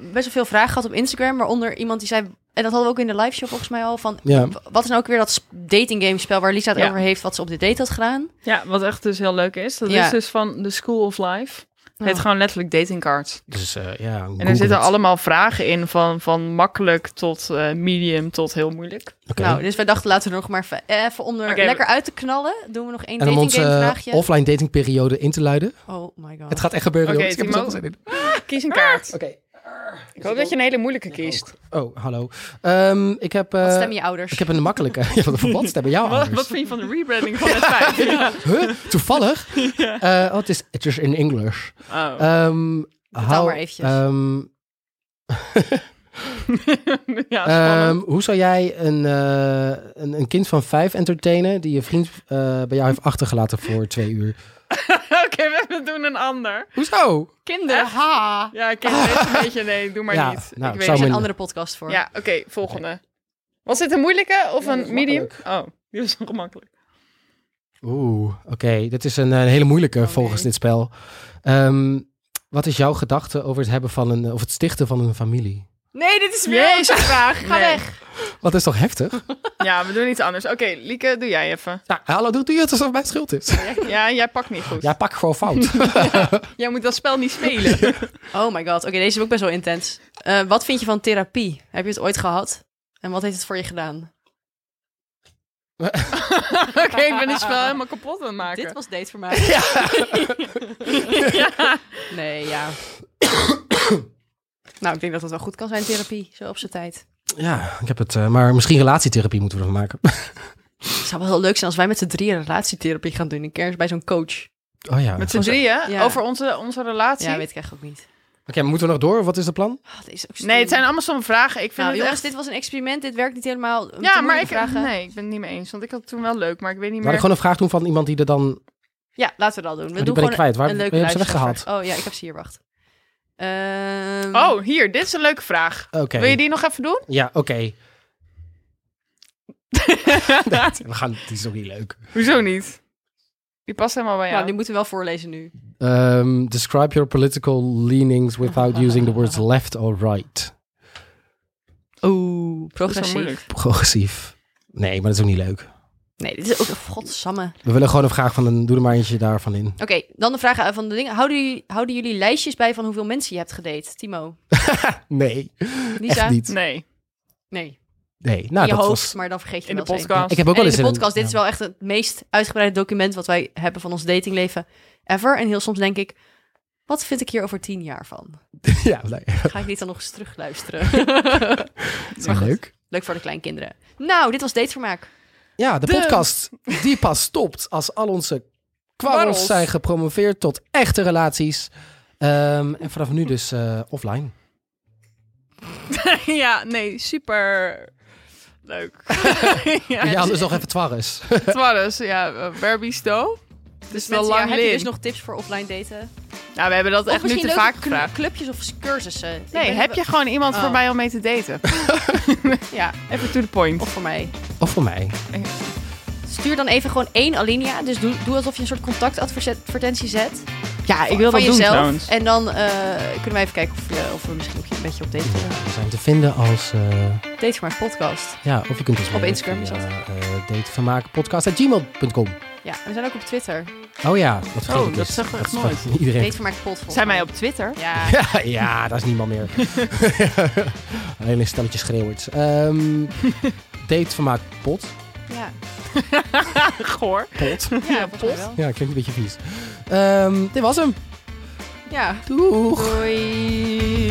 Speaker 3: best wel veel vragen gehad op Instagram, waaronder iemand die zei, en dat hadden we ook in de live show volgens mij al, van
Speaker 1: Ja.
Speaker 3: w- wat is nou ook weer dat sp- dating game spel waar Lisa het
Speaker 2: Ja.
Speaker 3: over heeft, wat ze op de date had gedaan?
Speaker 2: Ja, wat echt dus heel leuk is. Dat
Speaker 3: Ja.
Speaker 2: is dus van The School of Life. Het heet gewoon letterlijk datingcards.
Speaker 1: Dus eh, ja,
Speaker 2: En er zitten allemaal vragen in van, van makkelijk tot eh, medium tot heel moeilijk.
Speaker 3: Nou, dus wij dachten laten we er nog maar even- eh, even onder
Speaker 2: Oké,
Speaker 3: lekker uit te knallen. Doen we nog één
Speaker 1: en om
Speaker 3: dating
Speaker 1: onze
Speaker 3: game vraagje.
Speaker 1: eh, offline datingperiode in te luiden.
Speaker 3: Oh my god.
Speaker 1: Het gaat echt gebeuren,
Speaker 2: Oké,
Speaker 1: jongens. Ik heb er
Speaker 2: Timo.
Speaker 1: zoveel zin in.
Speaker 2: Kies een kaart.
Speaker 1: Oké.
Speaker 2: Ik hoop dat je een hele moeilijke kiest.
Speaker 1: Oh, hallo. Ehm, ik heb... eh,
Speaker 3: Wat stemmen je ouders?
Speaker 1: ik heb een makkelijke. Ja, wat een verbod stemmen. Jouw
Speaker 2: Wat,
Speaker 1: ouders.
Speaker 2: wat vind je van de rebranding van het 5 Ja.
Speaker 1: Huh? Toevallig? Eh, oh, het is, het is in English.
Speaker 2: Oh.
Speaker 1: Ehm hou-
Speaker 3: maar eventjes.
Speaker 1: ehm,
Speaker 2: ja,
Speaker 1: ehm,
Speaker 2: spannend.
Speaker 1: hoe zou jij een, eh, een, een kind van vijf entertainen die je vriend eh, bij jou heeft achtergelaten voor twee uur?
Speaker 2: Oké, we- we doen een ander.
Speaker 1: Hoezo?
Speaker 2: Kinderen.
Speaker 3: ha.
Speaker 2: Ja, ik ken het een beetje. Nee, doe maar
Speaker 1: Ja,
Speaker 2: niet.
Speaker 1: nou,
Speaker 2: ik
Speaker 1: zou
Speaker 2: weet
Speaker 3: Er
Speaker 2: het.
Speaker 3: is
Speaker 1: me-
Speaker 3: een andere podcast voor.
Speaker 2: Ja, oké, volgende. Was dit een moeilijke
Speaker 1: Nee,
Speaker 2: of
Speaker 1: dat
Speaker 2: een
Speaker 1: is
Speaker 2: medium?
Speaker 1: makkelijk.
Speaker 2: Oh, die was ongemakkelijk.
Speaker 1: Oeh, oké. Dit is een, eh, hele moeilijke
Speaker 3: Oh,
Speaker 1: volgens
Speaker 3: nee.
Speaker 1: dit spel. Ehm, wat is jouw gedachte over het hebben van een, of het stichten van een familie?
Speaker 3: Nee, dit is weer
Speaker 2: Jezus, vraag.
Speaker 3: Ga weg.
Speaker 1: Wat is toch heftig?
Speaker 2: Ja, we doen iets anders. Oké, Lieke, doe jij even.
Speaker 1: Ja, hallo, doe, doe je het alsof het mijn schuld is?
Speaker 2: Ja, jij pakt niet goed.
Speaker 1: Ja, pak gewoon fout.
Speaker 2: Jij moet dat spel niet spelen.
Speaker 3: Oh my god. Oké, deze is ook best wel intens. Eh, wat vind je van therapie? Heb je het ooit gehad? En wat heeft het voor je gedaan?
Speaker 2: oké, ik ben het spel helemaal kapot aan het maken.
Speaker 3: Dit was date voor mij. Nee, ja. nou, ik denk dat dat wel goed kan zijn, therapie. Zo op zijn tijd.
Speaker 1: ja, ik heb het. eh, maar misschien relatietherapie moeten we ervan maken.
Speaker 3: Het zou wel heel leuk zijn als wij met z'n drieën relatietherapie gaan doen. Een keer bij zo'n coach.
Speaker 1: Oh ja.
Speaker 2: Met
Speaker 1: Oké,
Speaker 2: z'n drieën?
Speaker 3: Ja.
Speaker 2: Over onze, onze relatie?
Speaker 3: Ja, weet ik echt ook niet.
Speaker 1: maar moeten we nog door? Wat is het plan?
Speaker 3: Ah, deze is ook
Speaker 2: nee, het
Speaker 3: stom.
Speaker 2: zijn allemaal zo'n vragen. Ik vind
Speaker 3: Nou,
Speaker 2: het
Speaker 3: jongens,
Speaker 2: echt...
Speaker 3: dit was een experiment. Dit werkt niet helemaal.
Speaker 2: Ja,
Speaker 3: Te
Speaker 2: maar
Speaker 3: moeilijke
Speaker 2: ik...
Speaker 3: vragen.
Speaker 2: Nee, ik ben het niet mee eens. Want ik had het toen wel leuk, maar ik weet niet
Speaker 1: Maar
Speaker 2: meer...
Speaker 1: ik gewoon een vraag doen van iemand die er dan.
Speaker 3: Ja, laten we dat doen. We
Speaker 1: maar Oh, die
Speaker 3: doen
Speaker 1: ben ik
Speaker 3: gewoon
Speaker 1: kwijt. Waar
Speaker 3: een
Speaker 1: heb
Speaker 3: leuke
Speaker 1: je ze
Speaker 3: luistervraag.
Speaker 1: weggehaald?
Speaker 3: Oh ja, ik heb ze hier, wacht. Ehm,
Speaker 2: Oh, hier. Dit is een leuke vraag.
Speaker 1: Oké.
Speaker 2: Wil je die nog even doen?
Speaker 1: Ja, oké. Nee, we gaan. Het is ook niet leuk.
Speaker 2: Hoezo niet? Die past helemaal bij jou.
Speaker 3: Nou, die moeten we wel voorlezen nu.
Speaker 1: Ehm, describe your political leanings without using the words left or right.
Speaker 2: Dat is
Speaker 3: Oeh,
Speaker 2: wel
Speaker 3: progressief.
Speaker 2: moeilijk.
Speaker 1: Progressief. Nee, maar dat is ook niet leuk.
Speaker 3: Nee, dit is ook... Godsamme.
Speaker 1: We willen gewoon een vraag van een. Doe er maar eentje daarvan in.
Speaker 3: Oké, dan de vraag van de dingen. Houden jullie, houden jullie lijstjes bij van hoeveel mensen je hebt gedate, Timo?
Speaker 1: Nee,
Speaker 3: Lisa?
Speaker 1: echt niet.
Speaker 2: Nee.
Speaker 3: Nee,
Speaker 1: Nee, nou,
Speaker 3: je
Speaker 1: dat
Speaker 3: hoofd,
Speaker 1: was.
Speaker 3: maar dan vergeet je
Speaker 2: In de
Speaker 3: wel eens één.
Speaker 2: podcast.
Speaker 1: Ik heb ook
Speaker 3: En
Speaker 1: wel
Speaker 3: in
Speaker 1: eens
Speaker 3: de podcast, dit
Speaker 1: ja.
Speaker 3: is wel echt het meest uitgebreide document wat wij hebben van ons datingleven ever. En heel soms denk ik, wat vind ik hier over tien jaar van?
Speaker 1: Ja, nee.
Speaker 3: Ga ik dit dan nog eens
Speaker 1: Dat
Speaker 3: terugluisteren? Maar
Speaker 1: is
Speaker 3: goed.
Speaker 1: leuk.
Speaker 3: Leuk voor de kleinkinderen. Nou, dit was Datevermaak.
Speaker 1: Ja, de
Speaker 3: Dus-
Speaker 2: De-
Speaker 1: podcast die pas stopt als al onze kwarrels
Speaker 2: Kwarrels.
Speaker 1: zijn gepromoveerd tot echte relaties. Ehm, en vanaf nu dus eh, offline.
Speaker 2: ja, nee. Super... Leuk. ja,
Speaker 1: Ja, dus nog even twarres.
Speaker 2: Het was dus, ja, eh, Barbie Stowe. Het is
Speaker 3: Dus
Speaker 2: wel
Speaker 3: mensen, ja,
Speaker 2: lang
Speaker 3: heb je
Speaker 2: lid.
Speaker 3: dus nog tips voor offline daten?
Speaker 2: Nou, we hebben dat
Speaker 3: Of
Speaker 2: echt nu
Speaker 3: misschien
Speaker 2: te
Speaker 3: leuke
Speaker 2: vaak
Speaker 3: cl-
Speaker 2: gevraagd.
Speaker 3: clubjes of cursussen? Ik
Speaker 2: Nee,
Speaker 3: ben-
Speaker 2: heb je gewoon iemand voor
Speaker 3: Oh.
Speaker 2: mij om mee te daten?
Speaker 3: Ja,
Speaker 2: Even to the point.
Speaker 3: of voor mij.
Speaker 1: Of voor mij.
Speaker 3: Stuur dan even gewoon één alinea. Dus doe, doe alsof je een soort contactadvertentie zet.
Speaker 2: Ja,
Speaker 3: van jezelf. en dan eh, kunnen wij even kijken of, je- of we misschien ook je een beetje op date kunnen.
Speaker 1: We zijn te vinden als... eh,
Speaker 3: Date voor mijn podcast.
Speaker 1: ja, of je kunt ons mailen
Speaker 3: Instagram is
Speaker 1: via, eh, datevermakenpodcast.gmail.com.
Speaker 3: Ja, en we zijn ook op Twitter.
Speaker 1: Oh ja, dat vergeet
Speaker 2: Oh,
Speaker 1: ik
Speaker 2: dat
Speaker 1: eens.
Speaker 2: zeggen we echt
Speaker 1: is van Iedereen.
Speaker 3: Date voor mijn podcast.
Speaker 2: Zijn wij op Twitter?
Speaker 3: Ja.
Speaker 1: Ja, ja, dat is niemand meer. Alleen een stelletje schreeuwert. Ehm datevermaak pot.
Speaker 3: Ja,
Speaker 2: Goor.
Speaker 1: Pot.
Speaker 3: ja, volgens mij wel.
Speaker 1: Ja, klinkt een beetje vies. Ehm, dit was hem.
Speaker 3: Ja.
Speaker 1: Doeg.
Speaker 3: Doei.